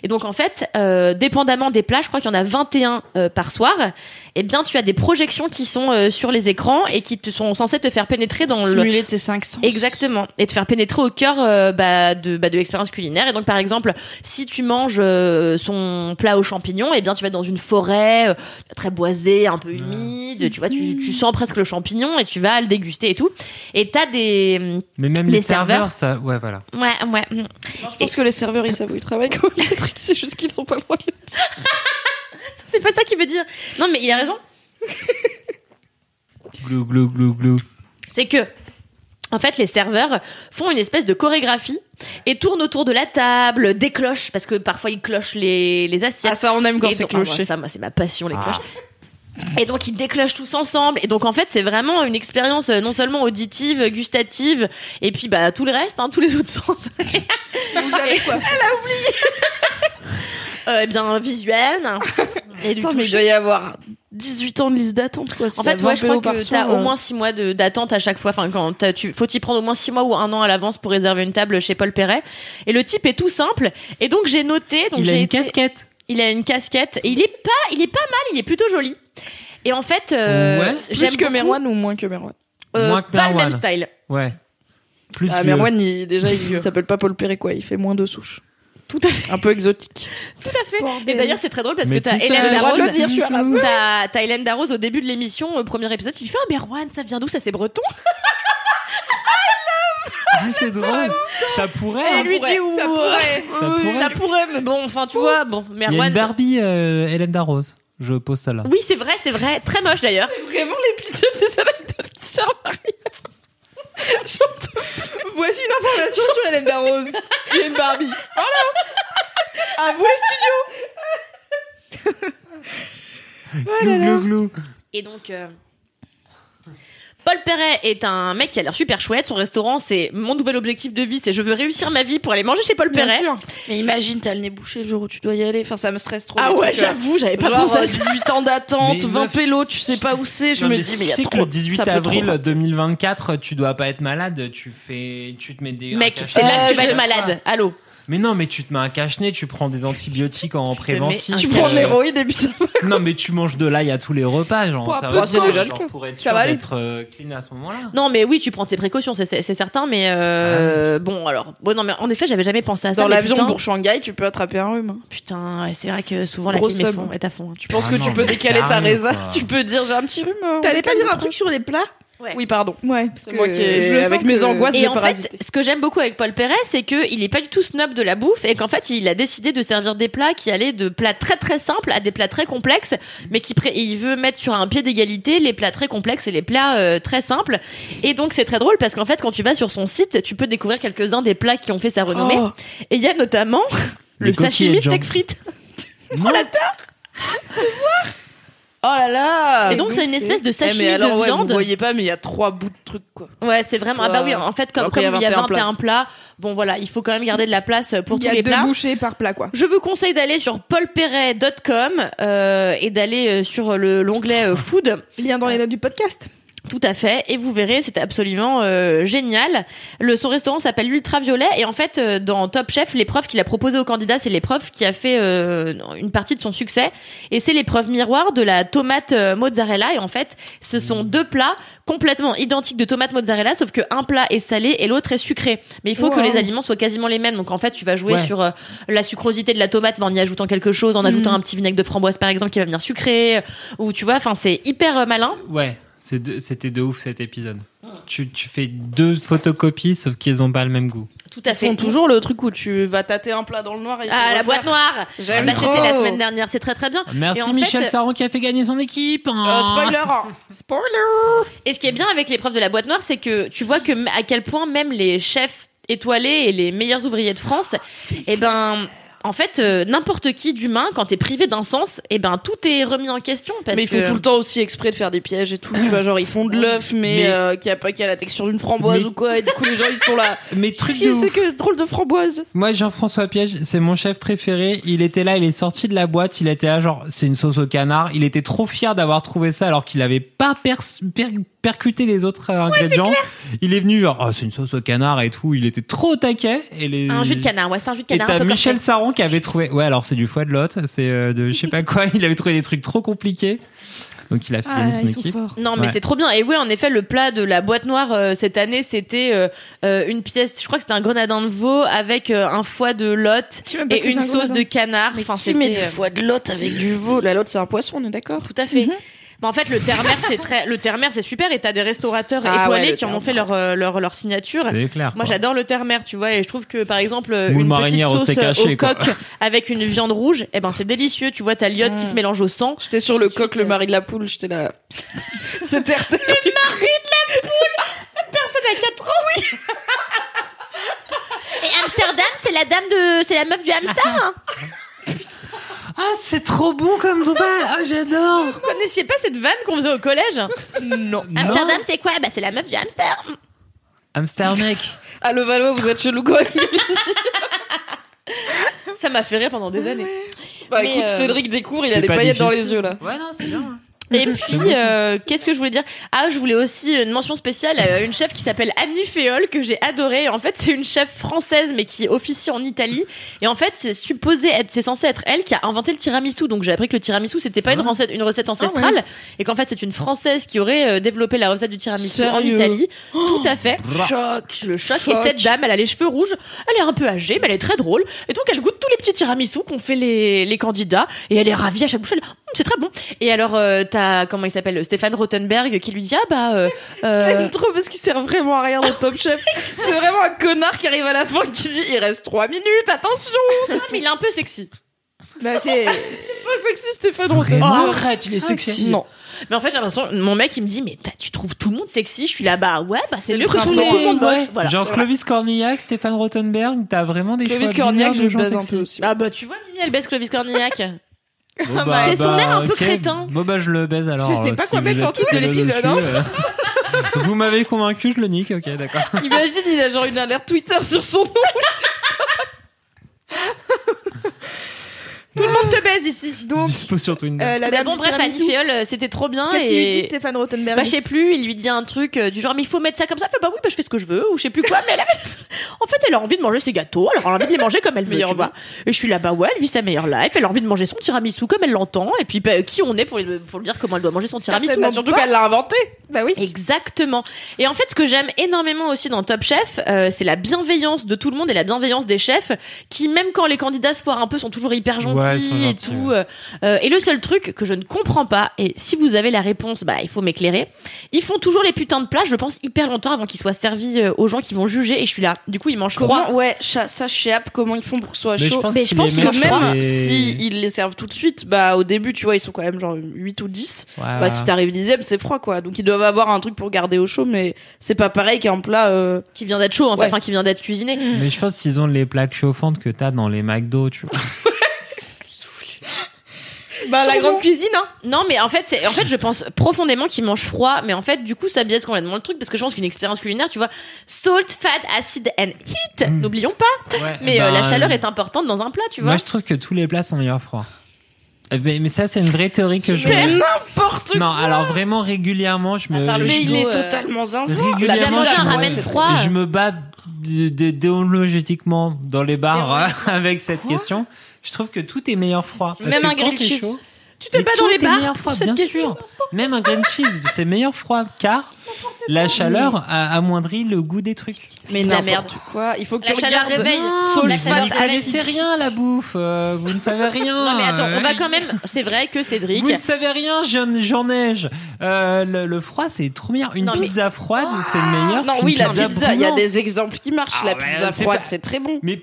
Et donc en fait, euh, dépendamment des plats, je crois qu'il y en a 21 euh, par soir, et bien tu as des projections qui sont euh, sur les écrans et qui te sont censées te faire pénétrer dans le
Stimuler tes 5 sens.
Exactement. Et te faire pénétrer au cœur euh, bah, de, bah, de l'expérience culinaire. Et donc, par exemple, si tu manges euh, son plat aux champignons, eh bien, tu vas dans une forêt euh, très boisée, un peu humide. Tu vois, tu, tu sens presque le champignon et tu vas le déguster et tout. Et t'as des...
Mais même
Les
les,
serveurs.
serveurs, ça. Ouais, voilà.
Ouais, mm. ouais.
Je pense que les serveurs, ils savent où ils travaillent quand même, Cédric. C'est juste qu'ils sont pas loin.
*laughs* C'est pas ça qu'il veut dire. Non, mais il a raison.
Glou, glou, glou, glou.
c'est que en fait, les serveurs font une espèce de chorégraphie et tournent autour de la table, des cloches, parce que parfois ils clochent les, les assiettes.
Ah, ça, on aime quand
Et
c'est
donc- ah, moi,
cloché.
ça, moi, c'est ma passion, les
Ah.
cloches. Et donc, ils déclochent tous ensemble. Et donc, en fait, c'est vraiment une expérience euh, non seulement auditive, gustative, et *laughs* puis bah, tout le reste, hein, tous les autres sens.
Vous savez quoi
euh, eh bien visuel. Et du
Attends, mais il doit y avoir 18 ans de liste d'attente, quoi.
En fait, ouais, je crois que t'as
euh,
euh,
au moins 6 mois de- d'attente à chaque fois. Enfin, quand t'as- tu, faut t'y prendre au moins 6 mois ou un an à l'avance pour réserver une table chez Paul Perret. Et le type est tout simple. Et donc, j'ai noté. Donc
Il a
j'ai
une
été-
casquette.
Il a une casquette. Et il est pas, il est pas mal, il est plutôt joli. Et en fait, euh,
Ouais.
j'aime
Plus que
beaucoup-
Merwan ou moins que Merwan
euh,
Moins que
pas le
Merwan.
même style.
Ouais. Plus
ah,
vieux.
Merwan, il- déjà, il s'appelle pas Paul Perret, quoi. Il fait moins de souches.
Tout à fait.
Un peu exotique.
Tout à fait. Et d'ailleurs, c'est très drôle parce
Mais
que t'as
tu sais,
Hélène
j'ai le droit de le dire, je suis arabe.
Darroze. T'as- T'as Hélène Darroze au début de l'émission, au premier épisode, qui lui fait Ah, Merwan, ça vient d'où Ça, c'est breton
*laughs* Ah, c'est drôle. Ça pourrait.
Et
hein.
lui dit
Ça
ouais,
pourrait. Ça
oui,
pourrait.
ça pourrait, mais bon, enfin, tu vois, bon,
Il y a
Merwan.
une Barbie euh, Hélène Darroze. Je pose ça là.
Oui, c'est vrai, c'est vrai, très moche d'ailleurs. C'est
vraiment l'épisode des anecdotes qui servent à *laughs*
Voici une information sur Hélène Darroze. Il y a une Barbie. Voilà.
Ah
À vous les studios. Oh là là.
Et donc. euh, Paul Perret est un mec qui a l'air super chouette. Son restaurant, c'est mon nouvel objectif de vie, c'est je veux réussir ma vie pour aller manger chez Paul
Bien
Perret.
sûr. Mais imagine, t'as le nez bouché le jour où tu dois y aller. Enfin, ça me stresse trop.
Ah
le
ouais,
truc, euh,
j'avoue, j'avais pas
genre,
pensé à
euh,
ça.
18 ans d'attente,
Mais
20
meuf,
pélos, tu sais pas où c'est. Je
Non,
me
mais
dis,
tu
mais il y a
sais
trop.
que le 18
ça peut trop.
avril euh, 2024, tu dois pas être malade, tu fais, tu te mets des.
Mec,
un
c'est là que tu vas
cache-nez. Euh,
être malade. Allô.
Mais non, mais tu te mets un cache-nez, tu prends des antibiotiques en préventif.
un
euh,
cache-nez.
et puis ça
Non, mais tu manges de l'ail à tous les repas, genre.
Pour
ça
un
va,
peu, c'est
genre,
déjà le
genre,
cas.
pour être
Ça
sûr
va aller.
d'être euh, clean à ce moment-là.
Non, mais oui, tu prends tes précautions, c'est- c'est c'est certain, mais euh, bon, alors. Bon, non, mais en effet, j'avais jamais pensé à ça.
Ah Dans
mais
l'avion
putain,
pour Shanghai, tu peux attraper un rhume. hein.
Putain, ouais, c'est vrai que souvent la
Gros
clim est,
sub.
fond- est à fond. hein. Tu
Je pense
Ah
que
non,
tu peux
mais
décaler
ça
ta
arrive,
résa.
*laughs*
quoi.
Tu peux dire j'ai un petit rhume. euh,
T'allais
on
pas
calme
dire un
le
truc
sur les plats
Ouais.
Oui, pardon. Ouais, parce que je sens que-
Et en fait, ce que j'aime beaucoup avec Paul Perret, c'est qu'il est pas du tout snob de la bouffe et qu'en fait, il a décidé de servir des plats qui allaient de plats très très simples à des plats très complexes, mais qui pré- il veut mettre sur un pied d'égalité les plats très complexes et les plats euh, très simples. Et donc, c'est très drôle parce qu'en fait, quand tu vas sur son site, tu peux découvrir quelques-uns des plats qui ont fait sa renommée.
Oh.
Et il y a notamment
Les
le
coquillettes,
sashimi
Jean.
steak frites.
Non,
Oh là là
Et Ah, donc, c'est une espèce de
Eh,
sashimi
mais alors,
de
ouais,
viande.
Vous voyez pas, mais il y a trois bouts de trucs, quoi.
Ouais, c'est vraiment. Ah bah oui,
Wow.
en fait, comme,
Alors
comme
qu'il y a
il y a
21 plats.
21 plats. bon voilà, il faut quand même garder de la place euh, pour
Il
tous
y a
les
deux
plats.
bouchées par plat, quoi.
Je vous conseille d'aller sur paulperret.com euh, et d'aller euh, sur le l'onglet euh, food.
Lien dans les notes du podcast.
Tout à fait, et vous verrez, c'est absolument euh, génial. Le, son restaurant s'appelle l'Ultraviolet, et en fait, euh, dans Top Chef, l'épreuve qu'il a proposée aux candidats, c'est l'épreuve qui a fait euh, une partie de son succès, et c'est l'épreuve miroir de la tomate euh, mozzarella. Et en fait, ce sont
Mmh.
deux plats complètement identiques de tomate mozzarella, sauf que un plat est salé et l'autre est sucré. Mais il faut que
Wow.
les aliments soient quasiment les mêmes. Donc en fait, tu vas jouer
Ouais.
sur euh, la sucrosité de la tomate, mais en y ajoutant quelque chose, en
Mmh.
ajoutant un petit vinaigre de framboise par exemple qui va venir sucré, ou tu vois, enfin c'est hyper euh, malin.
Ouais, c'est de- c'était de ouf cet épisode. Tu, tu fais deux photocopies, sauf qu'elles ont pas le même goût.
Tout à
Ils
fait.
font toujours le truc où tu vas tâter un plat dans le noir et il faut
Ah, la
le refaire.
boîte noire
J'aime
Bah,
trop.
C'était la semaine dernière, c'est très très bien.
Merci
Et en
Michel
fait,
Saron qui a fait gagner son équipe.
Euh, spoiler hein.
Et ce qui est bien avec l'épreuve de la boîte noire, c'est que tu vois que m- à quel point même les chefs étoilés et les meilleurs ouvriers de France, eh ben... En fait, euh, n'importe qui d'humain, quand t'es privé d'un sens, eh ben tout est remis en question parce
mais ils font
que-
tout le temps aussi exprès de faire des pièges et tout. Tu vois, genre ils font de l'œuf, mais,
Mais-
euh, qui a pas qui a la texture d'une framboise
Mais-
ou quoi. Et du coup, les gens ils sont là.
Mais truc de
Qu'est-ce
ouf.
que drôle de framboise
Moi, Jean-François Piège, c'est mon chef préféré. Il était là, il est sorti de la boîte, il était là, genre, c'est une sauce au canard. Il était trop fier d'avoir trouvé ça alors qu'il avait pas pers- per- percuté les autres euh, ingrédients. il est venu, genre, oh, c'est une sauce au canard et tout. Il était trop au taquet. Et les...
Un jus de canard, ouais, c'est un jus de canard.
Et
un
t'as
peu
Michel
corsé.
Saron qui avait trouvé. Ouais, alors c'est du foie de lotte, c'est euh, de je sais pas quoi. Il avait trouvé des trucs trop compliqués. Donc il a fait
Ah,
gagner son équipe.
Non, mais
Ouais.
c'est trop bien. Et oui, en effet, le plat de la boîte noire euh, cette année, c'était euh, euh, une pièce, je crois que c'était un grenadin de veau avec euh, un foie de lotte
Je sais même pas ce que
et une
c'est un
sauce
grenadin.
de canard. Enfin,
Tu mets du
c'était euh,
foie de l'autre avec du veau. La l'autre c'est un poisson, on est d'accord
tout à fait. Mais en fait, le terre-mer, c'est très, le terre-mer, c'est super. Et t'as des restaurateurs
Ah ouais,
étoilés
le
qui en ont
terre-mer.
fait leur, euh, leur, leur signature.
C'est clair.
Moi,
quoi.
j'adore le terre-mer, tu vois, et je trouve que, par exemple,
Moule
une petite
marinière au
sauce
steak
euh,
haché,
au
quoi.
coq avec une viande rouge, eh ben, c'est délicieux. Tu vois, t'as l'iode qui se mélange au sang.
J'étais sur le
Ensuite,
coq, le
euh,
mari de la poule. J'étais *laughs* là. C'était RT.
Personne à 4 ans, oui Et Amsterdam, c'est la dame de, c'est la meuf du hamster. hein.
Ah, c'est trop bon comme Dubaï. Ah, j'adore.
Vous connaissiez pas cette vanne qu'on faisait au collège
Non.
Amsterdam, c'est quoi Bah, c'est la meuf du hamster.
Amsterdam.
Ah le Valois, vous êtes chelou quoi.
Ça m'a fait rire pendant des années.
Bah écoute, Cédric Découvre, il a des paillettes dans les yeux là.
Ouais, non, c'est bien.
hein.
Et puis, euh, qu'est-ce que je voulais dire Ah, je voulais aussi une mention spéciale à une chef qui s'appelle Annie Féol, que j'ai adorée. En fait, c'est une chef française, mais qui officie en Italie. Et en fait, c'est supposé être, c'est censé être elle qui a inventé le tiramisu. Donc, j'ai appris que le tiramisu, c'était pas une recette, une recette ancestrale.
Ah. ouais.
Et qu'en fait, c'est une française qui aurait euh, développé la recette du tiramisu en
Sérieux Oh.
Italie. Tout à fait.
Choc.
Le choc.
Choc.
Et cette dame, elle a les cheveux rouges. Elle est un peu âgée, mais elle est très drôle. Et donc, elle goûte tous les petits tiramisus qu'ont fait les, les candidats. Et elle est ravie à chaque bouchée. Elle, Hum, c'est très bon. Et alors, euh, t'as, comment il s'appelle, Stéphane Rottenberg, qui lui dit, ah bah,
*laughs*
euh, euh,
trop parce qu'il sert vraiment à rien dans Top Chef. C'est vraiment un connard qui arrive à la fin qui dit il reste 3 minutes, attention
Ah, mais il est un peu sexy.
Bah *laughs* c'est pas sexy Stéphane
Vraiment
Rothenberg.
arrête, il est sexy.
Non.
Oh. Ah, Mais en fait, j'ai l'impression, mon mec, il me dit, mais t'as- tu trouves tout le monde sexy? Je suis là, bah, ouais, bah, c'est mieux que tout
printemps.
le monde.
Ouais.
moche. Voilà.
Genre Clovis Cornillac, Stéphane Rottenberg, t'as vraiment des
Clovis
choix
Cornillac,
bizarres
je
de
le
gens
baise un
sexy.
peu aussi. Ah bah tu vois, Mimi, elle baisse Clovis Cornillac.
Bon,
Ah,
bah,
c'est son
bah,
air un peu
ok.
crétin.
Bon bah je le baise alors.
Je sais
euh,
pas
si
quoi
vous
mettre
êtes
en titre de
tous les deux
l'épisode, hein.
dessus,
*laughs*
euh. vous m'avez convaincu, je le nique, ok d'accord.
*laughs* Imagine, il a genre une alerte Twitter sur son nom.
Tout le monde te baise ici.
Donc,
*laughs* Dispo sur Twitter.
euh, la
Mais
dame
Bah bon,
du
bref,
tiramisu.
Annie Féol, euh, c'était trop bien.
Qu'est-ce
et...
qu'il lui dit Stéphane Rottenberg
Bah, je sais plus, il lui dit un truc euh, du genre, mais il faut mettre ça comme ça. Elle fait, bah oui, bah, je fais ce que je veux, ou je sais plus quoi. Mais elle avait- en fait, elle a envie de manger ses gâteaux, alors elle a envie de les manger comme elle veut, tu vois. Et je suis là, bah ouais, elle vit sa meilleure life, elle a envie de manger son tiramisu comme elle l'entend, et puis, bah, qui on est pour, lui- pour lui dire comment elle doit manger son tiramisu
Certainement,
ou
surtout
pas.
qu'elle l'a inventé.
Bah oui.
Exactement. Et en fait, ce que j'aime énormément aussi dans Top Chef, euh, c'est la bienveillance de tout le monde et la bienveillance des chefs, qui même quand les candidats se foirent un peu, sont toujours hyper gentils
Ouais, ils sont
et
gentils,
tout. euh, euh, et le seul truc que je ne comprends pas, et si vous avez la réponse, bah il faut m'éclairer. Ils font toujours les putains de plats, je pense, hyper longtemps avant qu'ils soient servis euh, aux gens qui vont juger. Et je suis là. Du coup, ils mangent
Comment
froid.
ouais, ça, ça je sais pas comment ils font pour que ce soit
Mais je
chaud.
pense
mais je
qu'ils
pense
les
que
mettent
même
sur des-
si ils les servent tout de suite, bah au début, tu vois, ils sont quand même genre 8 ou 10.
Voilà.
Bah si t'arrives dixième, c'est froid quoi. Donc ils doivent avoir un truc pour garder au chaud, mais c'est pas pareil qu'un plat. euh,
Qui vient d'être chaud, en fait,
Ouais.
enfin qui vient d'être cuisiné.
Mais je pense qu'ils ont les plaques chauffantes que t'as dans les
*laughs*
McDo, tu vois.
Bah la grande cuisine, hein.
Non, mais en fait, c'est, en fait, je pense profondément qu'ils mangent froid, mais en fait, du coup, ça biaise complètement le truc, parce que je pense qu'une expérience culinaire, tu vois, salt, fat, acid and heat, n'oublions pas.
Ouais,
Mais
Mm. ben,
euh, la chaleur est importante dans un plat, tu vois.
Moi je trouve que tous les plats sont meilleurs froids. Euh, Mais, mais ça c'est une vraie théorie que je.
Mais n'importe
Non, alors vraiment régulièrement, je me.
À part le
je-
Mais il est
euh,
totalement zinzin.
Régulièrement,
viande
je,
d'un
me-
ramen froid.
je me bats d- d- déontologiquement dans les bars *laughs* avec cette question. Je trouve que tout est meilleur froid. Parce
Même
que
un
quand
grilled
c'est
cheese.
chaud,
Tu te
mais
bats
tout
dans les
est
bars
meilleur
pour
froid,
cette
bien
question.
sûr. Même un grilled cheese, c'est meilleur froid car la chaleur a amoindri le goût des trucs.
Mais
La
n'importe quoi. Il faut que
La
tu
chaleur
regardes.
réveille.
Non,
Ah, la
mais vous
chaleur
n'y connaissez
amène-
rien à la bouffe, euh, vous ne
*laughs*
savez rien.
Non, mais attends, on va
Euh,
quand même, c'est vrai que Cédric.
Vous ne savez rien, j'en j'en neige. Euh, le, le froid, c'est trop bien. Une
Non, mais- Ah,
pizza froide, c'est meilleur.
Non,
qu'une
oui, la
pizza
pizza. Il y a
brûlante.
des exemples qui marchent.
Ah
la
ouais,
pizza
c'est
froide,
pas-
c'est très bon.
Mais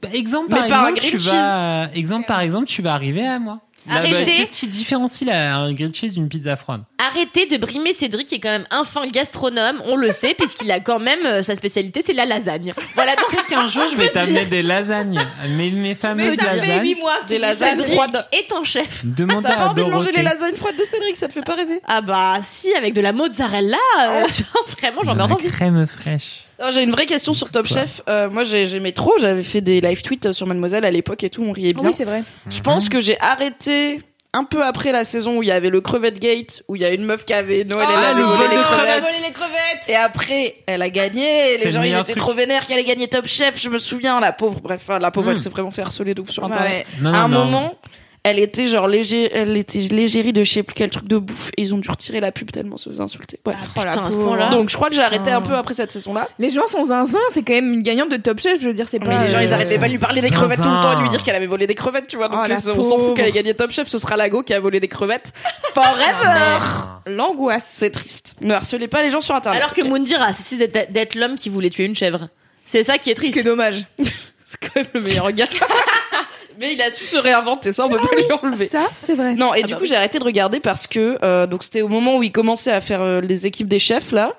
par Bah, exemple,
Mais
par
par un
exemple, tu
grilled
vas, exemple par exemple, tu vas arriver à moi.
Ah,
Là,
Arrêtez.
bah, Qu'est-ce qui différencie la, un grilled cheese d'une pizza froide
Arrêtez de brimer Cédric, qui est quand même un fin gastronome, on le sait, puisqu'il a quand même, euh, sa spécialité, c'est la lasagne. Voilà, donc
Tu sais qu'un jour, Ah, je vais t'amener des *laughs* lasagnes, mes, mes fameuses lasagnes.
mois des lasagnes
Cédric
froides.
est un chef.
Demande
T'as pas
à
envie de manger
Dorothée.
les lasagnes froides de Cédric, ça te fait pas rêver
Ah bah si, avec de la mozzarella, euh, tu vois, vraiment j'en ai
De la
envie.
crème fraîche.
Non, J'ai une vraie question sur Top
Quoi
Chef. Euh, moi, j'ai- j'aimais trop. J'avais fait des live tweets euh, sur Mademoiselle à l'époque et tout. On riait
Ah
bien.
oui, c'est vrai.
Je
Mmh.
pense que j'ai arrêté un peu après la saison où il y avait le crevette gate, où il y a une meuf qui avait Noël elle
Ah,
avait
le
volé
vol
les
de
crevettes.
crevettes.
Et après, elle a gagné. et
C'est
Les
le
gens, ils
meilleur
étaient
truc.
trop vénères qu'elle ait gagné Top Chef. Je me souviens, la pauvre. Bref, la pauvre,
Mm.
elle s'est vraiment fait harceler de ouf sur
Ah Ouais.
Internet.
Non, non,
à un
Ah non.
moment, elle était genre léger, elle était légérie de je sais plus quel truc de bouffe. Et ils ont dû retirer la pub tellement se faisait insulter. Bref.
Oh, la
Putain, à ce
pauvre.
point-là.
Donc je crois que j'ai arrêté
Putain.
un peu après cette saison-là.
Les gens sont zinzin, c'est quand même une gagnante de Top Chef, je veux dire, c'est
Mais
pas.
les gens, ils
euh,
arrêtaient pas de lui parler des
zinzin.
crevettes tout le temps et de lui dire qu'elle avait volé des crevettes, tu vois. Donc euh,
Oh, la
on s'en
pauvre.
fout qu'elle ait gagné Top Chef, ce sera Lago qui a volé des *laughs* crevettes. Forever
L'angoisse.
C'est triste. Ne harcelez pas les gens sur internet.
Alors que
ok
Moundir a cessé d'être d'être l'homme qui voulait tuer une chèvre. C'est ça qui est
C'est
triste.
dommage.
*laughs* C'est quand même le meilleur gars. *laughs* Ah Mais il a su se réinventer, ça on peut pas lui enlever.
Ça, c'est vrai.
Non, et
Ah
du
bah
coup, j'ai arrêté de regarder parce que euh, donc c'était au moment où il commençait à faire euh, les équipes des chefs là.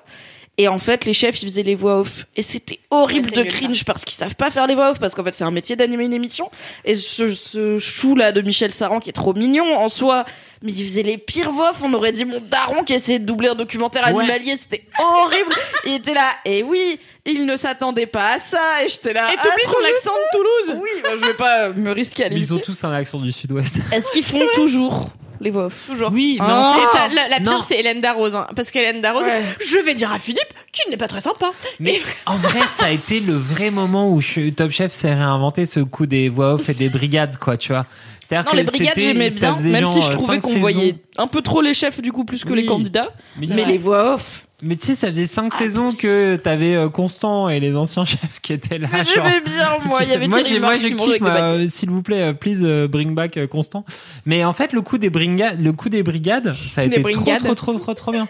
Et en fait, les chefs, ils faisaient les voix off. Et c'était horrible
Ouais, c'est
de
nul, ça.
cringe parce qu'ils savent pas faire les voix off parce qu'en fait, c'est un métier d'animer une émission. Et ce, ce chou-là de Michel Saran qui est trop mignon en soi, mais il faisait les pires voix off. On aurait dit mon daron qui essayait de doubler un documentaire
Ouais.
animalier. C'était horrible. il était là. Et oui, il ne s'attendait pas à ça. Et j'étais là. Ah,
Et t'oublies ton accent
de Toulouse. Oui, bah, je vais pas euh, me risquer à
Mais ils ont
l'imiter.
tous un accent du sud-ouest.
Est-ce qu'ils font toujours les voix off
Toujours.
Oui, mais
Ah.
en
Et
fait-
ça, la, la
Non.
pire, c'est Hélène Darroze. hein, parce qu'Hélène Darroze,
Ouais.
je vais dire à Philippe qu'il n'est pas très sympa.
Mais en vrai, ça a été le vrai moment où je- Top Chef s'est réinventé ce coup des voix off et des brigades, quoi, tu vois. C'est-à-dire
Non,
que
les brigades,
c'était-
j'aimais
ça
bien,
faisait
même si
genre,
je
euh,
trouvais
cinq
qu'on
saisons.
voyait un peu trop les chefs, du coup, plus que les
Oui.
candidats.
Mais,
Mais les voix off.
mais tu sais, ça faisait
Ah,
cinq saisons que t'avais euh, Constant et les anciens *laughs* chefs qui étaient là.
Mais
Ah, genre,
j'aimais bien, moi. Il y avait
moi,
Thierry
j'ai- moi,
Marx
je
qui mangeait avec
kiffe,
des
moi,
baguettes.
euh, s'il vous plaît, euh, please euh, bring back euh, Constant. Mais en fait, le coup des brigades, le coup des brigades, ça a
Les
été trop,
brigades.
trop, trop, trop, trop bien.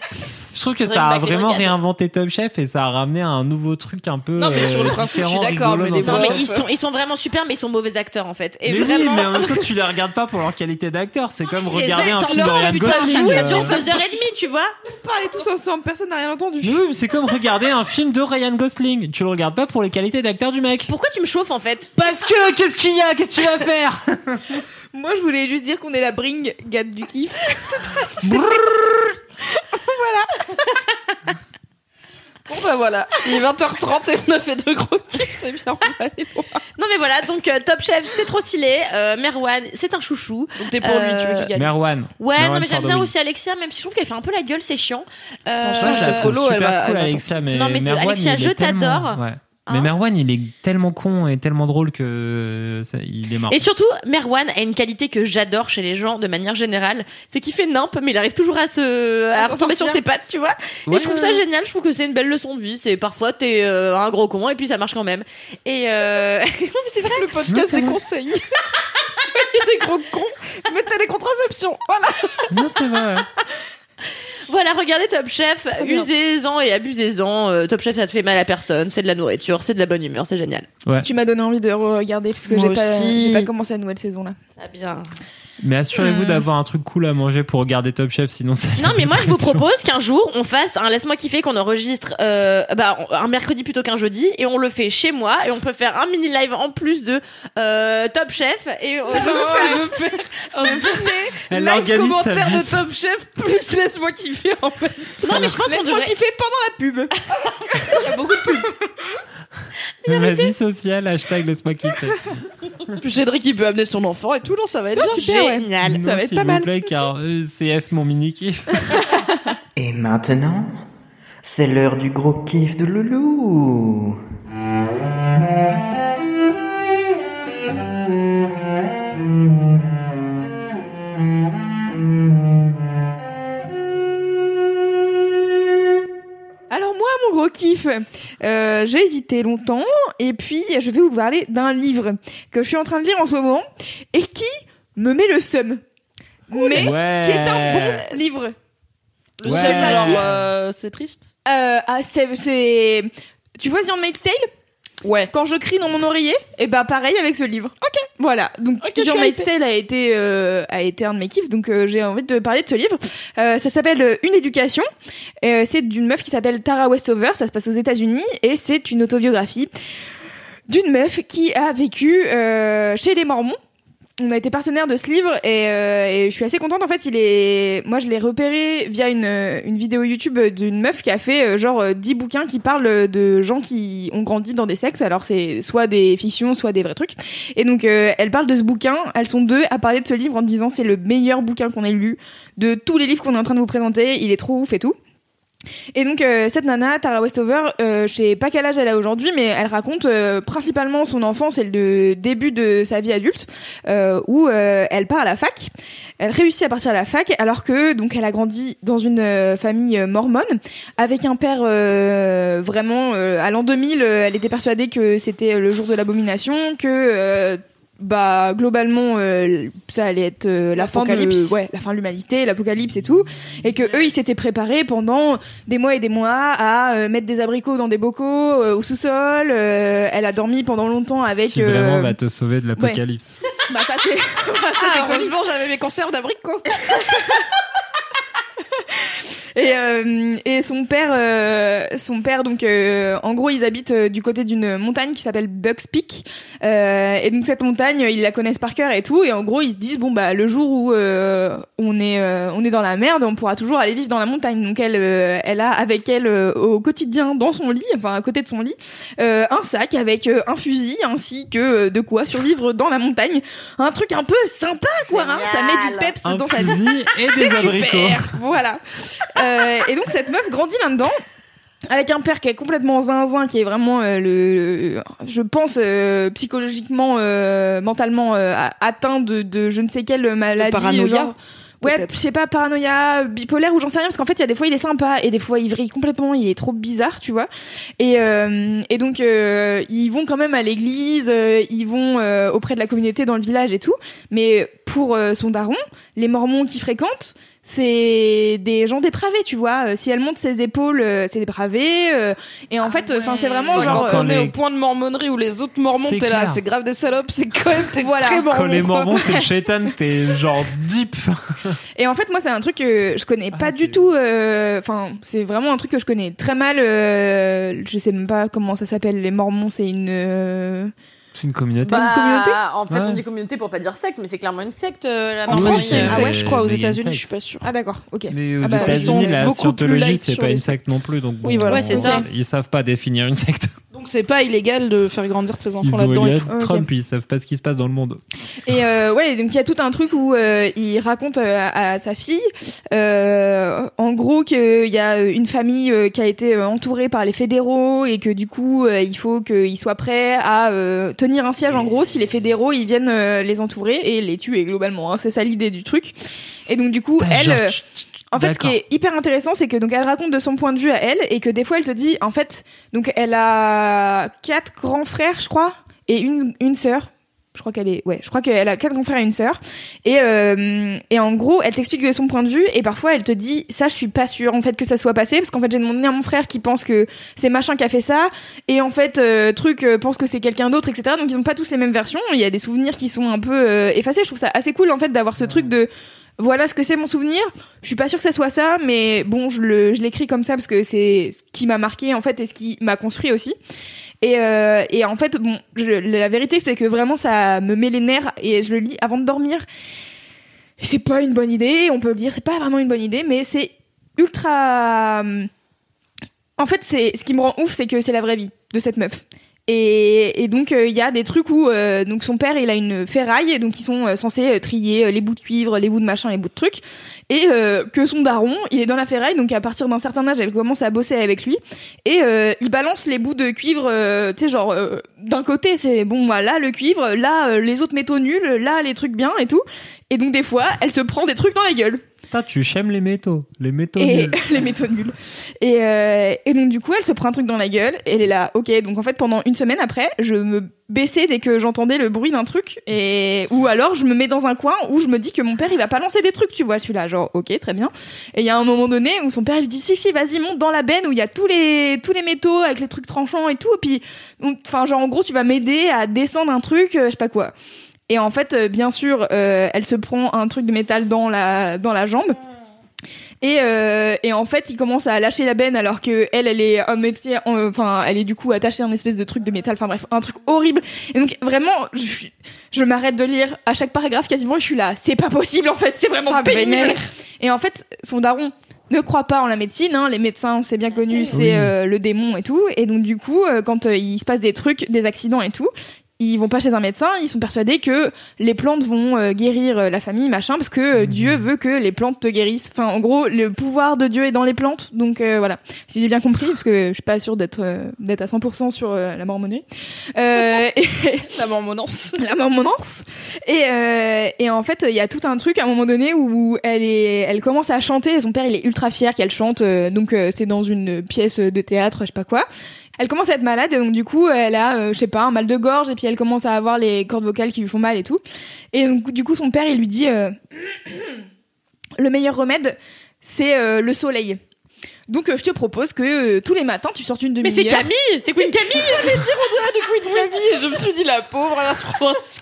Je trouve que
Bring
ça a
back les
vraiment
brigades.
réinventé Top Chef et ça a ramené un nouveau truc un peu.
Non, mais sur le
euh,
principe, je suis
différent,
d'accord,
rigolo
mais
dans
les
Top
voix
Chef.
Mais ils sont, ils sont vraiment super, mais ils sont mauvais acteurs en fait. Et
Mais si,
vraiment.
mais en même temps, tu les regardes pas pour leur qualité d'acteur. C'est comme regarder un
T'en
film
parles,
d'Ariane
putain,
Gosling.
Ça
euh.
dure deux heures et demie, tu vois.
Parlez tous ensemble, personne n'a rien entendu.
Mais oui, mais c'est comme regarder un film de Ryan Gosling. Tu le regardes pas pour les qualités d'acteur du mec.
Pourquoi tu me chauffes en fait
Parce que qu'est-ce qu'il y a Qu'est-ce que tu vas faire
Moi, je voulais juste dire qu'on est la bring gade du
*laughs*
kiff.
Bon, bah voilà. Il est 20h30 et on a fait deux gros kiffs, c'est bien. On va aller loin.
Non mais voilà, donc euh, Top Chef, c'est trop stylé. Euh, Merwan, c'est un chouchou.
Donc, t'es pour lui, tu
Euh,
veux qu'il gagne.
Merwan.
Ouais,
Merwan
non mais j'aime bien
Sardoui.
aussi Alexia, même si je trouve qu'elle fait un peu la gueule, c'est chiant. Euh,
Franchement, je la trouve
Follow, elle
super
va-
cool,
elle va-
Alexia, mais,
Non, mais c'est-
Merwan,
Alexia,
il est
je
tellement-
t'adore.
Ouais.
Hein
mais Merwan, il est tellement con et tellement drôle que euh, ça- il est marrant.
Et surtout, Merwan a une qualité que j'adore chez les gens de manière générale, c'est qu'il fait nimp, mais il arrive toujours à se à
s'en
retomber
sortir.
sur ses pattes, tu vois.
Ouais.
Et je trouve ça génial. Je trouve que c'est une belle leçon de vie. C'est parfois t'es euh, un gros con et puis ça marche quand même. Et euh... *laughs* non, mais c'est vrai.
Le
Non,
podcast
c'est
des
vrai.
*laughs*
conseils. Soyez des gros cons. Mettez les contraceptions.
Oh
Voilà.
Non, c'est vrai.
Voilà, regardez Top Chef,
bien.
usez-en et abusez-en. Euh, Top Chef, ça te fait mal à personne. C'est de la nourriture, c'est de la bonne humeur, c'est génial.
Tu m'as donné envie de regarder parce que
Moi
j'ai pas,
aussi.
j'ai pas commencé la nouvelle saison là.
eh
Ah bien.
Mais assurez-vous
Hmm.
d'avoir un truc cool à manger pour regarder Top Chef, sinon ça.
Non, mais moi, je vous propose qu'un jour, on fasse un laisse-moi kiffer qu'on enregistre euh, bah, un mercredi plutôt qu'un jeudi et on le fait chez moi et on peut faire un mini live en plus de euh, Top Chef et *laughs* euh, je
Je veux faire un dîner.
Elle
live
organise sa
commentaire
vie.
de Top Chef, plus laisse-moi kiffer en fait.
Non, mais je pense qu'on
Laisse-moi
devrait.
kiffer pendant la pub.
Il y a beaucoup de pubs.
Ma vie sociale, hashtag laisse-moi kiffer.
Puis Cédric, il peut amener son enfant et tout, non, ça va être bien.
Génial.
Non,
ça va être
s'il
pas
vous
mal.
plaît, car euh, CF, mon mini kiff.
Et maintenant, c'est l'heure du gros kiff de Loulou.
Alors moi, mon gros kiff, euh, j'ai hésité longtemps et puis je vais vous parler d'un livre que je suis en train de lire en ce moment et qui me met le seum. Mais
ouais.
qui est un bon livre.
Le Ouais.
C'est
seul
genre,
kiff.
euh, c'est triste.
Euh, ah, c'est, c'est... Tu vois The Handmaid's Tale
Ouais.
Quand je crie dans mon oreiller, et bah pareil avec ce livre. Ok. Voilà. Donc
Ok, je
The
suis
Handmaid's Tale a été, euh, a été un de mes kiffs, donc euh, j'ai envie de parler de ce livre. Euh, ça s'appelle euh, Une éducation. Euh, c'est d'une meuf qui s'appelle Tara Westover, ça se passe aux États-Unis, et c'est une autobiographie d'une meuf qui a vécu euh, chez les Mormons. On a été partenaire de ce livre et, euh, et je suis assez contente. En fait, il est, moi, je l'ai repéré via une, euh, une vidéo YouTube d'une meuf qui a fait euh, genre euh, 10 bouquins qui parlent euh, de gens qui ont grandi dans des sectes. Alors c'est soit des fictions, soit des vrais trucs. Et donc euh, elle parle de ce bouquin. Elles sont deux à parler de ce livre en disant c'est le meilleur bouquin qu'on ait lu de tous les livres qu'on est en train de vous présenter. Il est trop ouf et tout. Et donc euh, cette nana, Tara Westover, euh, je sais pas quel âge elle a aujourd'hui, mais elle raconte euh, principalement son enfance et le début de sa vie adulte, euh, où euh, elle part à la fac. Elle réussit à partir à la fac, alors que donc elle a grandi dans une euh, famille euh, mormone, avec un père euh, vraiment euh, à l'an 2000, euh, elle était persuadée que c'était euh, le jour de l'abomination, que euh, bah globalement euh, ça allait être euh, la fin de
L'apocalypse.
ouais la fin de l'humanité l'apocalypse et tout et que eux ils s'étaient préparés pendant des mois et des mois à euh, mettre des abricots dans des bocaux euh, au sous-sol euh, elle a dormi pendant longtemps avec
Qui vraiment
euh,
va te sauver de l'apocalypse.
*laughs* bah, ça c'est *laughs*
Ah, heureusement, j'avais mes conserves d'abricots.
Et, euh, et son père, euh, son père, donc euh, en gros, ils habitent euh, du côté d'une montagne qui s'appelle Bucks Peak. Euh, et donc cette montagne, ils la connaissent par cœur et tout. Et en gros, ils se disent bon bah le jour où euh, on est euh, on est dans la merde, on pourra toujours aller vivre dans la montagne. Donc elle, euh, elle a avec elle euh, au quotidien dans son lit, enfin à côté de son lit, euh, un sac avec euh, un fusil ainsi que euh, de quoi survivre dans la montagne. Un truc un peu sympa quoi. hein. ça met du peps
Un
dans sa
fusil
vie.
et des
C'est super.
abricots.
Voilà. Euh, et donc cette meuf grandit là-dedans. Avec un père qui est complètement zinzin, qui est vraiment euh, le, le- je pense euh, psychologiquement, euh, mentalement euh, a- atteint de, de je ne sais quelle maladie,
paranoïa,
genre- ouais, je sais pas, paranoïa, bipolaire ou j'en sais rien, parce qu'en fait il y a des fois il est sympa et des fois il vrille complètement, il est trop bizarre, tu vois. Et euh, et donc euh, ils vont quand même à l'église, euh, ils vont euh, auprès de la communauté dans le village et tout, mais pour euh, son daron, les Mormons qui fréquentent c'est des gens dépravés, tu vois. Euh, Si elle monte ses épaules, euh, c'est dépravé. euh, et en fait, enfin, c'est vraiment
Enfin,
genre.
quand on
euh,
est au point de mormonnerie où les autres mormons,
C'est
t'es là,
clair.
c'est grave des salopes, c'est quand même t'es
Voilà.
très mormon.
Quand les
quoi.
*laughs*
mormons, c'est
*laughs*
le shaitan, t'es genre deep.
Et en fait, moi, c'est un truc que je connais pas du tout. euh, Enfin, c'est vraiment un truc que je connais très mal. euh, je sais même pas comment ça s'appelle. Les Mormons, c'est une. euh,
C'est une communauté.
Une communauté
Bah, En fait, on
Ouais.
dit communauté pour pas dire secte, mais c'est clairement une secte. euh, la
En
Mormonie.
France, c'est-
Ah ouais, je crois aux
c'est-
États-Unis,
secte.
je suis pas
sûre.
Ah d'accord, ok.
Et aux
Ah bah, ils
États-Unis,
sont
la
beaucoup plus
scientologie,
light
c'est
sur
pas
les
une
sectes.
secte non plus, donc bon,
Oui, voilà. Ouais, c'est
on-
ça.
ils savent pas définir une secte.
Donc c'est pas illégal de faire grandir tes
Ils
enfants
ont
là-dedans. et
élu
tout.
Trump, ils savent pas ce qui se passe dans le monde.
Et euh, ouais, donc il y a tout un truc où euh, il raconte euh, à, à sa fille, euh, en gros, qu'il y a une famille euh, qui a été euh, entourée par les fédéraux et que du coup, euh, il faut qu'ils soient prêts à euh, tenir un siège, en gros, si les fédéraux, ils viennent euh, les entourer et les tuer globalement. hein. c'est ça l'idée du truc. Et donc du coup, elle...
genre,
euh,
tch, tch, tch,
en fait, ce qui
d'accord.
est hyper intéressant, c'est que donc elle raconte de son point de vue à elle et que des fois elle te dit en fait donc elle a quatre grands frères, je crois, et une une sœur. Je crois qu'elle est ouais, je crois qu'elle a quatre grands frères et une sœur et euh, et en gros, elle t'explique de son point de vue et parfois elle te dit ça je suis pas sûre en fait que ça soit passé parce qu'en fait j'ai demandé à mon frère qui pense que c'est machin qui a fait ça et en fait euh, truc euh, pense que c'est quelqu'un d'autre etc. Donc ils ont pas tous les mêmes versions, il y a des souvenirs qui sont un peu euh, effacés, je trouve ça assez cool en fait d'avoir ce truc de voilà ce que c'est mon souvenir. Je suis pas sûre que ça soit ça, mais bon, je le, je l'écris comme ça parce que c'est ce qui m'a marqué en fait et ce qui m'a construit aussi. Et, euh, et en fait, bon, je- la vérité c'est que vraiment ça me met les nerfs et je le lis avant de dormir. C'est pas une bonne idée, on peut le dire, c'est pas vraiment une bonne idée, mais c'est ultra. En fait, c'est ce qui me rend ouf, c'est que c'est la vraie vie de cette meuf. Et, et donc il y a des trucs où euh, donc son père il a une ferraille et donc ils sont euh, censés euh, trier euh, les bouts de cuivre, les bouts de machin, les bouts de trucs et euh, que son daron il est dans la ferraille donc à partir d'un certain âge elle commence à bosser avec lui et euh, il balance les bouts de cuivre euh, tu sais genre euh, d'un côté c'est bon bah, là le cuivre là euh, les autres métaux nuls là les trucs bien et tout et donc des fois elle se prend des trucs dans la gueule
Putain, tu chèmes les métaux. Les métaux
et
nuls.
*laughs* les métaux nuls. Et, euh, et donc, du coup, elle se prend un truc dans la gueule. Et elle est là, ok. Donc, en fait, pendant une semaine après, je me baissais dès que j'entendais le bruit d'un truc. Et, ou alors, je me mets dans un coin où je me dis que mon père, il va pas lancer des trucs, tu vois. Je suis là, genre, ok, très bien. Et il y a un moment donné où son père, il lui dit, si, si, vas-y, monte dans la benne où il y a tous les, tous les métaux avec les trucs tranchants et tout. Et puis, enfin, genre, en gros, tu vas m'aider à descendre un truc, euh, je sais pas quoi. Et en fait, euh, bien sûr, euh, elle se prend un truc de métal dans la, dans la jambe. Et, euh, et en fait, il commence à lâcher la benne alors que elle, elle est un métier, en- enfin, elle est du coup attachée à un espèce de truc de métal. Enfin bref, un truc horrible. Et donc vraiment, je, suis- je m'arrête de lire à chaque paragraphe quasiment. et Je suis là, c'est pas possible en fait, c'est vraiment
Ça
pénible.
vénère.
Et en fait, son daron ne croit pas en la médecine. hein. Les médecins, c'est bien connu, c'est
Oui.
euh, le démon et tout. Et donc du coup, euh, quand euh, il se passe des trucs, des accidents et tout. Ils vont pas chez un médecin, ils sont persuadés que les plantes vont euh, guérir euh, la famille, machin, parce que euh, Dieu veut que les plantes te guérissent. Enfin, en gros, le pouvoir de Dieu est dans les plantes, donc euh, voilà. Si j'ai bien compris, parce que je suis pas sûre d'être euh, d'être à 100% sur euh, la mormonnerie. Euh, et-
La mormonance.
*laughs* la mormonance. Et, euh, et en fait, il y a tout un truc à un moment donné où elle, est, elle commence à chanter. et Son père, il est ultra fier qu'elle chante. euh, donc, euh, c'est dans une pièce de théâtre, je sais pas quoi. Elle commence à être malade. Et donc, du coup, elle a, euh, je sais pas, un mal de gorge. Et puis, elle commence à avoir les cordes vocales qui lui font mal et tout. Et donc, du coup, son père, il lui dit euh, Le meilleur remède, c'est euh, le soleil. Donc euh, je te propose que euh, tous les matins tu sortes une
Mais
demi-heure.
c'est Camille C'est Queen Camille
*laughs* J'allais dire on dirait de Queen Camille et je me suis dit la pauvre elle a se prononcer.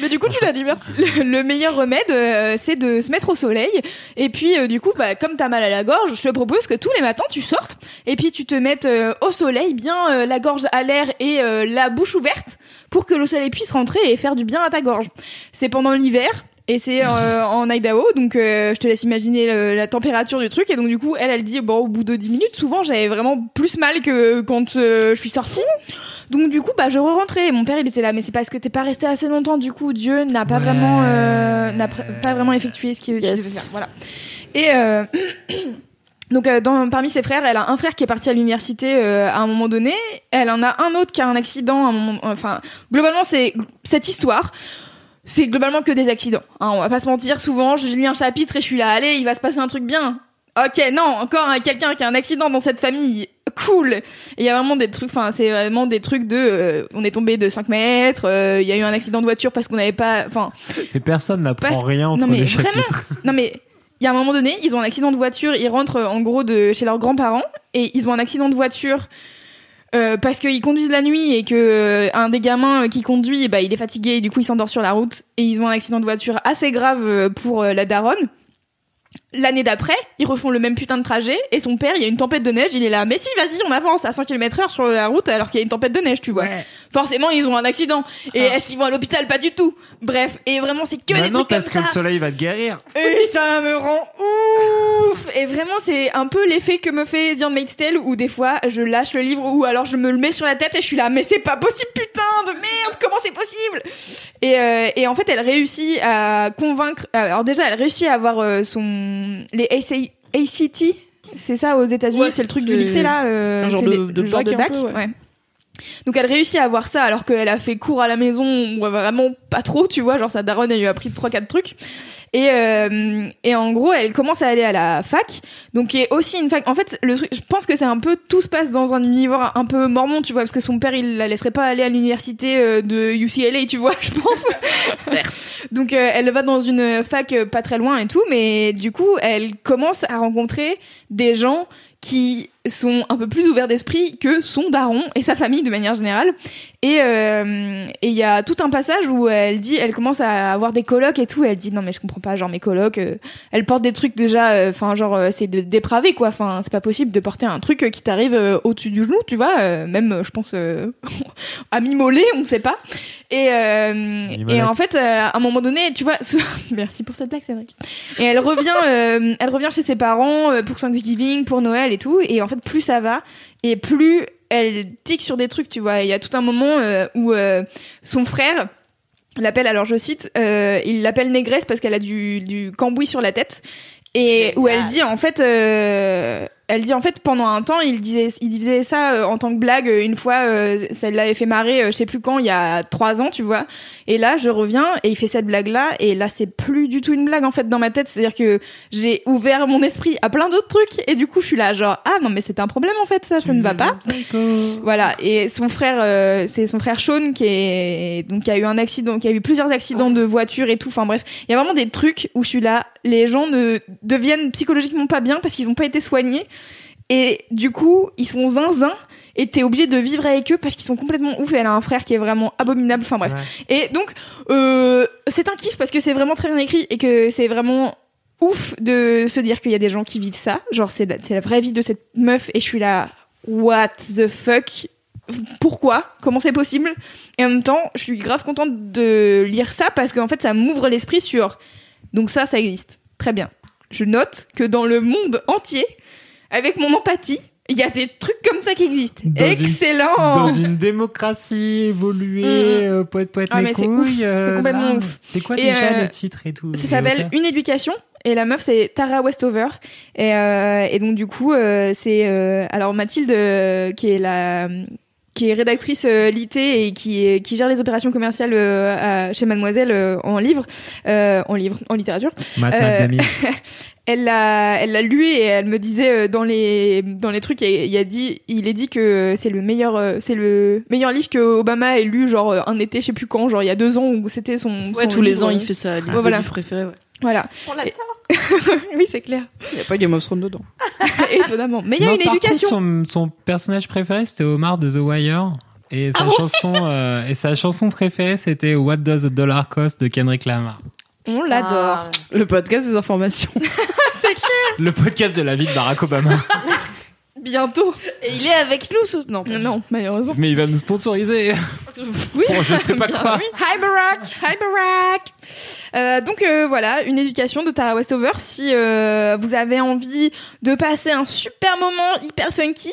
Mais du coup, tu l'as dit, merci. *laughs* Le, le meilleur remède, euh, c'est de se mettre au soleil. Et puis, euh, du coup, bah, comme t'as mal à la gorge, je te propose que tous les matins, tu sortes et puis tu te mettes euh, au soleil, bien euh, la gorge à l'air et euh, la bouche ouverte pour que le soleil puisse rentrer et faire du bien à ta gorge. C'est pendant l'hiver. Et c'est euh, en Idaho, donc euh, je te laisse imaginer le- la température du truc. Et donc du coup, elle, elle dit, bon, au bout de 10 minutes, souvent j'avais vraiment plus mal que quand euh, je suis sortie. Donc du coup, bah je re-rentrais. Et Mon père, il était là, mais c'est parce que t'es pas resté assez longtemps. Du coup, Dieu n'a pas vraiment, euh, n'a pr- pas vraiment effectué ce qu'il
Yes.
devait faire. Voilà. Et euh, *clears throat* donc, euh, dans- parmi ses frères, elle a un frère qui est parti à l'université euh, à un moment donné. Elle en a un autre qui a un accident. à un moment- enfin, globalement, c'est cette histoire. C'est globalement que des accidents. hein, on va pas se mentir. Souvent, je lis un chapitre et je suis là, allez, il va se passer un truc bien. Ok, non, encore un- quelqu'un qui a un accident dans cette famille. Cool. Et il y a vraiment des trucs. Enfin, c'est vraiment des trucs de. euh, on est tombé de 5 mètres. euh, Il y a eu un accident de voiture parce qu'on n'avait pas. Enfin.
Et personne n'apprend
Parce-
rien entre
non, mais
les
vraiment.
chapitres.
Non mais il y a un moment donné, ils ont un accident de voiture, ils rentrent euh, en gros de chez leurs grands-parents et ils ont un accident de voiture euh, parce qu'ils conduisent la nuit et que euh, un des gamins euh, qui conduit, bah, il est fatigué et du coup il s'endort sur la route et ils ont un accident de voiture assez grave euh, pour euh, la daronne. L'année d'après, ils refont le même putain de trajet et son père, il y a une tempête de neige, il est là, mais si, vas-y, on avance à 100 km/h sur la route alors qu'il y a une tempête de neige, tu vois. Forcément, ils ont un accident. Et est-ce qu'ils vont à l'hôpital Pas du tout. Bref, et vraiment, c'est que
Ah. Bah
des
non,
trucs comme
parce
ça.
que le soleil va te guérir.
Et ça me rend ouf Et vraiment, c'est un peu l'effet que me fait The Handmaid's Tale, où des fois, je lâche le livre, ou alors je me le mets sur la tête et je suis là, mais c'est pas possible, putain de merde, comment c'est possible et, euh, et en fait, elle réussit à convaincre... euh, Alors déjà, elle réussit à avoir euh, son... les AC ACT c'est ça aux États-Unis, c'est le truc du
c'est
lycée là, euh,
un genre
c'est
de-
les-
de
le genre
bac
de
un
bac.
peu, ouais.
ouais. Donc elle réussit à avoir ça alors qu'elle a fait cours à la maison où vraiment pas trop, tu vois, genre sa daronne elle lui a pris trois quatre trucs. Et, euh, et en gros, elle commence à aller à la fac, donc qui est aussi une fac. En fait, le truc, je pense que c'est un peu tout se passe dans un univers un peu mormon, tu vois, parce que son père il la laisserait pas aller à l'université euh, de UCLA, tu vois, je
*laughs*
pense. Donc euh, elle va dans une fac euh, pas très loin et tout, mais du coup elle commence à rencontrer des gens qui sont un peu plus ouverts d'esprit que son daron et sa famille de manière générale. Et euh, et il y a tout un passage où elle dit, elle commence à avoir des colocs et tout, et elle dit non mais je comprends pas, genre mes colocs, euh, elles portent des trucs déjà, enfin genre euh, c'est de- dépravé quoi, enfin c'est pas possible de porter un truc euh, qui t'arrive euh, au-dessus du genou, tu vois, euh, même euh, je pense euh, *laughs* à mi-mollet, on sait pas. Et, euh,
Mi-molette.
et en fait, euh, à un moment donné, tu vois, sou- *laughs* merci pour cette blague, Cédric. Et elle revient, euh, elle revient chez ses parents euh, pour Thanksgiving, pour Noël et tout. Et en fait, plus ça va, et plus elle tique sur des trucs, tu vois. Et Il y a tout un moment euh, où euh, son frère l'appelle, alors je cite, euh, il l'appelle négresse parce qu'elle a du, du cambouis sur la tête. Et où elle dit en fait, euh, elle dit en fait pendant un temps, il disait, il disait ça euh, en tant que blague euh, une fois, euh, ça l'avait fait marrer, euh, je sais plus quand, il y a trois ans, tu vois. Et là, je reviens et il fait cette blague là, et là c'est plus du tout une blague en fait dans ma tête, c'est-à-dire que j'ai ouvert mon esprit à plein d'autres trucs et du coup je suis là genre ah non mais c'est un problème en fait ça, ça ne va pas. Voilà. Et son frère, euh, c'est son frère Sean qui est donc qui a eu un accident, qui a eu plusieurs accidents de voiture et tout. Enfin bref, il y a vraiment des trucs où je suis là. Les gens ne deviennent psychologiquement pas bien parce qu'ils n'ont pas été soignés et du coup ils sont zinzin. Et t'es obligé de vivre avec eux parce qu'ils sont complètement ouf. Et elle a un frère qui est vraiment abominable. Enfin bref. Et donc euh, c'est un kiff parce que c'est vraiment très bien écrit et que c'est vraiment ouf de se dire qu'il y a des gens qui vivent ça. Genre, c'est la, c'est la vraie vie de cette meuf et je suis là, what the fuck pourquoi Comment c'est possible Et en même temps, je suis grave contente de lire ça parce qu'en fait, ça m'ouvre l'esprit sur. Donc, ça, ça existe. Très bien. Je note que dans le monde entier, avec mon empathie, il y a des trucs comme ça qui existent.
Dans une-
Excellent
dans une démocratie évoluée,
Mm.
euh, poète poète
Ah,
mes
mais c'est ouf.
couilles. euh,
C'est complètement
là,
ouf.
C'est quoi
Et,
déjà
euh,
le titre et tout
Ça
les
s'appelle
auteurs
Une éducation. Et la meuf, c'est Tara Westover. Et, euh, et donc, du coup, euh, c'est. euh, alors, Mathilde, euh, qui est la qui est rédactrice euh, l'IT et qui, est- qui gère les opérations commerciales euh, à- chez Mademoiselle euh, en livre, euh, en livre, en littérature.
Math, math,
Euh,
Demi.
elle l'a, elle l'a lu et elle me disait euh, dans les dans les trucs, il y a- il y a dit, il est dit que c'est le meilleur, euh, c'est le meilleur livre que Obama euh, ait lu genre un été, je sais plus quand, genre il y a deux ans où c'était son.
Ouais,
son
tous les
livre,
ans,
euh,
il fait sa liste
ouais,
de
voilà.
livres préférés. ouais.
Voilà. *laughs* oui, c'est clair.
Il n'y a pas Game of Thrones dedans.
*laughs* Étonnamment.
Eh
Mais il y a
Non,
une
par contre,
éducation.
son, son personnage préféré, c'était Omar de The Wire. Et sa,
Ah ouais
chanson, euh, et sa chanson préférée, c'était What Does the Dollar Cost de Kendrick Lamar.
On
ah.
l'adore.
Le podcast des informations.
Le podcast de la vie de Barack Obama.
Bientôt.
Et il est avec nous, sous... non
Non, malheureusement.
*laughs* Mais il va nous sponsoriser.
Oui.
Pour je
*laughs*
sais pas
Bien,
quoi.
oui. Hi Barack, hi Barack. Euh, donc euh, voilà, une éducation de Tara Westover. Si euh, vous avez envie de passer un super moment hyper funky,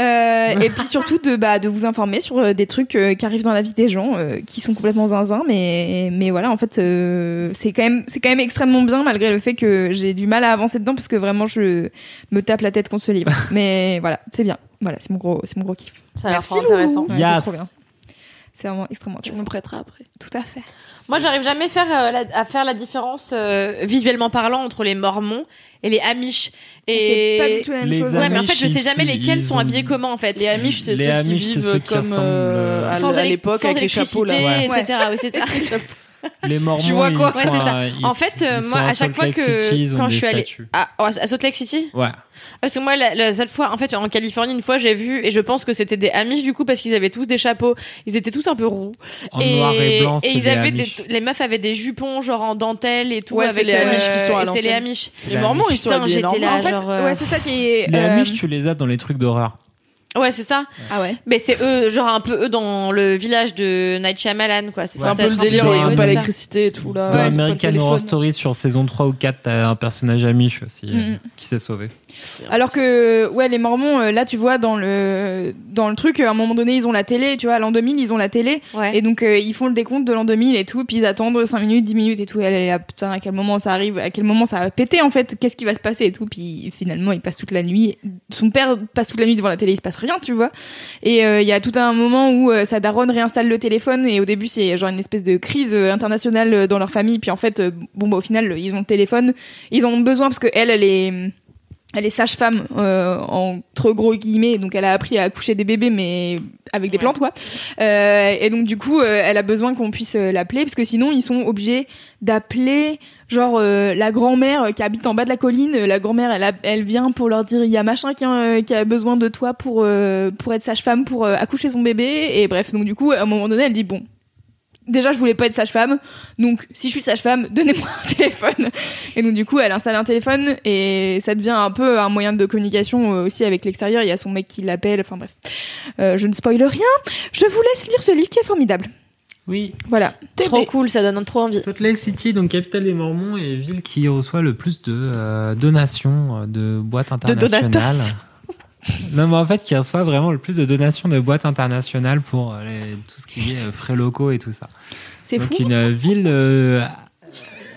euh, et puis surtout de bah, de vous informer sur euh, des trucs euh, qui arrivent dans la vie des gens, euh, qui sont complètement zinzin, mais mais voilà, en fait euh, c'est quand même c'est quand même extrêmement bien malgré le fait que j'ai du mal à avancer dedans parce que vraiment je me tape la tête contre ce
*laughs*
livre. Mais voilà, c'est bien. Voilà, c'est mon gros c'est mon gros kiff.
Ça a l'air
Merci,
fort intéressant.
Lou. Ouais,
Yes.
c'est trop bien. C'est vraiment extrêmement
Tu
intéressant.
me prêteras après.
Tout à fait.
Moi, j'arrive jamais à faire, euh, la, à faire la différence euh, visuellement parlant entre les Mormons et les Amish. Et
C'est pas du tout la même Les chose.
Ouais, mais en fait, je
Amish,
sais jamais
ils-
lesquels
ils
sont
ont-
habillés comment en fait. Les Amish,
c'est Les ceux qui Amish, c'est vivent ceux qui comme, ressemblent, euh, à l- à l'époque, avec les chapeaux, là. Ouais.
etc. Oui,
*laughs*
c'est ça.
Les Mormons,
Tu vois quoi
ils
Ouais,
sont
c'est ça.
à- ils-
En fait, euh,
ils
moi,
sont
à chaque
Salt
fois
Lake
que
City, ils ont
quand je
des
suis allée
statues.
à, oh, à Salt Lake City,
Ouais.
parce que moi, la, la seule fois, en fait, en Californie, une fois, j'ai vu, et je pense que c'était des Amish du coup, parce qu'ils avaient tous des chapeaux. Ils étaient tous un peu roux.
En noir et blanc, c'est
ils
des
avaient
Amish.
des- les meufs avaient des jupons, genre en dentelle et tout.
Ouais, c'est
avec
les Amish qui sont à
et C'est les
l'ancienne.
Amish.
Les Les Mormons, Amish. ils sont
Putain,
habillés
j'étais là,
normal. En fait,
genre. euh,
ouais, c'est ça qui est. euh,
Les Amish, tu les as dans les trucs d'horreur.
Ouais, c'est ça.
Ah ouais.
Mais c'est eux, genre un peu eux dans le village de Night Shyamalan, quoi. C'est
Ouais.
censé être peu-
où ils ont
ouais,
pas
c'est ça.
l'électricité
et tout là.
Dans American Horror Story sur saison 3 ou 4, t'as un personnage Amish aussi euh,
Mm.
qui s'est sauvé.
Alors que ouais, les Mormons, euh, là, tu vois dans le dans le truc, euh, à un moment donné, ils ont la télé, tu vois, à l'an 2000, ils ont la télé, et donc euh, ils font le décompte de l'an 2000 et tout, puis ils attendent 5 minutes, 10 minutes et tout. Et Elle est là, putain, à quel moment ça arrive, à quel moment ça va péter en fait, qu'est-ce qui va se passer et tout. Puis finalement, il passe toute la nuit. Son père passe toute la nuit devant la télé, il se passe rien, tu vois. Et euh, il y a tout un moment où euh, sa daronne réinstalle le téléphone et au début c'est genre une espèce de crise euh, internationale euh, dans leur famille. Puis en fait, euh, bon bah au final, ils ont le téléphone, ils en ont besoin parce que elle, elle est elle est sage-femme, euh, entre gros guillemets, donc elle a appris à accoucher des bébés, mais avec des plantes, quoi. Euh, et donc, du coup, euh, elle a besoin qu'on puisse euh, l'appeler, parce que sinon, ils sont obligés d'appeler, genre, euh, la grand-mère qui habite en bas de la colline. Euh, La grand-mère, elle, a- elle vient pour leur dire, il y a machin qui, a- qui a besoin de toi pour, euh, pour être sage-femme, pour euh, accoucher son bébé. Et bref, donc, du coup, à un moment donné, elle dit, bon, déjà je voulais pas être sage-femme donc si je suis sage-femme *laughs* donnez-moi un téléphone et donc du coup elle installe un téléphone et ça devient un peu un moyen de communication euh, aussi avec l'extérieur il y a son mec qui l'appelle enfin bref Euh, je ne spoile rien je vous laisse lire ce livre qui est formidable
oui
voilà
trop cool ça donne trop envie
Salt Lake City, donc capitale des Mormons et ville qui reçoit le plus de euh, donations euh, de boîtes
*laughs*
internationales.
donateurs.
non, mais en fait, qui reçoit vraiment le plus de donations de boîtes internationales pour euh, les- tout ce qui est euh, frais locaux et tout ça.
C'est
donc
fou.
une euh, ville euh,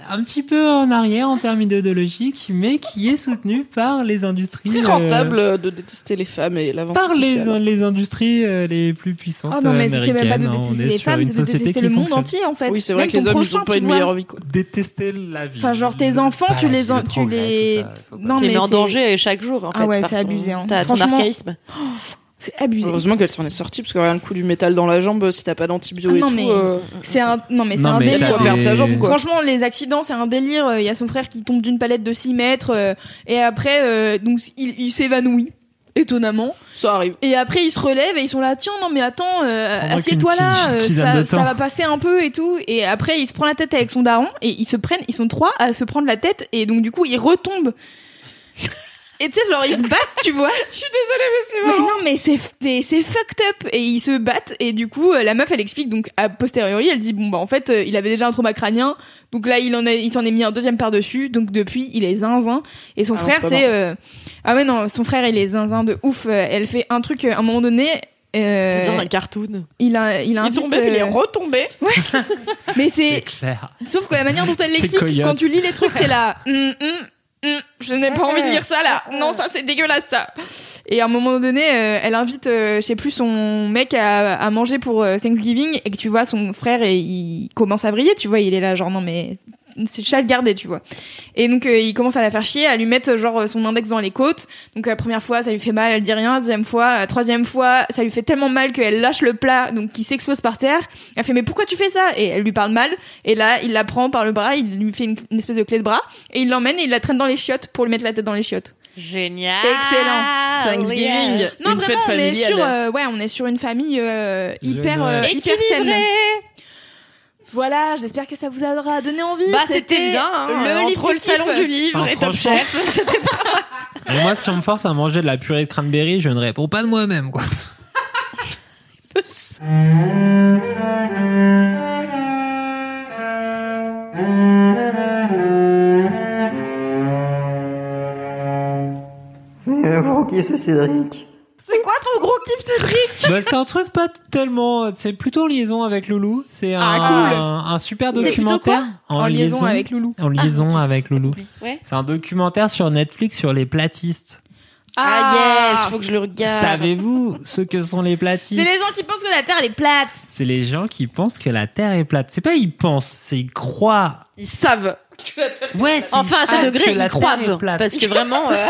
un petit peu en arrière en termes idéologiques, mais qui est soutenue par les industries.
Très
euh,
rentable euh, de détester les femmes et l'avance
par les,
sociale.
les industries euh, les plus puissantes.
Ah non, mais c'est
américaines.
même pas de
hein. On
détester
est
les
sur
femmes,
une
c'est de
société
détester
qui
le monde
fonctionne.
entier en fait
Oui, c'est vrai
Même
que les
ton
hommes, ils
prochain,
ont pas
tu
une
vois.
meilleure vie, quoi.
Détester la vie.
enfin genre tes enfants tu les en- tu les
hein,
non
Tu les mets en
c'est-
danger chaque jour en
Ah
fait.
ouais,
par
c'est
ton-
abusé, hein.
T'as ton
Franchement.
archaïsme.
c'est abusé
Heureusement qu'elle s'en est sortie parce que rien le coup du métal dans la jambe si t'as pas d'antibio
Ah
et
non,
tout. euh,
mais c'est un non mais c'est
Non,
un
mais
délire
t'as Elle doit perdre des- sa jambe, quoi.
franchement les accidents c'est un délire il y a son frère qui tombe d'une palette de 6 mètres euh, et après euh, donc il, il s'évanouit étonnamment
ça arrive
et après ils se relèvent et ils sont là tiens non mais attends euh,
Prendra
assieds-toi
qu'une
là
petite
euh,
tisane
ça,
de
ça
thym.
va passer un peu et tout et après il se prend la tête avec son daron et ils se prennent ils sont trois à se prendre la tête et donc du coup ils retombent et tu sais, genre, ils se battent, tu vois. Je suis désolée, mais c'est Mais non, mais c'est, c'est, c'est fucked up. Et ils se battent. Et du coup, euh, la meuf, elle explique, donc, a posteriori, elle dit, bon, bah, en fait, euh, il avait déjà un trauma crânien. Donc là, il en a, il s'en est mis un deuxième par-dessus. Donc depuis, il est zinzin. Et son
Ah non,
frère,
c'est pas
c'est,
mort.
euh, ah ouais, non, son frère, il est zinzin de ouf. Euh, Elle fait un truc, euh, à un moment donné, euh,
On dirait un cartoon.
il a, il a euh,
Il est tombé, puis il est retombé.
Mais c'est,
Claire.
Sauf que la manière dont elle
C'est
l'explique,
coyote.
quand tu lis les trucs, t'es là. Hum, hum, hum, je n'ai pas envie de lire ça là. Non, ça c'est dégueulasse ça. Et à un moment donné, euh, elle invite, euh, je sais plus, son mec à, à manger pour euh, Thanksgiving et que tu vois son frère et il commence à briller, tu vois, il est là genre non mais c'est le chat gardé, tu vois. Et donc euh, il commence à la faire chier, à lui mettre genre euh, son index dans les côtes. Donc la première fois, ça lui fait mal, elle dit rien. Deuxième fois, la troisième fois, ça lui fait tellement mal qu'elle lâche le plat, donc qui s'explose par terre. Elle fait mais pourquoi tu fais ça Et elle lui parle mal. Et là, il la prend par le bras, il lui fait une, une espèce de clé de bras et il l'emmène et il la traîne dans les chiottes pour lui mettre la tête dans les chiottes.
Génial.
Excellent.
Thanksgiving.
Non, vraiment,
Une fête
on est
familiale.
sur, euh, ouais, on est sur une famille euh, hyper,
Génial.
euh, hyper saine.
Équilibrée.
Voilà, j'espère que ça vous aura donné envie.
Bah, c'était bien, hein,
le
entre
livre
le salon
kiff.
du livre
Enfin, et Top franchement. Chef, Et moi, si on me force à manger de la purée de cranberry, je ne réponds pas de moi-même, quoi.
*laughs* C'est le gros kiff de Cédric.
C'est quoi ton gros kiff, Cédric
Bah, c'est un truc pas tellement. C'est plutôt en liaison avec Loulou. C'est un,
Ah, cool.
un, un super
C'est plutôt
documentaire.
quoi En liaison avec Loulou.
En
Ah,
liaison avec Loulou.
Ouais.
C'est un documentaire sur Netflix sur les platistes.
Ah, yes, faut que je le regarde.
Savez-vous ce que sont les platistes
C'est les gens qui pensent que la Terre elle est plate.
C'est les gens qui pensent que la Terre est plate. C'est pas ils pensent, c'est ils croient.
Ils savent.
Ouais, c'est-
Enfin, à
savent
ce
que
degré,
la
ils
Terre est
croivent.
plate.
Parce que
*laughs*
vraiment. euh,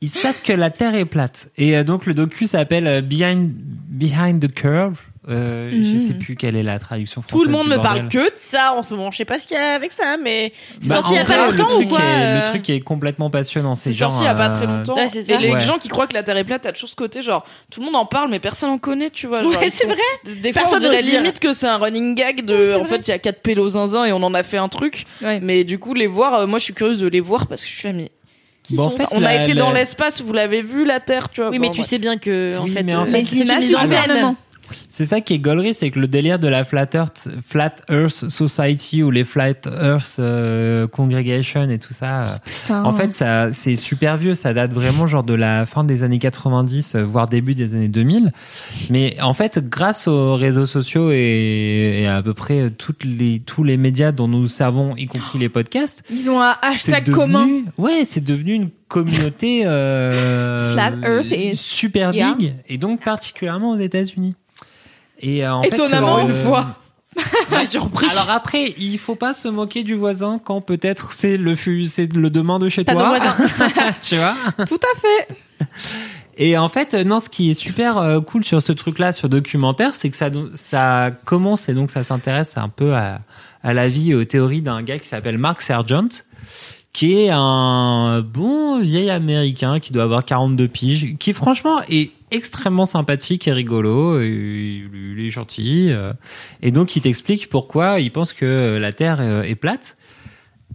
Ils savent que la Terre est plate. Et euh, donc le docu s'appelle euh, Behind Behind the Curve. Euh, Je
Mhm.
sais plus quelle est la traduction française.
Tout le monde
du
me
bordel.
parle que de ça en ce moment. Je sais pas ce qu'il y a avec ça, mais c'est
Bah,
sorti il y a
en vrai,
pas
le
longtemps ou
truc
quoi
est-
euh,
Le truc est complètement passionnant. C'est
C'est sorti il y a pas très longtemps.
Ouais, c'est ça.
et les
Ouais.
gens qui croient que la Terre est plate, t'as toujours ce côté genre tout le monde en parle mais personne en connaît, tu vois. genre,
Ouais,
ils
c'est
sont-
vrai.
Des, des
Personne
fois, on dirait
n'ose dire.
limite que c'est un running gag de. en fait, il y a quatre pélos zinzins et on en a fait un truc. Mais du coup, les voir, euh, moi, je suis curieuse de les voir parce que je suis amie.
Qui Bah, en sont- fait,
on
la-
a été dans
la-
l'espace, vous l'avez vu la Terre, tu vois. bah.
Oui, mais tu sais bien que en
Oui,
fait,
mais
euh,
en fait,
c'est une
images
mise en
du
scène.
Ah,
gouvernement.
C'est ça qui est gaulerie, c'est que le délire de la Flat Earth, Flat Earth Society ou les Flat Earth euh, Congregation et tout ça. euh,
Putain.
en fait, ça, c'est super vieux. Ça date vraiment genre de la fin des années 90, euh, voire début des années 2000. Mais en fait, grâce aux réseaux sociaux et, et à peu près toutes les, tous les médias dont nous servons, y compris les podcasts,
Ils ont un
c'est
hashtag
devenu-
commun.
Ouais, c'est devenu une communauté
*laughs*
euh,
Flat Earth is-
super big
Yeah.
et donc particulièrement aux États-unis. Et euh, en
Étonnamment,
fait,
une fois.
*laughs*
Ouais. Alors après, il faut pas se moquer du voisin quand peut-être c'est le fu- c'est le demain de chez
T'as
toi.
nos voisins.
*laughs* tu vois.
Tout à fait.
Et en fait, non, ce qui est super euh, cool sur ce truc-là, sur documentaire, c'est que ça, ça commence et donc ça s'intéresse un peu à, à la vie et aux théories d'un gars qui s'appelle Mark Sargent, qui est un bon vieil américain qui doit avoir 42 piges, qui franchement est extrêmement sympathique et rigolo, et il il est gentil, euh, et donc il t'explique pourquoi il pense que la Terre euh, est plate.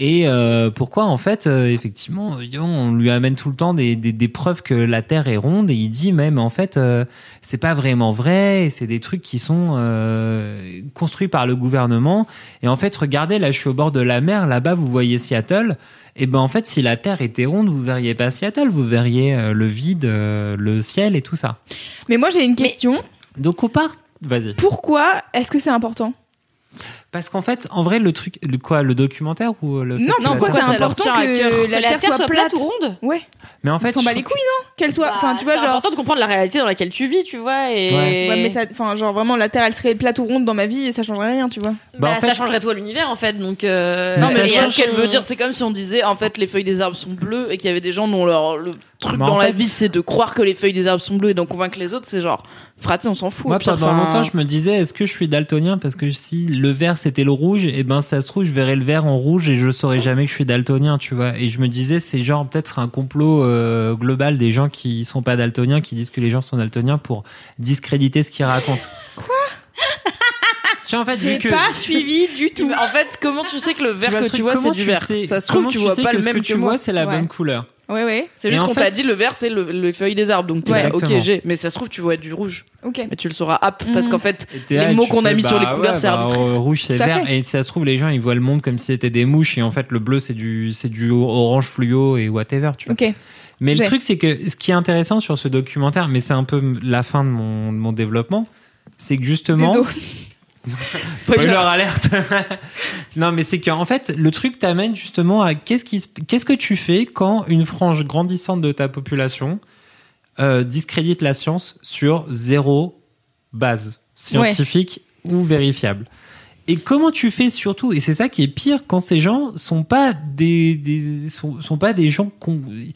Et euh, pourquoi en fait, euh, effectivement, euh, on lui amène tout le temps des, des, des preuves que la Terre est ronde et il dit même en fait, euh, c'est pas vraiment vrai. et C'est des trucs qui sont euh, construits par le gouvernement. Et en fait, regardez, là, je suis au bord de la mer. Là-bas, vous voyez Seattle. Et ben en fait, si la Terre était ronde, vous verriez pas Seattle. Vous verriez euh, le vide, euh, le ciel et tout ça.
Mais moi j'ai une question.
Donc on part. Vas-y.
Pourquoi est-ce que c'est important
Parce qu'en fait, en vrai, le truc, le quoi, le documentaire ou euh, le fait
Non,
que la
pourquoi
Terre-
c'est important
tient à cœur.
que la Terre soit plate ou Bah,
ronde Bah,
Ouais.
Mais en
On
fait,
s'en bat
je bah,
les
trouve-
couilles, non Qu'elle soit. Enfin, tu vois,
C'est
genre.
important de comprendre la réalité dans laquelle tu vis, tu vois. Et
Ouais, mais ça. Enfin, genre vraiment, la Terre elle serait plate ou ronde dans ma vie et ça changerait rien, tu vois.
Bah,
Bah, en
ça
fait-
changerait tout à l'univers en fait. Donc euh,
Non, mais
ça
je vois
change-
ce qu'elle veut dire. C'est comme si on disait, en fait, les feuilles des arbres sont bleues et qu'il y avait des gens dont leur, le truc
Mais en
dans la
fait-
vie, c'est de croire que les feuilles des arbres sont bleues et d'en convaincre les autres. C'est genre, fraté, on s'en fout.
Moi,
au pire,
pendant
enfin,
longtemps, je me disais, est-ce que je suis daltonien Parce que si le vert c'était le rouge, et ben ça se trouve, je verrais le vert en rouge et je saurais jamais que je suis daltonien, tu vois. Et je me disais, c'est genre peut-être un complot euh, global des gens qui sont pas daltoniens, qui disent que les gens sont daltoniens pour discréditer ce
*laughs*
qu'ils racontent. Quoi en fait,
J'ai
vu que- *laughs*
pas suivi du tout. En fait, comment tu sais que le vert
vois le
que
truc,
tu vois, c'est
comment
du
tu
vert
sais-
Ça se trouve,
comment
tu
tu
vois
sais
pas
que
le
ce
même
que tu vois, c'est la bonne couleur.
Ouais, ouais.
C'est
Et
juste
en
qu'on
fait-
t'a dit le vert, c'est le- les feuilles des arbres. Donc, t'es là,
Exactement.
ok, j'ai. Mais ça se trouve, tu vois du rouge.
Ok.
Mais tu le sauras hop, parce
Mhm.
qu'en fait,
Et t'es là,
les
et
mots
tu
qu'on a
fais,
mis sur les
bah
couleurs,
ouais,
c'est
bah,
arbitraire.
euh, rouge, c'est
Tout à
vert.
fait.
Et si ça se trouve, les gens, ils voient le monde comme si c'était des mouches. Et en fait, le bleu, c'est du, c'est du orange fluo et whatever, tu vois.
Ok.
Mais le
J'ai.
truc, c'est que ce qui est intéressant sur ce documentaire, mais c'est un peu m- la fin de mon, de mon développement, c'est que justement.
Désolé.
*laughs* Spoiler alerte. *laughs* non, mais c'est qu'en fait, le truc t'amène justement à qu'est-ce qui, se- qu'est-ce que tu fais quand une frange grandissante de ta population euh, discrédite la science sur zéro base scientifique ou vérifiable. Et comment tu fais surtout Et c'est ça qui est pire quand ces gens sont pas des, des sont, sont pas des gens qu'on- ils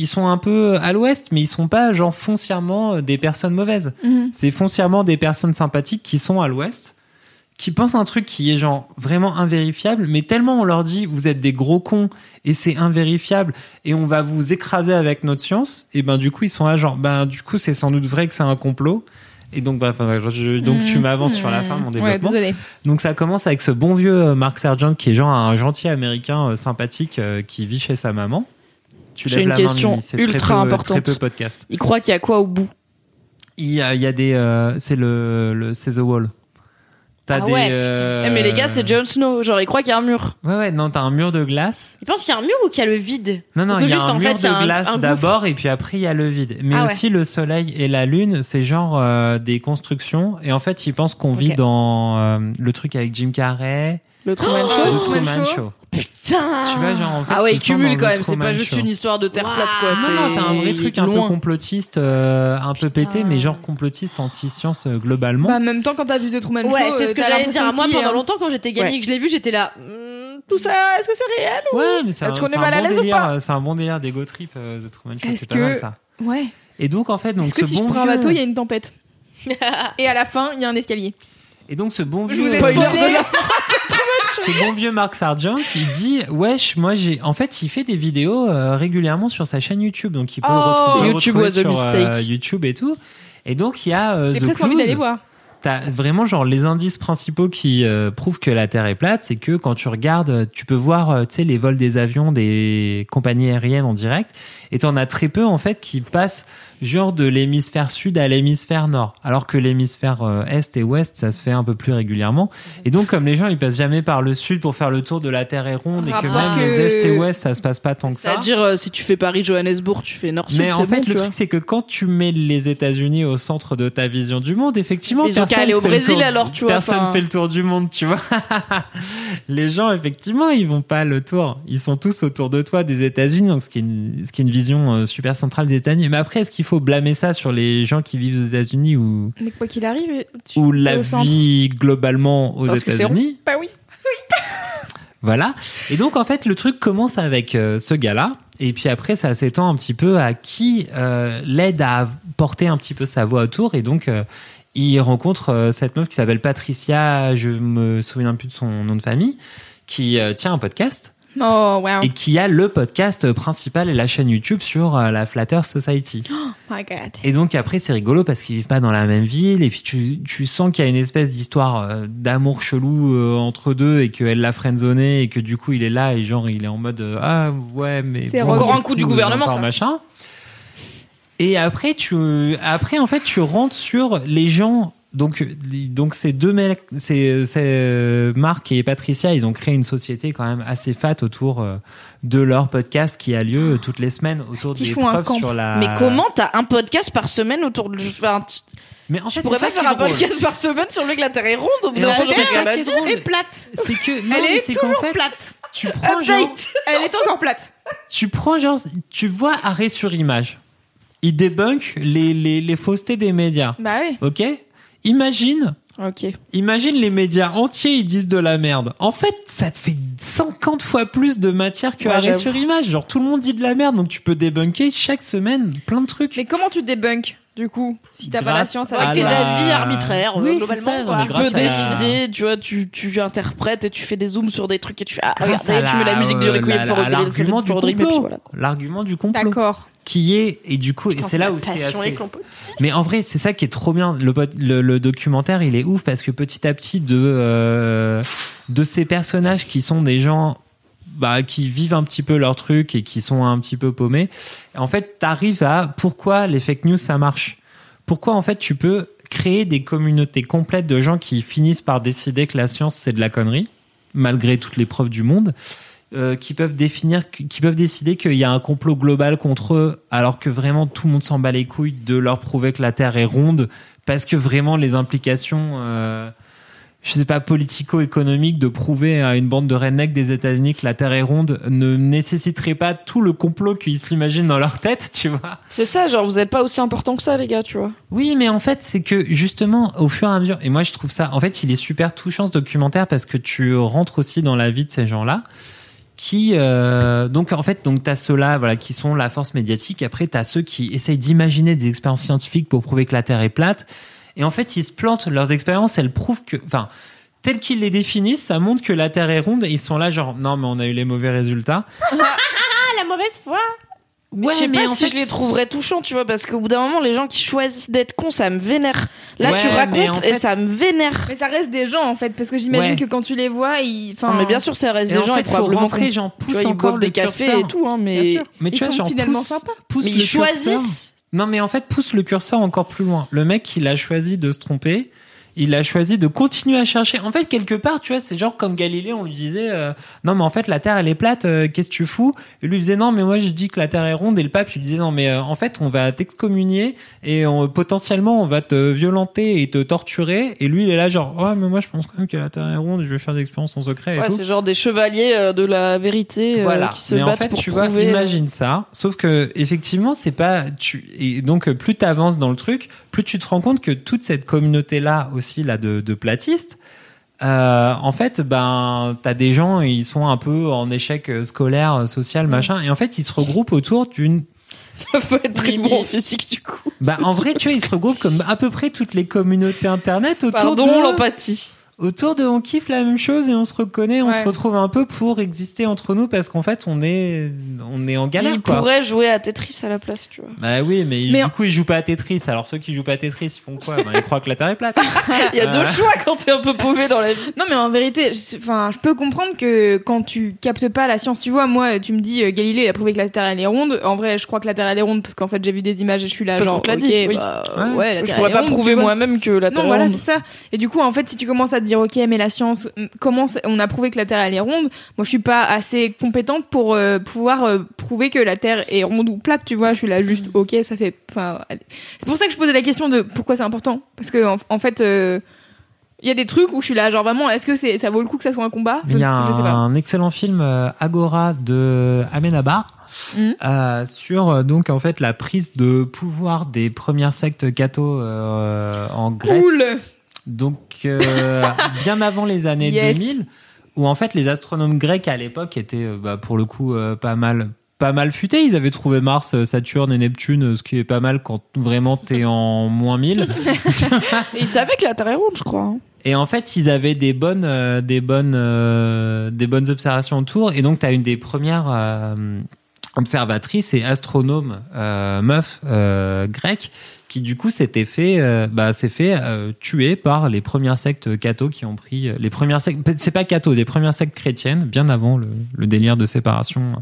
ils sont un peu à l'ouest, mais ils sont pas genre foncièrement euh, des personnes mauvaises.
Mhm.
C'est foncièrement des personnes sympathiques qui sont à l'ouest, qui pensent un truc qui est genre vraiment invérifiable, mais tellement on leur dit vous êtes des gros cons et c'est invérifiable et on va vous écraser avec notre science, et ben du coup ils sont là genre ben du coup c'est sans doute vrai que c'est un complot. Et donc, bref, je- donc tu
Mhm.
m'avances sur la fin, mon
Ouais,
développement.
désolée.
Donc ça commence avec ce bon vieux euh, Mark Sargent qui est genre un gentil américain euh, sympathique euh, qui vit chez sa maman. Tu
J'ai
lèves
une
la main,
question
Mimi, c'est très
ultra
peu- euh,
importante.
Très peu podcast.
Il croit qu'il y a quoi au bout
Il y a, il y a des, euh, c'est le, le- c'est The Wall. T'as
Ah
des.
ouais,
euh,
Eh, mais les gars, c'est Jon Snow. Genre, ils croient qu'il y a un mur.
Ouais ouais, non, t'as un mur de glace.
Ils pensent qu'il y a un mur ou qu'il y a le vide
Non non,
Ou
il y a
juste,
un
en
mur
fait, il y
de
a un-
glace
un gouffre.
d'abord et puis après il y a le vide. Mais
Ah ouais.
aussi le soleil et la lune, c'est genre euh, des constructions. Et en fait, ils pensent qu'on vit
Ok.
dans euh, le truc avec Jim Carrey.
Le Truman
Oh,
Show
le Truman Show.
Putain
Tu vois, genre, en fait,
Ah ouais,
ils
ils
sont dans
cumulent quand
le
même, c'est
Truman
pas juste
Show.
une histoire de terre plate quoi.
Non,
c'est-
non, t'as un vrai truc un
loin.
peu complotiste, euh, un peu pété, mais genre complotiste anti-science euh, globalement.
Bah, en même temps, quand t'as vu The Truman
Ouais,
Show,
c'est
euh,
ce que
t'as
j'allais
l'impression
dire.
hein.
Moi,
qu'il y a
pendant
un-
longtemps, quand j'étais gamine
Ouais.
et que je l'ai vu, j'étais là. Hmm, Tout ça, est-ce que c'est réel ou-
ouais, mais c'est un,
Est-ce qu'on
c'est
est
un
mal à
bon
l'aise ou
délire,
pas
euh, c'est un bon délire des go trip euh, The Truman Show,
Est-ce
c'est pas mal
que-
ça.
Ouais.
Et donc en fait, donc
Est-ce que
ce
si
bon
je prends un
vieux-
bateau, il y a une *laughs* tempête Et à la fin, il y a un escalier.
Et donc ce bon
Je
vieux
vous ai spoilé. Spoiler de la-
ce bon vieux Mark Sargent, il dit wesh, moi j'ai en fait, il fait des vidéos euh, régulièrement sur sa chaîne YouTube, donc il peut le
Oh.
retrouver- le
YouTube
retrouver
was a
sur, euh,
mistake.
YouTube et tout. Et donc il y a euh,
J'ai
The
presque envie
Clues.
d'aller voir.
T'as vraiment genre les indices principaux qui euh, prouvent que la Terre est plate, c'est que quand tu regardes, euh, tu peux voir euh, tu sais les vols des avions des compagnies aériennes en direct et t'en as très peu en fait qui passent genre de l'hémisphère sud à l'hémisphère nord, alors que l'hémisphère euh, est et ouest ça se fait un peu plus régulièrement. Et donc comme les gens ils passent jamais par le sud pour faire le tour de la Terre est ronde et que
Rapport
même
que-
les est et ouest ça se passe pas tant que ça.
C'est-à-dire, euh, si tu fais Paris-Johannesburg, tu fais Nord-Sud.
Mais en
c'est
fait,
bon, tu
le
vois.
truc, c'est que quand tu mets les États-Unis au centre de ta vision du monde, effectivement,
Ils ont qu'à
personne
aller au
fait le
Brésil,
tour-
alors, tu vois,
Personne
enfin.
fait le tour du monde, tu vois. *laughs* les gens, effectivement, ils vont pas le tour. Ils sont tous autour de toi des États-Unis, donc ce qui est une, ce qui est une vision euh, super centrale des États-Unis. Mais après, est-ce qu'il faut blâmer ça sur les gens qui vivent aux États-Unis ou
Mais quoi qu'il arrive, tu
ou
t'es
la
au centre.
vie globalement aux
Parce que c'est rond.
États-Unis
Bah oui.
*laughs* voilà. Et donc en fait, le truc commence avec euh, ce gars-là, et puis après, ça s'étend un petit peu à qui euh, l'aide à porter un petit peu sa voix autour, et donc euh, il rencontre euh, cette meuf qui s'appelle Patricia, je me souviens plus de son nom de famille, qui euh, tient un podcast.
Oh, wow.
Et qui a le podcast principal et la chaîne YouTube sur euh, la Flatter Society.
Oh my god.
Et donc après, c'est rigolo parce qu'ils vivent pas dans la même ville et puis tu, tu sens qu'il y a une espèce d'histoire euh, d'amour chelou euh, entre deux et qu'elle l'a friendzoné et que du coup il est là et genre il est en mode euh, ah ouais mais
C'est encore un coup du gouvernement,
encore
ça.
machin. Et après tu après en fait tu rentres sur les gens donc les- donc ces deux mecs c'est c'est euh, Marc et Patricia ils ont créé une société quand même assez fat autour euh, de leur podcast qui a lieu euh, toutes les semaines autour des preuves sur la
Mais comment t'as un podcast par semaine autour de. Enfin, tu...
mais en
je
fait,
pourrais
c'est
pas
ça
faire
qui est
un
drôle.
podcast par semaine sur le fait que la Terre est ronde. au bout
Et
d'un
en fait,
moment,
c'est
ça
ça
va
qui est
dire,
drôle.
elle est plate.
C'est que non,
Elle
mais
est
c'est qu'en
toujours
fait,
plate.
tu prends genre,
Update.
Elle est encore plate.
tu prends genre, tu vois arrêt sur image. Il débunk les, les, les faussetés des médias.
Bah oui.
Ok. Imagine.
Ok.
Imagine les médias entiers, ils disent de la merde. En fait, ça te fait 50 fois plus de matière que
Ouais,
arrêt
j'avoue.
sur image. Genre, tout le monde dit de la merde, donc tu peux débunker chaque semaine plein de trucs.
Mais comment tu débunkes, du coup, si t'as pas la
Grâce
science
à
avec
la- euh, Oui, globalement, c'est ça, quoi. mais
Tu
grâce
peux
à la-
décider, tu vois, tu, tu interprètes et tu fais des zooms sur des trucs et tu fais, ah,
Grâce
regardez,
à
tu mets la musique du
euh,
Requiem
la-
for
à
a Dream,
l'argument du
for a Dream, et puis
complot.
voilà.
L'argument du complot. Qui est, et du coup, et
Putain,
c'est là
la
où c'est
passion, les
assez...
clompotes.
Mais en vrai, c'est ça qui est trop bien. Le, pot- le, le documentaire, il est ouf parce que petit à petit, de, euh, de ces personnages qui sont des gens bah, qui vivent un petit peu leur truc et qui sont un petit peu paumés, en fait, t'arrives à pourquoi les fake news, ça marche. Pourquoi, en fait, tu peux créer des communautés complètes de gens qui finissent par décider que la science, c'est de la connerie, malgré toutes les preuves du monde. euh, qui peuvent définir, qui peuvent décider qu'il y a un complot global contre eux, alors que vraiment tout le monde s'en bat les couilles de leur prouver que la Terre est ronde, parce que vraiment les implications euh, je sais pas, politico-économique de prouver à une bande de rednecks des États-Unis que la Terre est ronde ne nécessiterait pas tout le complot qu'ils s'imaginent dans leur tête, tu vois.
C'est ça, genre, vous êtes pas aussi important que ça, les gars, tu vois.
Oui, mais en fait, c'est que justement, au fur et à mesure, et moi je trouve ça, en fait, il est super touchant ce documentaire parce que tu rentres aussi dans la vie de ces gens-là qui euh, donc en fait donc t'as ceux-là voilà qui sont la force médiatique après t'as ceux qui essayent d'imaginer des expériences scientifiques pour prouver que la Terre est plate et en fait ils se plantent leurs expériences elles prouvent que enfin telles qu'ils les définissent ça montre que la Terre est ronde et ils sont là genre non mais on a eu les mauvais résultats
la mauvaise foi
Ouais, je sais pas si je les trouverais touchants, tu vois, parce qu'au bout d'un moment, les gens qui choisissent d'être cons, ça me vénère. Là,
Ouais,
tu
mais
racontes
en
et
fait-
ça me vénère.
Mais ça reste des gens en fait, parce que j'imagine
Ouais.
que quand tu les vois, ils. enfin-
Non, mais bien sûr, ça reste
Et
des
en
gens
fait,
et
faut
probablement
rentrer,
qu'on-
j'en pousse
tu vois, ils
encore
boivent
le
des cafés
curseur.
et tout, hein, mais.
Bien sûr. Mais tu
Ils
vois,
sont
genre,
finalement
pousse-
sympas.
pousse
mais
le
ils
curseur.
choisissent.
Non, mais en fait, pousse le curseur encore plus loin. Le mec, il a choisi de se tromper. Il a choisi de continuer à chercher. En fait, quelque part, tu vois, c'est genre comme Galilée, on lui disait euh, non, mais en fait, la Terre elle est plate. euh, Qu'est-ce que tu fous Et lui il disait non, mais moi je dis que la Terre est ronde. Et le pape il disait non, mais euh, en fait, on va t'excommunier et on- potentiellement on va te violenter et te torturer. Et lui, il est là genre ouais, mais moi je pense quand même que la Terre est ronde. Je vais faire des expériences en secret. Et
Ouais,
tout.
c'est genre des chevaliers euh, de la vérité euh,
Voilà.
qui se
mais
battent
en fait,
pour
tu
prouver. euh,
vois, imagine ça. Sauf que effectivement, c'est pas tu et donc euh, plus t'avances dans le truc, plus tu te rends compte que toute cette communauté là aussi là de, de platistes. euh, en fait, ben, t'as des gens, ils sont un peu en échec euh, scolaire, euh, social, machin, et en fait, ils se regroupent autour d'une.
Ça peut être très bon en physique du coup.
Bah, en vrai, tu vois, ils se regroupent comme à peu près toutes les communautés internet autour de.
Pardon l'empathie.
Autour de, on kiffe la même chose et on se reconnaît, on
Ouais.
se retrouve un peu pour exister entre nous parce qu'en fait, on est, on est en galère.
Ils
quoi.
pourraient jouer à Tetris à la place, tu vois.
Bah oui, mais,
Mais
du coup, ils jouent pas à Tetris. Alors ceux qui jouent pas à Tetris, ils font quoi ben, Ils croient que la Terre est
*laughs*
plate. Euh,
Il y a deux choix quand t'es un peu paumé dans la vie.
Non, mais en vérité, je, enfin, je peux comprendre que quand tu captes pas la science, tu vois, moi, tu me dis euh, Galilée a prouvé que la Terre elle est ronde. En vrai, je crois que la Terre elle est ronde parce qu'en fait, j'ai vu des images et je suis là,
Parce
genre,
qu'on te l'a
ok,
dit, oui.
bah,
Ouais.
ouais, la
Je
Terre, elle
pourrais
est
pas
ronde,
prouver
tu vois.
moi-même que la Terre
Non,
est
voilà,
ronde.
c'est ça. Et du coup, en fait, si tu commences à te dire, ok, mais la science, hum, comment ça- on a prouvé que la Terre elle est ronde Moi, je suis pas assez compétente pour euh, pouvoir euh, prouver que la Terre est ronde ou plate, tu vois. Je suis là juste, ok, ça fait. Enfin, allez. c'est pour ça que je posais la question de pourquoi c'est important, parce que en, en fait. euh, il y a des trucs où je suis là, genre vraiment, est-ce que c'est, ça vaut le coup que ça soit un combat
Il y a un excellent film euh, Agora de Amenabar
Hmm.
euh, sur euh, donc en fait la prise de pouvoir des premières sectes catho euh, en Grèce. Donc euh, bien avant
*laughs*
les années
Yes.
2000 où en fait les astronomes grecs à l'époque étaient euh, bah, pour le coup euh, pas mal pas mal futés, ils avaient trouvé Mars, euh, Saturne et Neptune, euh, ce qui est pas mal quand vraiment t'es en moins 1000.
Et ils savaient que la Terre est ronde, je crois. hein.
Et en fait, ils avaient des bonnes, euh, des bonnes, euh, des bonnes observations autour. Et donc, tu as une des premières euh, observatrices et astronomes euh, meufs euh, grecques qui, du coup, s'était fait, euh, bah, s'est fait euh, tuer par les premières sectes catho qui ont pris euh, les premières sectes. C'est pas catho, des premières sectes chrétiennes, bien avant le, le délire de séparation euh,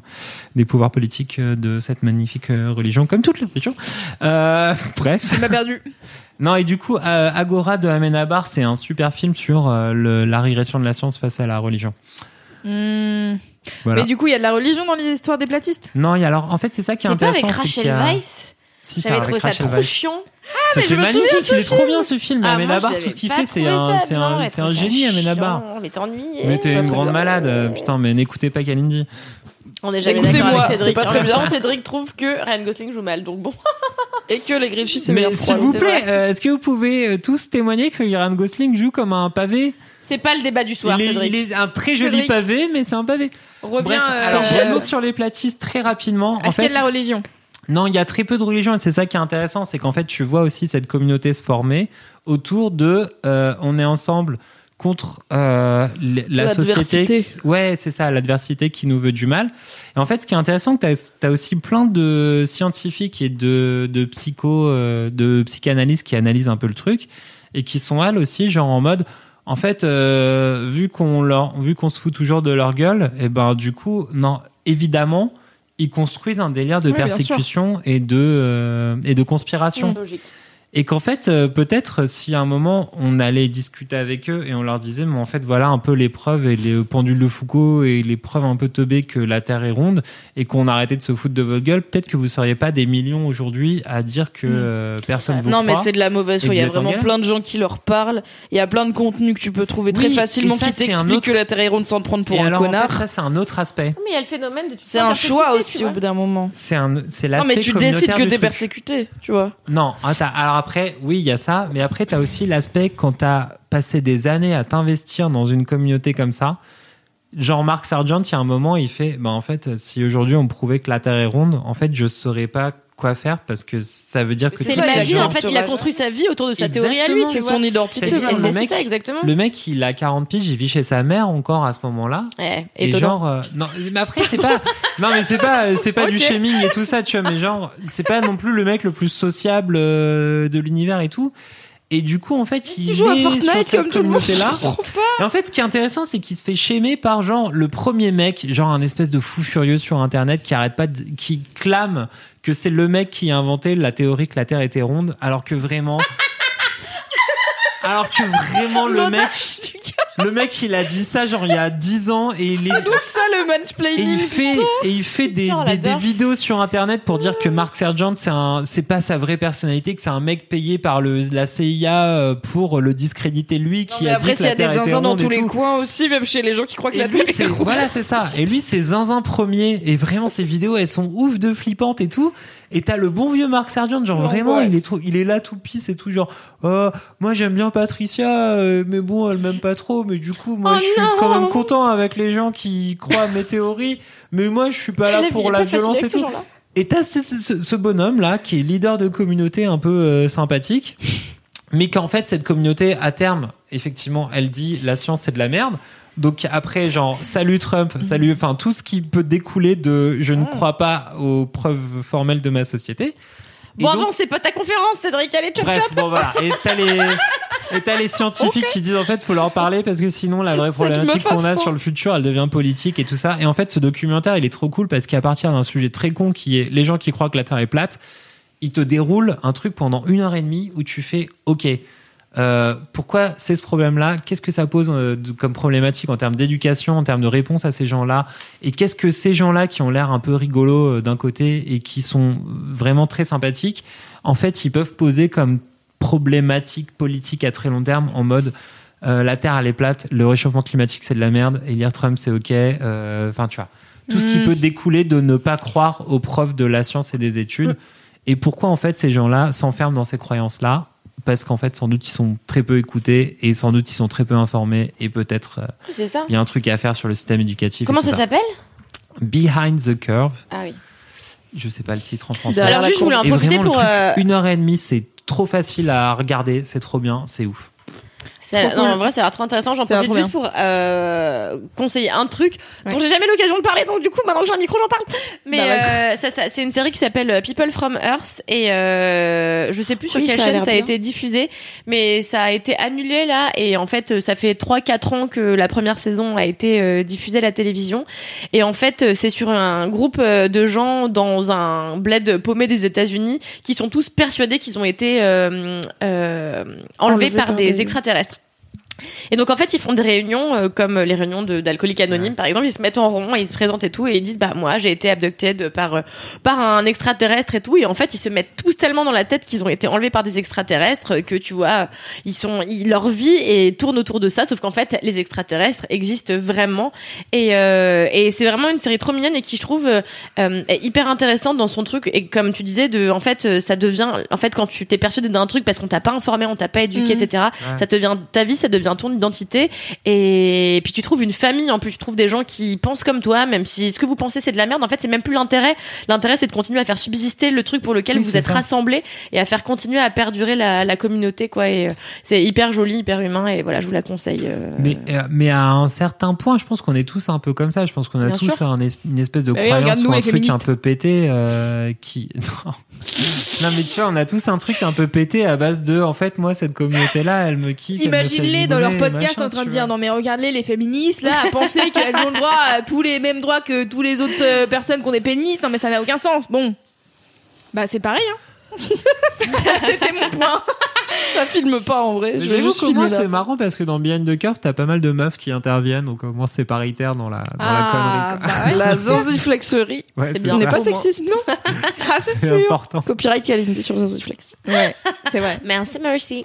des pouvoirs politiques euh, de cette magnifique euh, religion, comme toutes les religions. Euh, bref.
Tu m'as perdu.
Non, et du coup, euh, Agora de Amenabar, c'est un super film sur euh, le- la régression de la science face à la religion.
Hmm.
Voilà.
Mais du coup, il y a de la religion dans les histoires des platistes.
Non, et alors, en fait, c'est ça qui est,
C'est pas
intéressant.
avec
c'est qu'il
Rachel
y a-
Weisz
Si, c'est
J'avais
avec
trouvé ça
Rachel
trop
Weisz.
chiant.
C'était
mais je me
magnifique,
souviens de ce
il est trop
film.
bien ce film.
Ah, moi,
Amenabar,
j'avais
tout ce qu'il
pas
fait, c'est
trouvé
un,
ça
c'est un,
bien,
c'est un
elle trouvait ça
génie, Amenabar.
chiant, Mais t'es ennuyé.
Mais t'es une grande malade, euh, putain, mais n'écoutez pas Kalindi.
On est jamais
Écoutez-moi,
d'accord avec
c'était
Cédric.
pas
En
très
même
bien.
temps, Cédric trouve que Ryan Gosling joue mal, donc bon. *laughs*
Et que les Grinchy, c'est
Mais
meilleur
s'il
pour
vous
elle,
plaît,
c'est vrai.
euh, est-ce que vous pouvez euh, tous témoigner que Ryan Gosling joue comme un pavé
C'est pas le débat du soir,
il, est,
Cédric.
il est un très joli
Cédric.
pavé, mais c'est un pavé. Bref,
euh,
alors
euh,
j'annonce sur les platistes très rapidement. En
Est-ce qu'il y
fait,
a de la religion
Non, il y a très peu de religions et c'est ça qui est intéressant, c'est qu'en fait tu vois aussi cette communauté se former autour de euh, on est ensemble contre euh, l- la société.
L'adversité.
Ouais, c'est ça, l'adversité qui nous veut du mal. Et en fait, ce qui est intéressant, tu as, aussi plein de scientifiques et de, de psycho, euh, de psychanalystes qui analysent un peu le truc et qui sont elles aussi genre en mode en fait euh, vu qu'on leur vu qu'on se fout toujours de leur gueule et ben du coup non évidemment ils construisent un délire de
Ouais, bien sûr.
persécution et de euh, et de conspiration
Logique.
Et qu'en fait, euh, peut-être si à un moment on allait discuter avec eux et on leur disait, mais en fait, voilà un peu les preuves et les pendules de Foucault et les preuves un peu teubées que la Terre est ronde et qu'on arrêtait de se foutre de votre gueule, peut-être que vous seriez pas des millions aujourd'hui à dire que euh, personne vous
Mm. non, mais
croit
c'est de la mauvaise
et
foi. Il y
vous
a
êtes en
vraiment
galère.
plein de gens qui leur parlent. Il y a plein de contenus que tu peux trouver très
Oui,
facilement
et ça,
qui
c'est un
t'expliquent
autre-
que la Terre est ronde sans te prendre pour
Et
un
alors, en fait,
connard.
ça, c'est un autre aspect.
Mais il y a le phénomène de.
C'est un choix aussi au bout d'un moment.
C'est un, c'est
Non,
l'aspect
mais tu décides
communautaire
que
du
t'es
truc.
persécuté, tu vois.
Non, attends, alors après, oui, il y a ça, mais après, t'as aussi l'aspect quand t'as passé des années à t'investir dans une communauté comme ça. Genre Mark Sargent, il y a un moment, il fait, bah en fait, si aujourd'hui on prouvait que la Terre est ronde, en fait, je saurais pas quoi faire parce que ça veut dire que
C'est
tous
ma
les
vie,
gens-
en fait. Il a construit sa vie autour de sa théorie à lui,
Exactement.
tu vois.
C'est-à-dire,
Et
le
c'est
mec-
ça, exactement.
Le mec, il a 40 piges, il vit chez sa mère encore à ce moment-là.
Ouais,
et
étonnant.
genre, euh, non, mais après,
*laughs*
c'est pas, non, mais c'est pas, euh, c'est pas du shaming et tout ça, tu vois, mais genre, c'est pas non plus le mec le plus sociable euh, de l'univers et tout. Et du coup, en fait, il
joue à
est
Fortnite
sur cette
comme tout le monde,
communauté-là.
je comprends
Et en fait, ce qui est intéressant, c'est qu'il se fait schémer par genre le premier mec, genre un espèce de fou furieux sur Internet qui arrête pas, de- qui clame que c'est le mec qui a inventé la théorie que la Terre était ronde, alors
*laughs*
que vraiment, alors que
*laughs*
vraiment le mec, le mec, il a dit ça genre il y a 10 ans et
*laughs*
il est
Donc ça, le
et
mansplaining.
il fait
putain.
et il fait des,
Putain, on
des- des
l'adore.
vidéos sur internet pour dire que Mark Sergent c'est un c'est pas sa vraie personnalité que c'est un mec payé par le la CIA euh, pour le discréditer lui qui
Mais
a
après,
dit que
s'il y
la
a des
Terre était
zinzins dans
ronde et
tous les
tout.
coins aussi, même chez les gens qui croient que
Et
la
lui,
Terre
c'est-
est ronde.
voilà, c'est ça. Et lui, c'est zinzin premier. Et vraiment, ses vidéos, elles sont ouf de flippantes et tout. Et t'as le bon vieux Mark Sargent, genre vraiment, il est, trop, il est là tout pisse et tout, genre, oh, moi j'aime bien Patricia, euh, mais bon, elle m'aime pas trop, mais du coup, moi
Oh
je suis
non.
quand même content avec les gens qui croient à mes théories, mais moi je suis pas là
La vie
pour
est
la
pas facile
violence et
avec ces
tout.
gens-là.
Et t'as ce, ce- ce bonhomme-là, qui est leader de communauté un peu euh, sympathique, mais qu'en fait, cette communauté, à terme, effectivement, elle dit la science, c'est de la merde. Donc après, genre, salut Trump, salut, enfin, tout ce qui peut découler de je ne crois pas aux preuves formelles de ma société. Et
Bon,
donc-
avant, c'est pas ta conférence, Cédric, allez, chop
Bref,
chop.
bon voilà. Et t'as les, et t'as les scientifiques qui disent en fait faut leur parler parce que sinon la vraie
Cette
problématique
meuf à
qu'on a
fond.
sur le futur elle devient politique et tout ça. Et en fait ce documentaire il est trop cool parce qu'à partir d'un sujet très con qui est les gens qui croient que la Terre est plate, il te déroule un truc pendant une heure et demie où tu fais ok. euh, pourquoi c'est ce problème-là Qu'est-ce que ça pose euh, de- comme problématique en termes d'éducation, en termes de réponse à ces gens-là Et qu'est-ce que ces gens-là qui ont l'air un peu rigolos euh, d'un côté et qui sont vraiment très sympathiques, en fait, ils peuvent poser comme problématique politique à très long terme en mode euh, la Terre elle est plate, le réchauffement climatique c'est de la merde, élire Trump c'est ok, euh, enfin tu vois. Tout ce qui
Hmm.
Mm.
peut découler de ne pas croire aux preuves de la science et des études. Et pourquoi en fait ces gens-là s'enferment dans ces croyances-là Parce qu'en fait sans doute ils sont très peu écoutés et sans doute ils sont très peu informés et peut-être euh,
C'est ça.
il y a un truc à faire sur le système éducatif. et
Comment
tout
ça s'appelle
Behind the Curve.
Ah oui.
Je sais pas le titre en français.
Derrière Alors, la juste, je voulais en
Et
profiter
vraiment, le
pour,
truc,
euh,
Une heure et demie, c'est trop facile à regarder, c'est trop bien, c'est ouf.
Ça a l'air-
Trop
non,
cool.
en vrai, ça a l'air trop intéressant. J'en
Ça a l'air
profite juste pour euh, conseiller un truc dont j'ai jamais l'occasion de parler. Donc, du coup, maintenant que j'ai un micro, j'en parle. Mais
Bah, vas-y.
euh, ça, ça- c'est une série qui s'appelle euh, People from Earth. Et euh, je sais plus sur
Oui,
quelle
ça a
chaîne
l'air
ça a
bien.
été diffusé. Mais ça a été annulé là. Et en fait, euh, ça fait 3-4 ans que la première saison a été euh, diffusée à la télévision. Et en fait, euh, c'est sur un groupe euh, de gens dans un bled paumé des États-Unis qui sont tous persuadés qu'ils ont été euh, euh, enlevés
Enlevés
par,
par
des,
des-
extraterrestres. Et donc en fait ils font des réunions euh, comme les réunions de- d'alcooliques anonymes par exemple ils se mettent en rond et ils se présentent et tout et ils disent bah moi j'ai été abducté de- par euh, par un extraterrestre et tout et en fait ils se mettent tous tellement dans la tête qu'ils ont été enlevés par des extraterrestres euh, que tu vois ils sont ils- leur vie et tourne autour de ça sauf qu'en fait les extraterrestres existent vraiment et euh, et c'est vraiment une série trop mignonne et qui je trouve euh, euh, est hyper intéressante dans son truc et comme tu disais de en fait euh, ça devient en fait quand tu t'es persuadé d'un truc parce qu'on t'a pas informé on t'a pas éduqué
Mhm.
etc
Ouais.
ça devient ta vie ça devient ton identité et puis tu trouves une famille en plus tu trouves des gens qui pensent comme toi même si ce que vous pensez c'est de la merde en fait c'est même plus l'intérêt l'intérêt c'est de continuer à faire subsister le truc pour lequel
Oui,
vous
c'est
êtes
ça.
rassemblés et à faire continuer à perdurer la, la communauté quoi et euh, c'est hyper joli hyper humain et voilà je vous la conseille euh.
Mais, euh, mais à un certain point, je pense qu'on est tous un peu comme ça. Je pense qu'on a
Bien
tous
sûr.
un es- une espèce de
Bah oui,
croyance
regarde-nous,
ou un
les
truc un
féministes.
peu pété euh, qui. *laughs* Non. Non, mais tu vois, on a tous un truc un peu pété à base de. En fait, moi, cette communauté-là, elle me kiffe. elle me fait
Imagine-les dans leur
vibrer,
podcast
machin,
en train
tu
de
vois.
dire non mais regardez les féministes là à penser qu'elles ont le droit à tous les mêmes droits que tous les autres euh, personnes qui ont des pénis non mais ça n'a aucun sens bon bah c'est pareil hein.
*laughs*
C'était mon point.
Ça filme pas en vrai.
Je
vais vous
juste qu'au moins,
filmer, là.
c'est marrant parce que dans Behind the Curve, t'as pas mal de meufs qui interviennent, donc au moins c'est paritaire dans la, dans la connerie. quoi.
la zanziflexerie. Ah,
Ouais,
c'est
c'est
bien.
ça.
On n'est pas
Pour moi.
sexiste, non
C'est important.
Copyright Kalindi sur zanziflex.
Ouais, c'est vrai.
Merci, merci.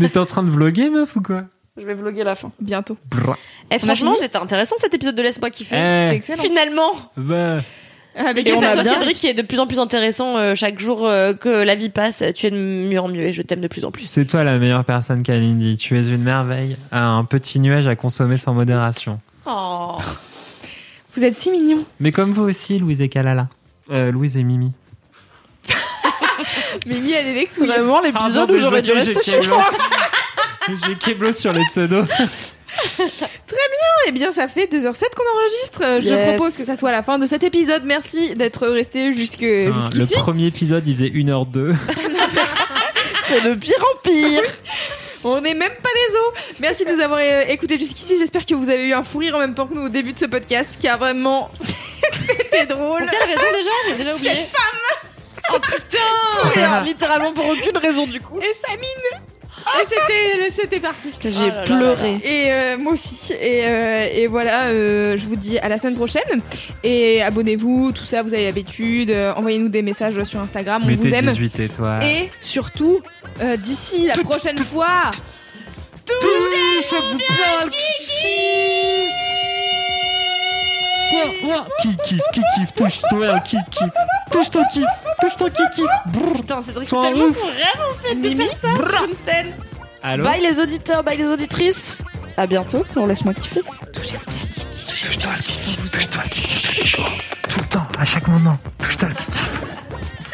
Mais t'es en train de vloguer, meuf, ou quoi
Je vais vloguer la fin.
Bientôt.
Brrr.
Eh, franchement,
fini
c'était intéressant cet épisode de Laisse-moi kiffer.
Eh. C'était
excellent.
Finalement.
Bah,
Avec
Et Eh, on a
toi,
bien
Cédric, qui est de plus en plus intéressant euh, chaque jour euh, que la vie passe. Tu es de mieux en mieux et je t'aime de plus en plus.
c'est toi la meilleure personne, Kalindi. Tu es une merveille, un petit nuage à consommer sans modération.
Oh.
Vous êtes si mignons.
Mais comme vous aussi, Louise et Kalala. Euh, Louise et Mimi.
Mimi, elle est vexée.
Vraiment
Ah
l'épisode où j'aurais dû rester chez moi.
*laughs* J'ai Keblo sur les pseudos.
Très bien, et Eh bien ça fait 2h07 qu'on enregistre. Euh, Je
Yes.
propose que ça soit la fin de cet épisode. Merci d'être resté jusque
Enfin, le
jusqu'ici.
premier épisode, il faisait 1h02.
C'est de pire en pire.
*laughs* On n'est même pas des os. Merci de nous avoir euh, écoutés jusqu'ici. J'espère que vous avez eu un fou rire en même temps que nous au début de ce podcast, qui a vraiment *laughs* c'était drôle.
Quelle raison déjà J'ai déjà oublié. Oh,
Cette femme
*laughs*
Putain, littéralement pour aucune raison du coup.
et sa mine. Et c'était c'était parti.
J'ai
Oh
pleuré.
Et euh, moi aussi. Et, euh, et voilà, euh, je vous dis à la semaine prochaine. Et abonnez-vous, tout ça, vous avez l'habitude. Euh, Envoyez-nous des messages sur Instagram, on vous
Mettez
aime.
18 étoiles.
Et surtout, euh, d'ici la prochaine fois,
Touchez-vous bien, kiki Qui kiffe, qui kiffe, touche-toi, qui kiffe Touche ton kiff, touche ton kiki
Putain, Cédric, c'est
Sois un
tellement
ouf.
son rêve en fait de
Mimi.
faire ça sur une scène.
Allô
Bye les auditeurs, bye les auditrices. À bientôt. On laisse-moi kiffer.
Touche-toi le kiki, touche-toi le kiki, tous les jours, tout le temps, à chaque moment, touche-toi le kiki